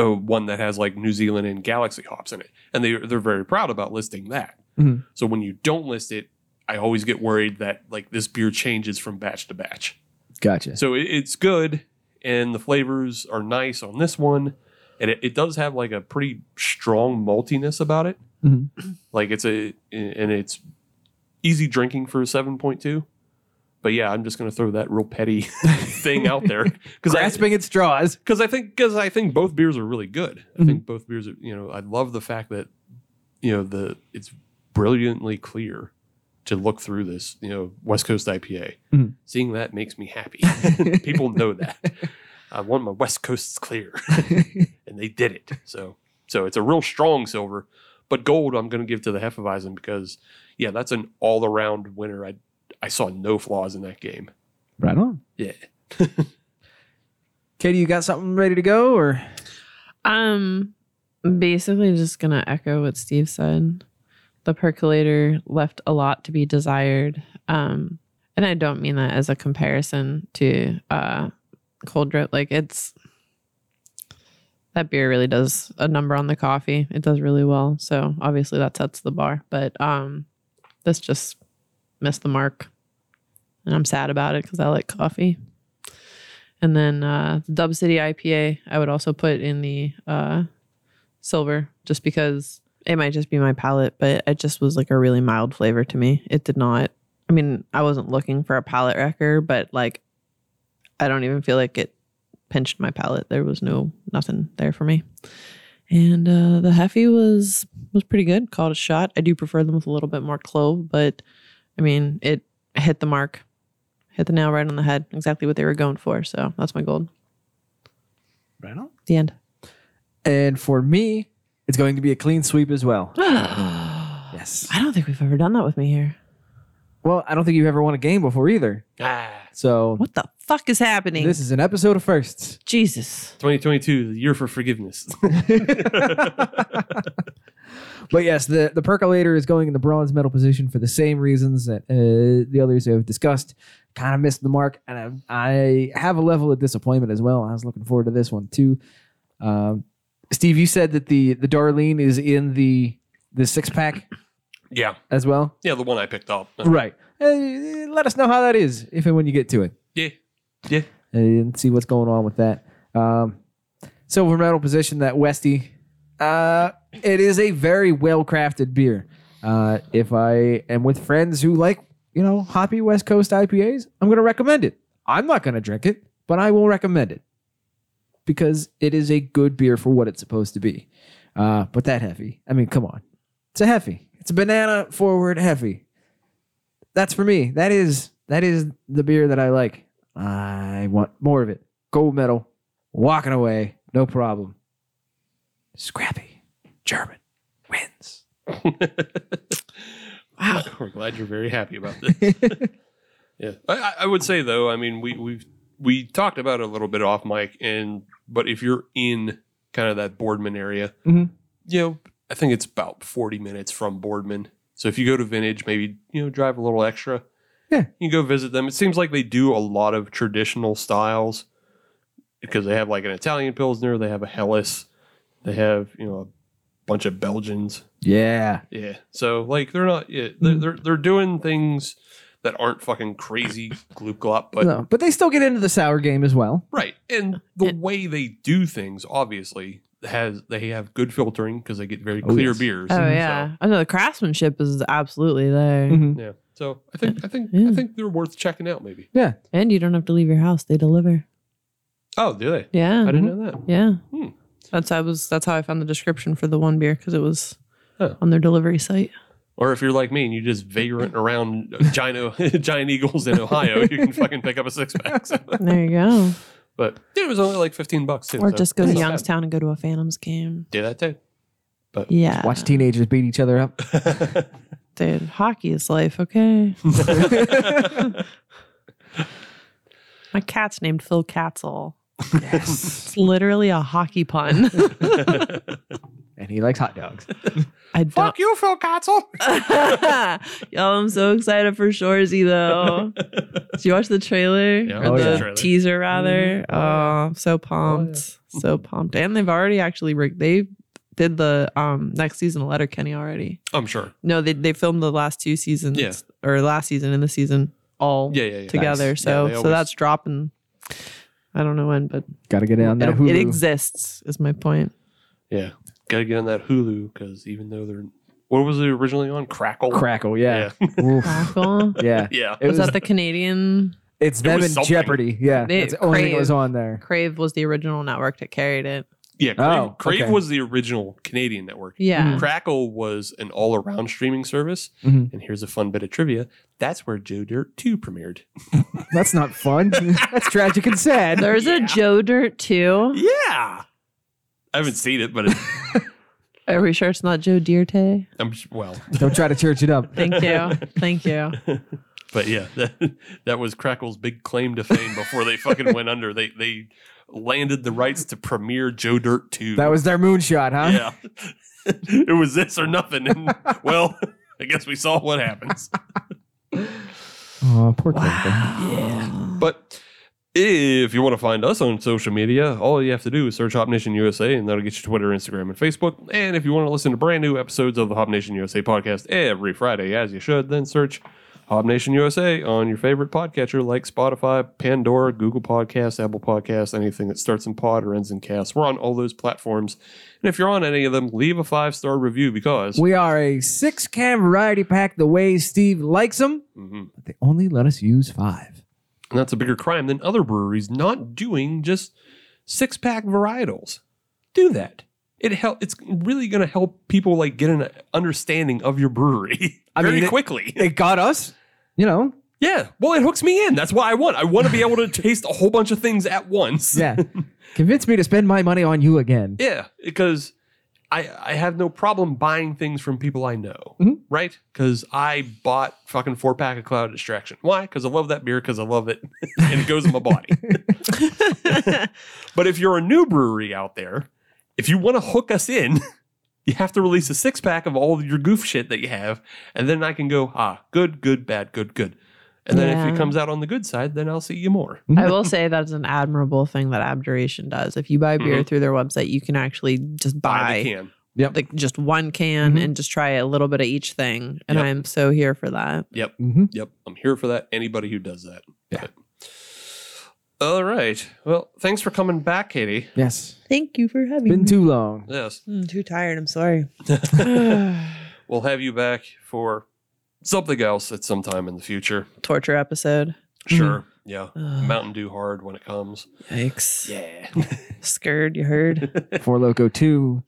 C: Uh, one that has like New Zealand and Galaxy hops in it. And they they're very proud about listing that.
D: Mhm.
C: So when you don't list it, I always get worried that like this beer changes from batch to batch.
D: Gotcha.
C: So it, it's good, and the flavors are nice on this one, and it, it does have like a pretty strong maltiness about it.
D: Mhm.
C: Like it's a and it's easy drinking for a seven point two. But yeah, I'm just gonna throw that real petty thing out there because I
D: Grasping at straws.
C: because I think because I think both beers are really good. I think both beers are you know I love the fact that you know the it's brilliantly clear to look through this you know West Coast IPA.
D: Mhm.
C: Seeing that makes me happy. People know that. I want my West Coasts clear, and they did it. So so it's a real strong silver, but gold I'm going to give to the Hefeweizen because yeah that's an all around winner. I I saw no flaws in that game.
D: Right on.
C: Yeah.
D: Katie, you got something ready to go or?
E: Um, basically, just gonna echo what Steve said. The percolator left a lot to be desired. Um, and I don't mean that as a comparison to uh, cold drip. Like it's that beer really does a number on the coffee. It does really well. So obviously that sets the bar. But um, this just missed the mark, and I'm sad about it because I like coffee. And then uh, the Dub City IPA, I would also put in the uh, silver just because it might just be my palate, but it just was like a really mild flavor to me. It did not, I mean, I wasn't looking for a palate wrecker, but like I don't even feel like it pinched my palate. There was no, nothing there for me. And uh, the Heffy was was pretty good. Called a shot. I do prefer them with a little bit more clove, but I mean, it hit the mark hit the nail right on the head. Exactly what they were going for. So that's my gold.
D: Right on.
E: The end.
D: And for me, it's going to be a clean sweep as well.
E: I
D: Yes.
E: don't think we've ever done that with me here.
D: Well, I don't think you've ever won a game before either.
C: Ah,
D: So
E: What the fuck is happening?
D: this is an episode of firsts.
E: Jesus.
C: 2022, the year for forgiveness.
D: But yes, the, the percolator is going in the bronze medal position for the same reasons that uh, the others have discussed. Kind of missed the mark, and I, I have a level of disappointment as well. I was looking forward to this one too. Um, Steve, you said that the the Darlene is in the the six pack
C: yeah.
D: as well,
C: Yeah, the one I picked up.
D: right? Uh, let us know how that is if and when you get to it.
C: Yeah.
D: and see what's going on with that. Um, silver medal position that Westy. Uh, it is a very well crafted beer. Uh, if I am with friends who like you know hoppy West Coast IPAs, I'm going to recommend it. I'm not going to drink it, but I will recommend it because it is a good beer for what it's supposed to be. Uh, but that heavy, I mean, come on, it's a heavy. It's a banana forward heavy. That's for me. That is that is the beer that I like. I want more of it. Gold medal, walking away, no problem. Scrappy, German wins.
C: Wow. We're glad you're very happy about this. yeah. I- I, I would say though, I mean, we we've we talked about it a little bit off mic, and but if you're in kind of that Boardman area,
D: Mhm.
C: you know, I think it's about 40 minutes from Boardman. So if you go to Vintage, maybe you know, drive a little extra.
D: Yeah.
C: You go visit them. It seems like they do a lot of traditional styles because they have like an Italian Pilsner, they have a Hellas, they have, you know, a bunch of Belgians.
D: Yeah.
C: Yeah. So like they're not yeah,
E: Hmm.
C: they're, they're they're doing things that aren't fucking crazy gloop glop, but
D: no, but they still get into the sour game as well.
C: right. And the way they do things obviously has they have good filtering because they get very
D: Oh,
C: clear
D: yes.
C: beers.
E: Oh
C: So-
E: yeah. I know the craftsmanship is absolutely there.
C: yeah. So I think I think
E: Yeah.
C: I think they're worth checking out maybe.
E: And you don't have to leave your house. They deliver.
C: Oh, do they? I
E: Yeah.
C: didn't know that.
E: Yeah.
C: Hmm.
E: That's I was that's how I found the description for the one beer because it was
C: Huh.
E: on their delivery site.
C: Or if you're like me and you just vagrant around giant giant eagles in Ohio, you can fucking pick up a six pack. So-
E: There you go.
C: But it was only like fifteen bucks too.
E: Or
C: so
E: just go to
C: it's not bad.
E: Youngstown and go to a Phantoms game.
C: Do that too.
E: Yeah.
D: Watch teenagers beat each other up.
E: Dude, hockey is life, okay? My cat's named Phil Katzel.
D: Yes.
E: It's literally a hockey pun.
D: and he likes hot dogs.
E: I don't.
A: Fuck you, Phil Katzel.
E: Y'all, I'm so excited for Shorzy though. Did you watch the trailer
C: Yeah,
E: or
D: I watched
E: the
D: the
C: trailer.
E: teaser rather? Oh, I'm so pumped, so pumped! And they've already actually re- they did the um next season of Letter Kenny already.
C: I'm sure.
E: No, they they filmed the last two seasons
C: Yeah.
E: or last season and the season all
C: Yeah, yeah, yeah.
E: together.
C: Nice.
E: So
C: Yeah, they
E: so
C: always-
E: that's dropping. I don't know when, but
D: Got to get it on that
E: it'll-
D: Hulu.
E: it exists. Is my point.
C: Yeah. Gotta get on that Hulu because even though they're what was it originally on? Crackle.
D: Crackle, yeah.
C: Yeah.
D: Oof.
E: Crackle.
D: Yeah.
C: Yeah.
D: It
E: was
D: was,
E: that the Canadian
D: it's them
C: was
D: in
C: something.
D: Jeopardy. Yeah.
E: They-
D: That's the only thing that was
E: Crave.
D: on there.
E: Crave was the original network that carried it.
C: Yeah. Crave,
D: Oh,
C: Crave
D: okay. Mm-hmm.
C: was the original Canadian network.
E: Yeah.
C: Crackle was an all around streaming service.
D: Mhm.
C: And here's a fun bit of trivia. That's where Joe Dirt 2 premiered.
D: That's not fun. That's tragic and sad.
E: There's a Joe Dirt too.
C: Yeah. I haven't seen it, but it,
E: Are we sure it's not Joe Dirte?
C: I'm s- well,
D: Don't try to church it up.
E: Thank you. Thank you.
C: but yeah, that, that was Crackle's big claim to fame before they fucking went under. They they landed the rights to premiere Joe Dirt 2.
D: That was their moonshot, huh?
C: yeah. it was this or nothing. And well, I guess we saw what happens.
D: Oh, poor Crackle.
C: But if you want to find us on social media, all you have to do is search Hop Nation USA, and that'll get you Twitter, Instagram, and Facebook. And if you want to listen to brand new episodes of the Hop Nation USA podcast every Friday, as you should, then search Hop Nation USA on your favorite podcatcher like Spotify, Pandora, Google Podcasts, Apple Podcasts, anything that starts in pod or ends in cast. We're on all those platforms. And if you're on any of them, leave a five star review because.
D: We are a six can variety pack the way Steve likes them,
C: Mhm.
D: but they only let us use five.
C: And that's a bigger crime than other breweries not doing just six pack varietals. Do that. It help. It's really going to help people like get an understanding of your brewery
D: I
C: very
D: mean, it-
C: quickly.
D: It got us, you know.
C: yeah. Well, it hooks me in. That's what I want. I want to be able to taste a whole bunch of things at once.
D: Yeah. Convince me to spend my money on you again.
C: Yeah, because I I have no problem buying things from people I know,
D: Mhm.
C: right? Because I bought fucking four pack of Cloud Distraction. Why? Because I love that beer. Because I love it, and it goes in my body. but if you're a new brewery out there, if you want to hook us in. You have to release a six pack of all your goof shit that you have, and then I can go, ah, good, good, bad, good, good. And then if
E: Yeah.
C: it comes out on the good side, then I'll see you more.
E: I will say that's an admirable thing that Abjuration does. If you buy beer through their website, you can actually just
C: Mm-hmm. Buy the
E: buy
C: can.
E: like just one can
D: Mhm.
E: and just try a little bit of each thing. And
C: Mm-hmm. Yep.
E: I'm so here for that.
C: Yep.
D: Mm-hmm.
C: Yep, I'm here for that. Anybody who does that. Yeah. all right. Well, thanks for coming back, Katie.
D: Yes.
E: Thank you for having
D: Been too long.
C: Yes,
E: I'm too tired. I'm sorry.
C: we'll have you back for something else at some time in the future.
E: Torture episode.
D: Mm-hmm.
C: Sure. Yeah.
E: Ugh,
C: Mountain Dew hard when it comes.
E: yikes.
C: Yeah.
E: Scared, you heard.
D: Four Loco 2.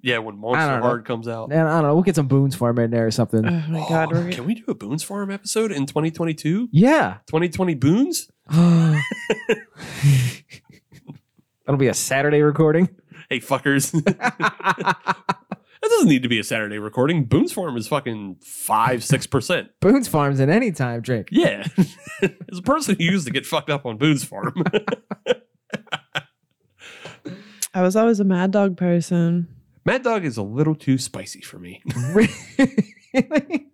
C: yeah, when
D: I
C: Monster
D: don't know.
C: Hard comes out.
D: And I don't know. We'll get some Boone's Farm in there or something.
E: Oh my
C: Oh,
E: God. We're,
C: can we do a Boone's Farm episode in 2022?
D: Yeah.
C: 2020 Boons?
D: That'll be a Saturday recording.
C: Hey, fuckers. that doesn't need to be a Saturday recording. Boone's Farm is fucking 5 6%.
D: Boone's Farm's an anytime drink.
C: Yeah. As a person who used to get fucked up on Boone's Farm.
E: I was always a mad dog person.
C: Mad Dog is a little too spicy for me.
D: Really?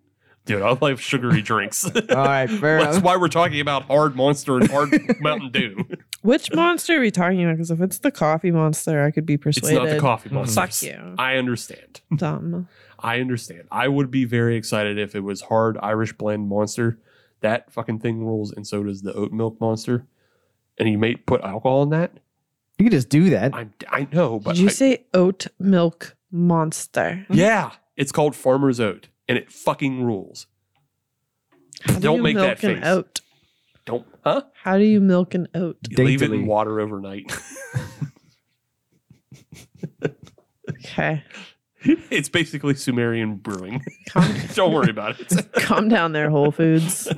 C: Dude, I like sugary drinks.
D: All right, fair
C: That's
D: enough.
C: why we're talking about Hard Monster and Hard Mountain Dew.
E: Which monster are we talking about? Because if it's the coffee monster, I could be
C: It's
E: persuaded.
C: not the coffee
D: Mm.
C: monster.
E: Mm-hmm. Fuck you.
C: I understand.
E: Dumb.
C: I understand. I would be very excited if it was Hard Irish Blend Monster. That fucking thing rules, and so does the Oat Milk Monster. And you may put alcohol in that.
D: You can just do that.
C: I, I know, but
E: Did you
C: I-
E: say oat milk monster?
C: yeah, it's called Farmer's Oat, and it fucking rules.
E: How do
C: Don't
E: you
C: make
E: milk
C: that
E: An
C: face.
E: oat.
C: Don't, huh?
E: How do you milk an oat?
C: You leave it
D: Daintily.
C: in water overnight.
E: Okay.
C: It's basically Sumerian brewing. Don't worry about it.
E: Calm down there, Whole Foods.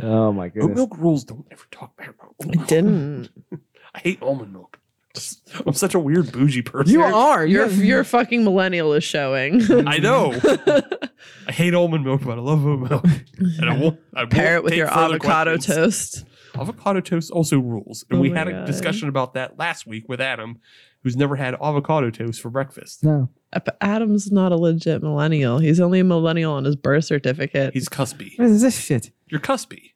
D: Oh my
B: Oat
D: goodness.
B: milk rules don't ever talk bad about oat
E: It
B: milk.
E: didn't.
B: I hate almond milk.
C: I'm such a weird bougie person.
D: You are.
E: Your
D: You're
E: your fucking millennial is showing.
C: I know. I hate almond milk, but I love oat milk. And I won't, I
E: Pair
C: won't
E: it with
C: take
E: your
C: further
E: avocado
C: questions.
E: toast.
C: Avocado toast also rules. And
E: Oh
C: we
E: my
C: had a
E: God.
C: discussion about that last week with Adam, who's never had avocado toast for breakfast.
D: no.
E: Uh, but Adam's not a legit millennial. He's only a millennial on his birth certificate.
C: He's cuspy.
D: What is this shit?
C: You're cuspy.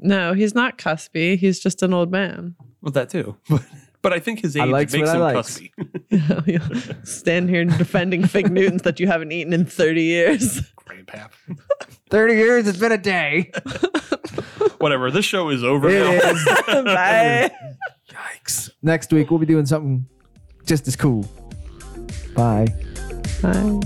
E: no, he's not cuspy. He's just an old man.
C: Well, that too. But, but I think his
D: I
C: age
D: likes
C: makes
D: what I
C: him
D: likes.
C: cuspy.
E: Stand here defending fig Newtons that you haven't eaten in 30 years.
C: Grandpap.
D: 30 years, it's been a day.
C: Whatever. This show is over
D: It
C: now.
D: is.
E: Bye.
D: Yikes. Next week, we'll be doing something just as cool. Bye.
E: Bye.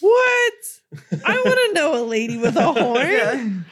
E: What? I want to know a lady with a horn.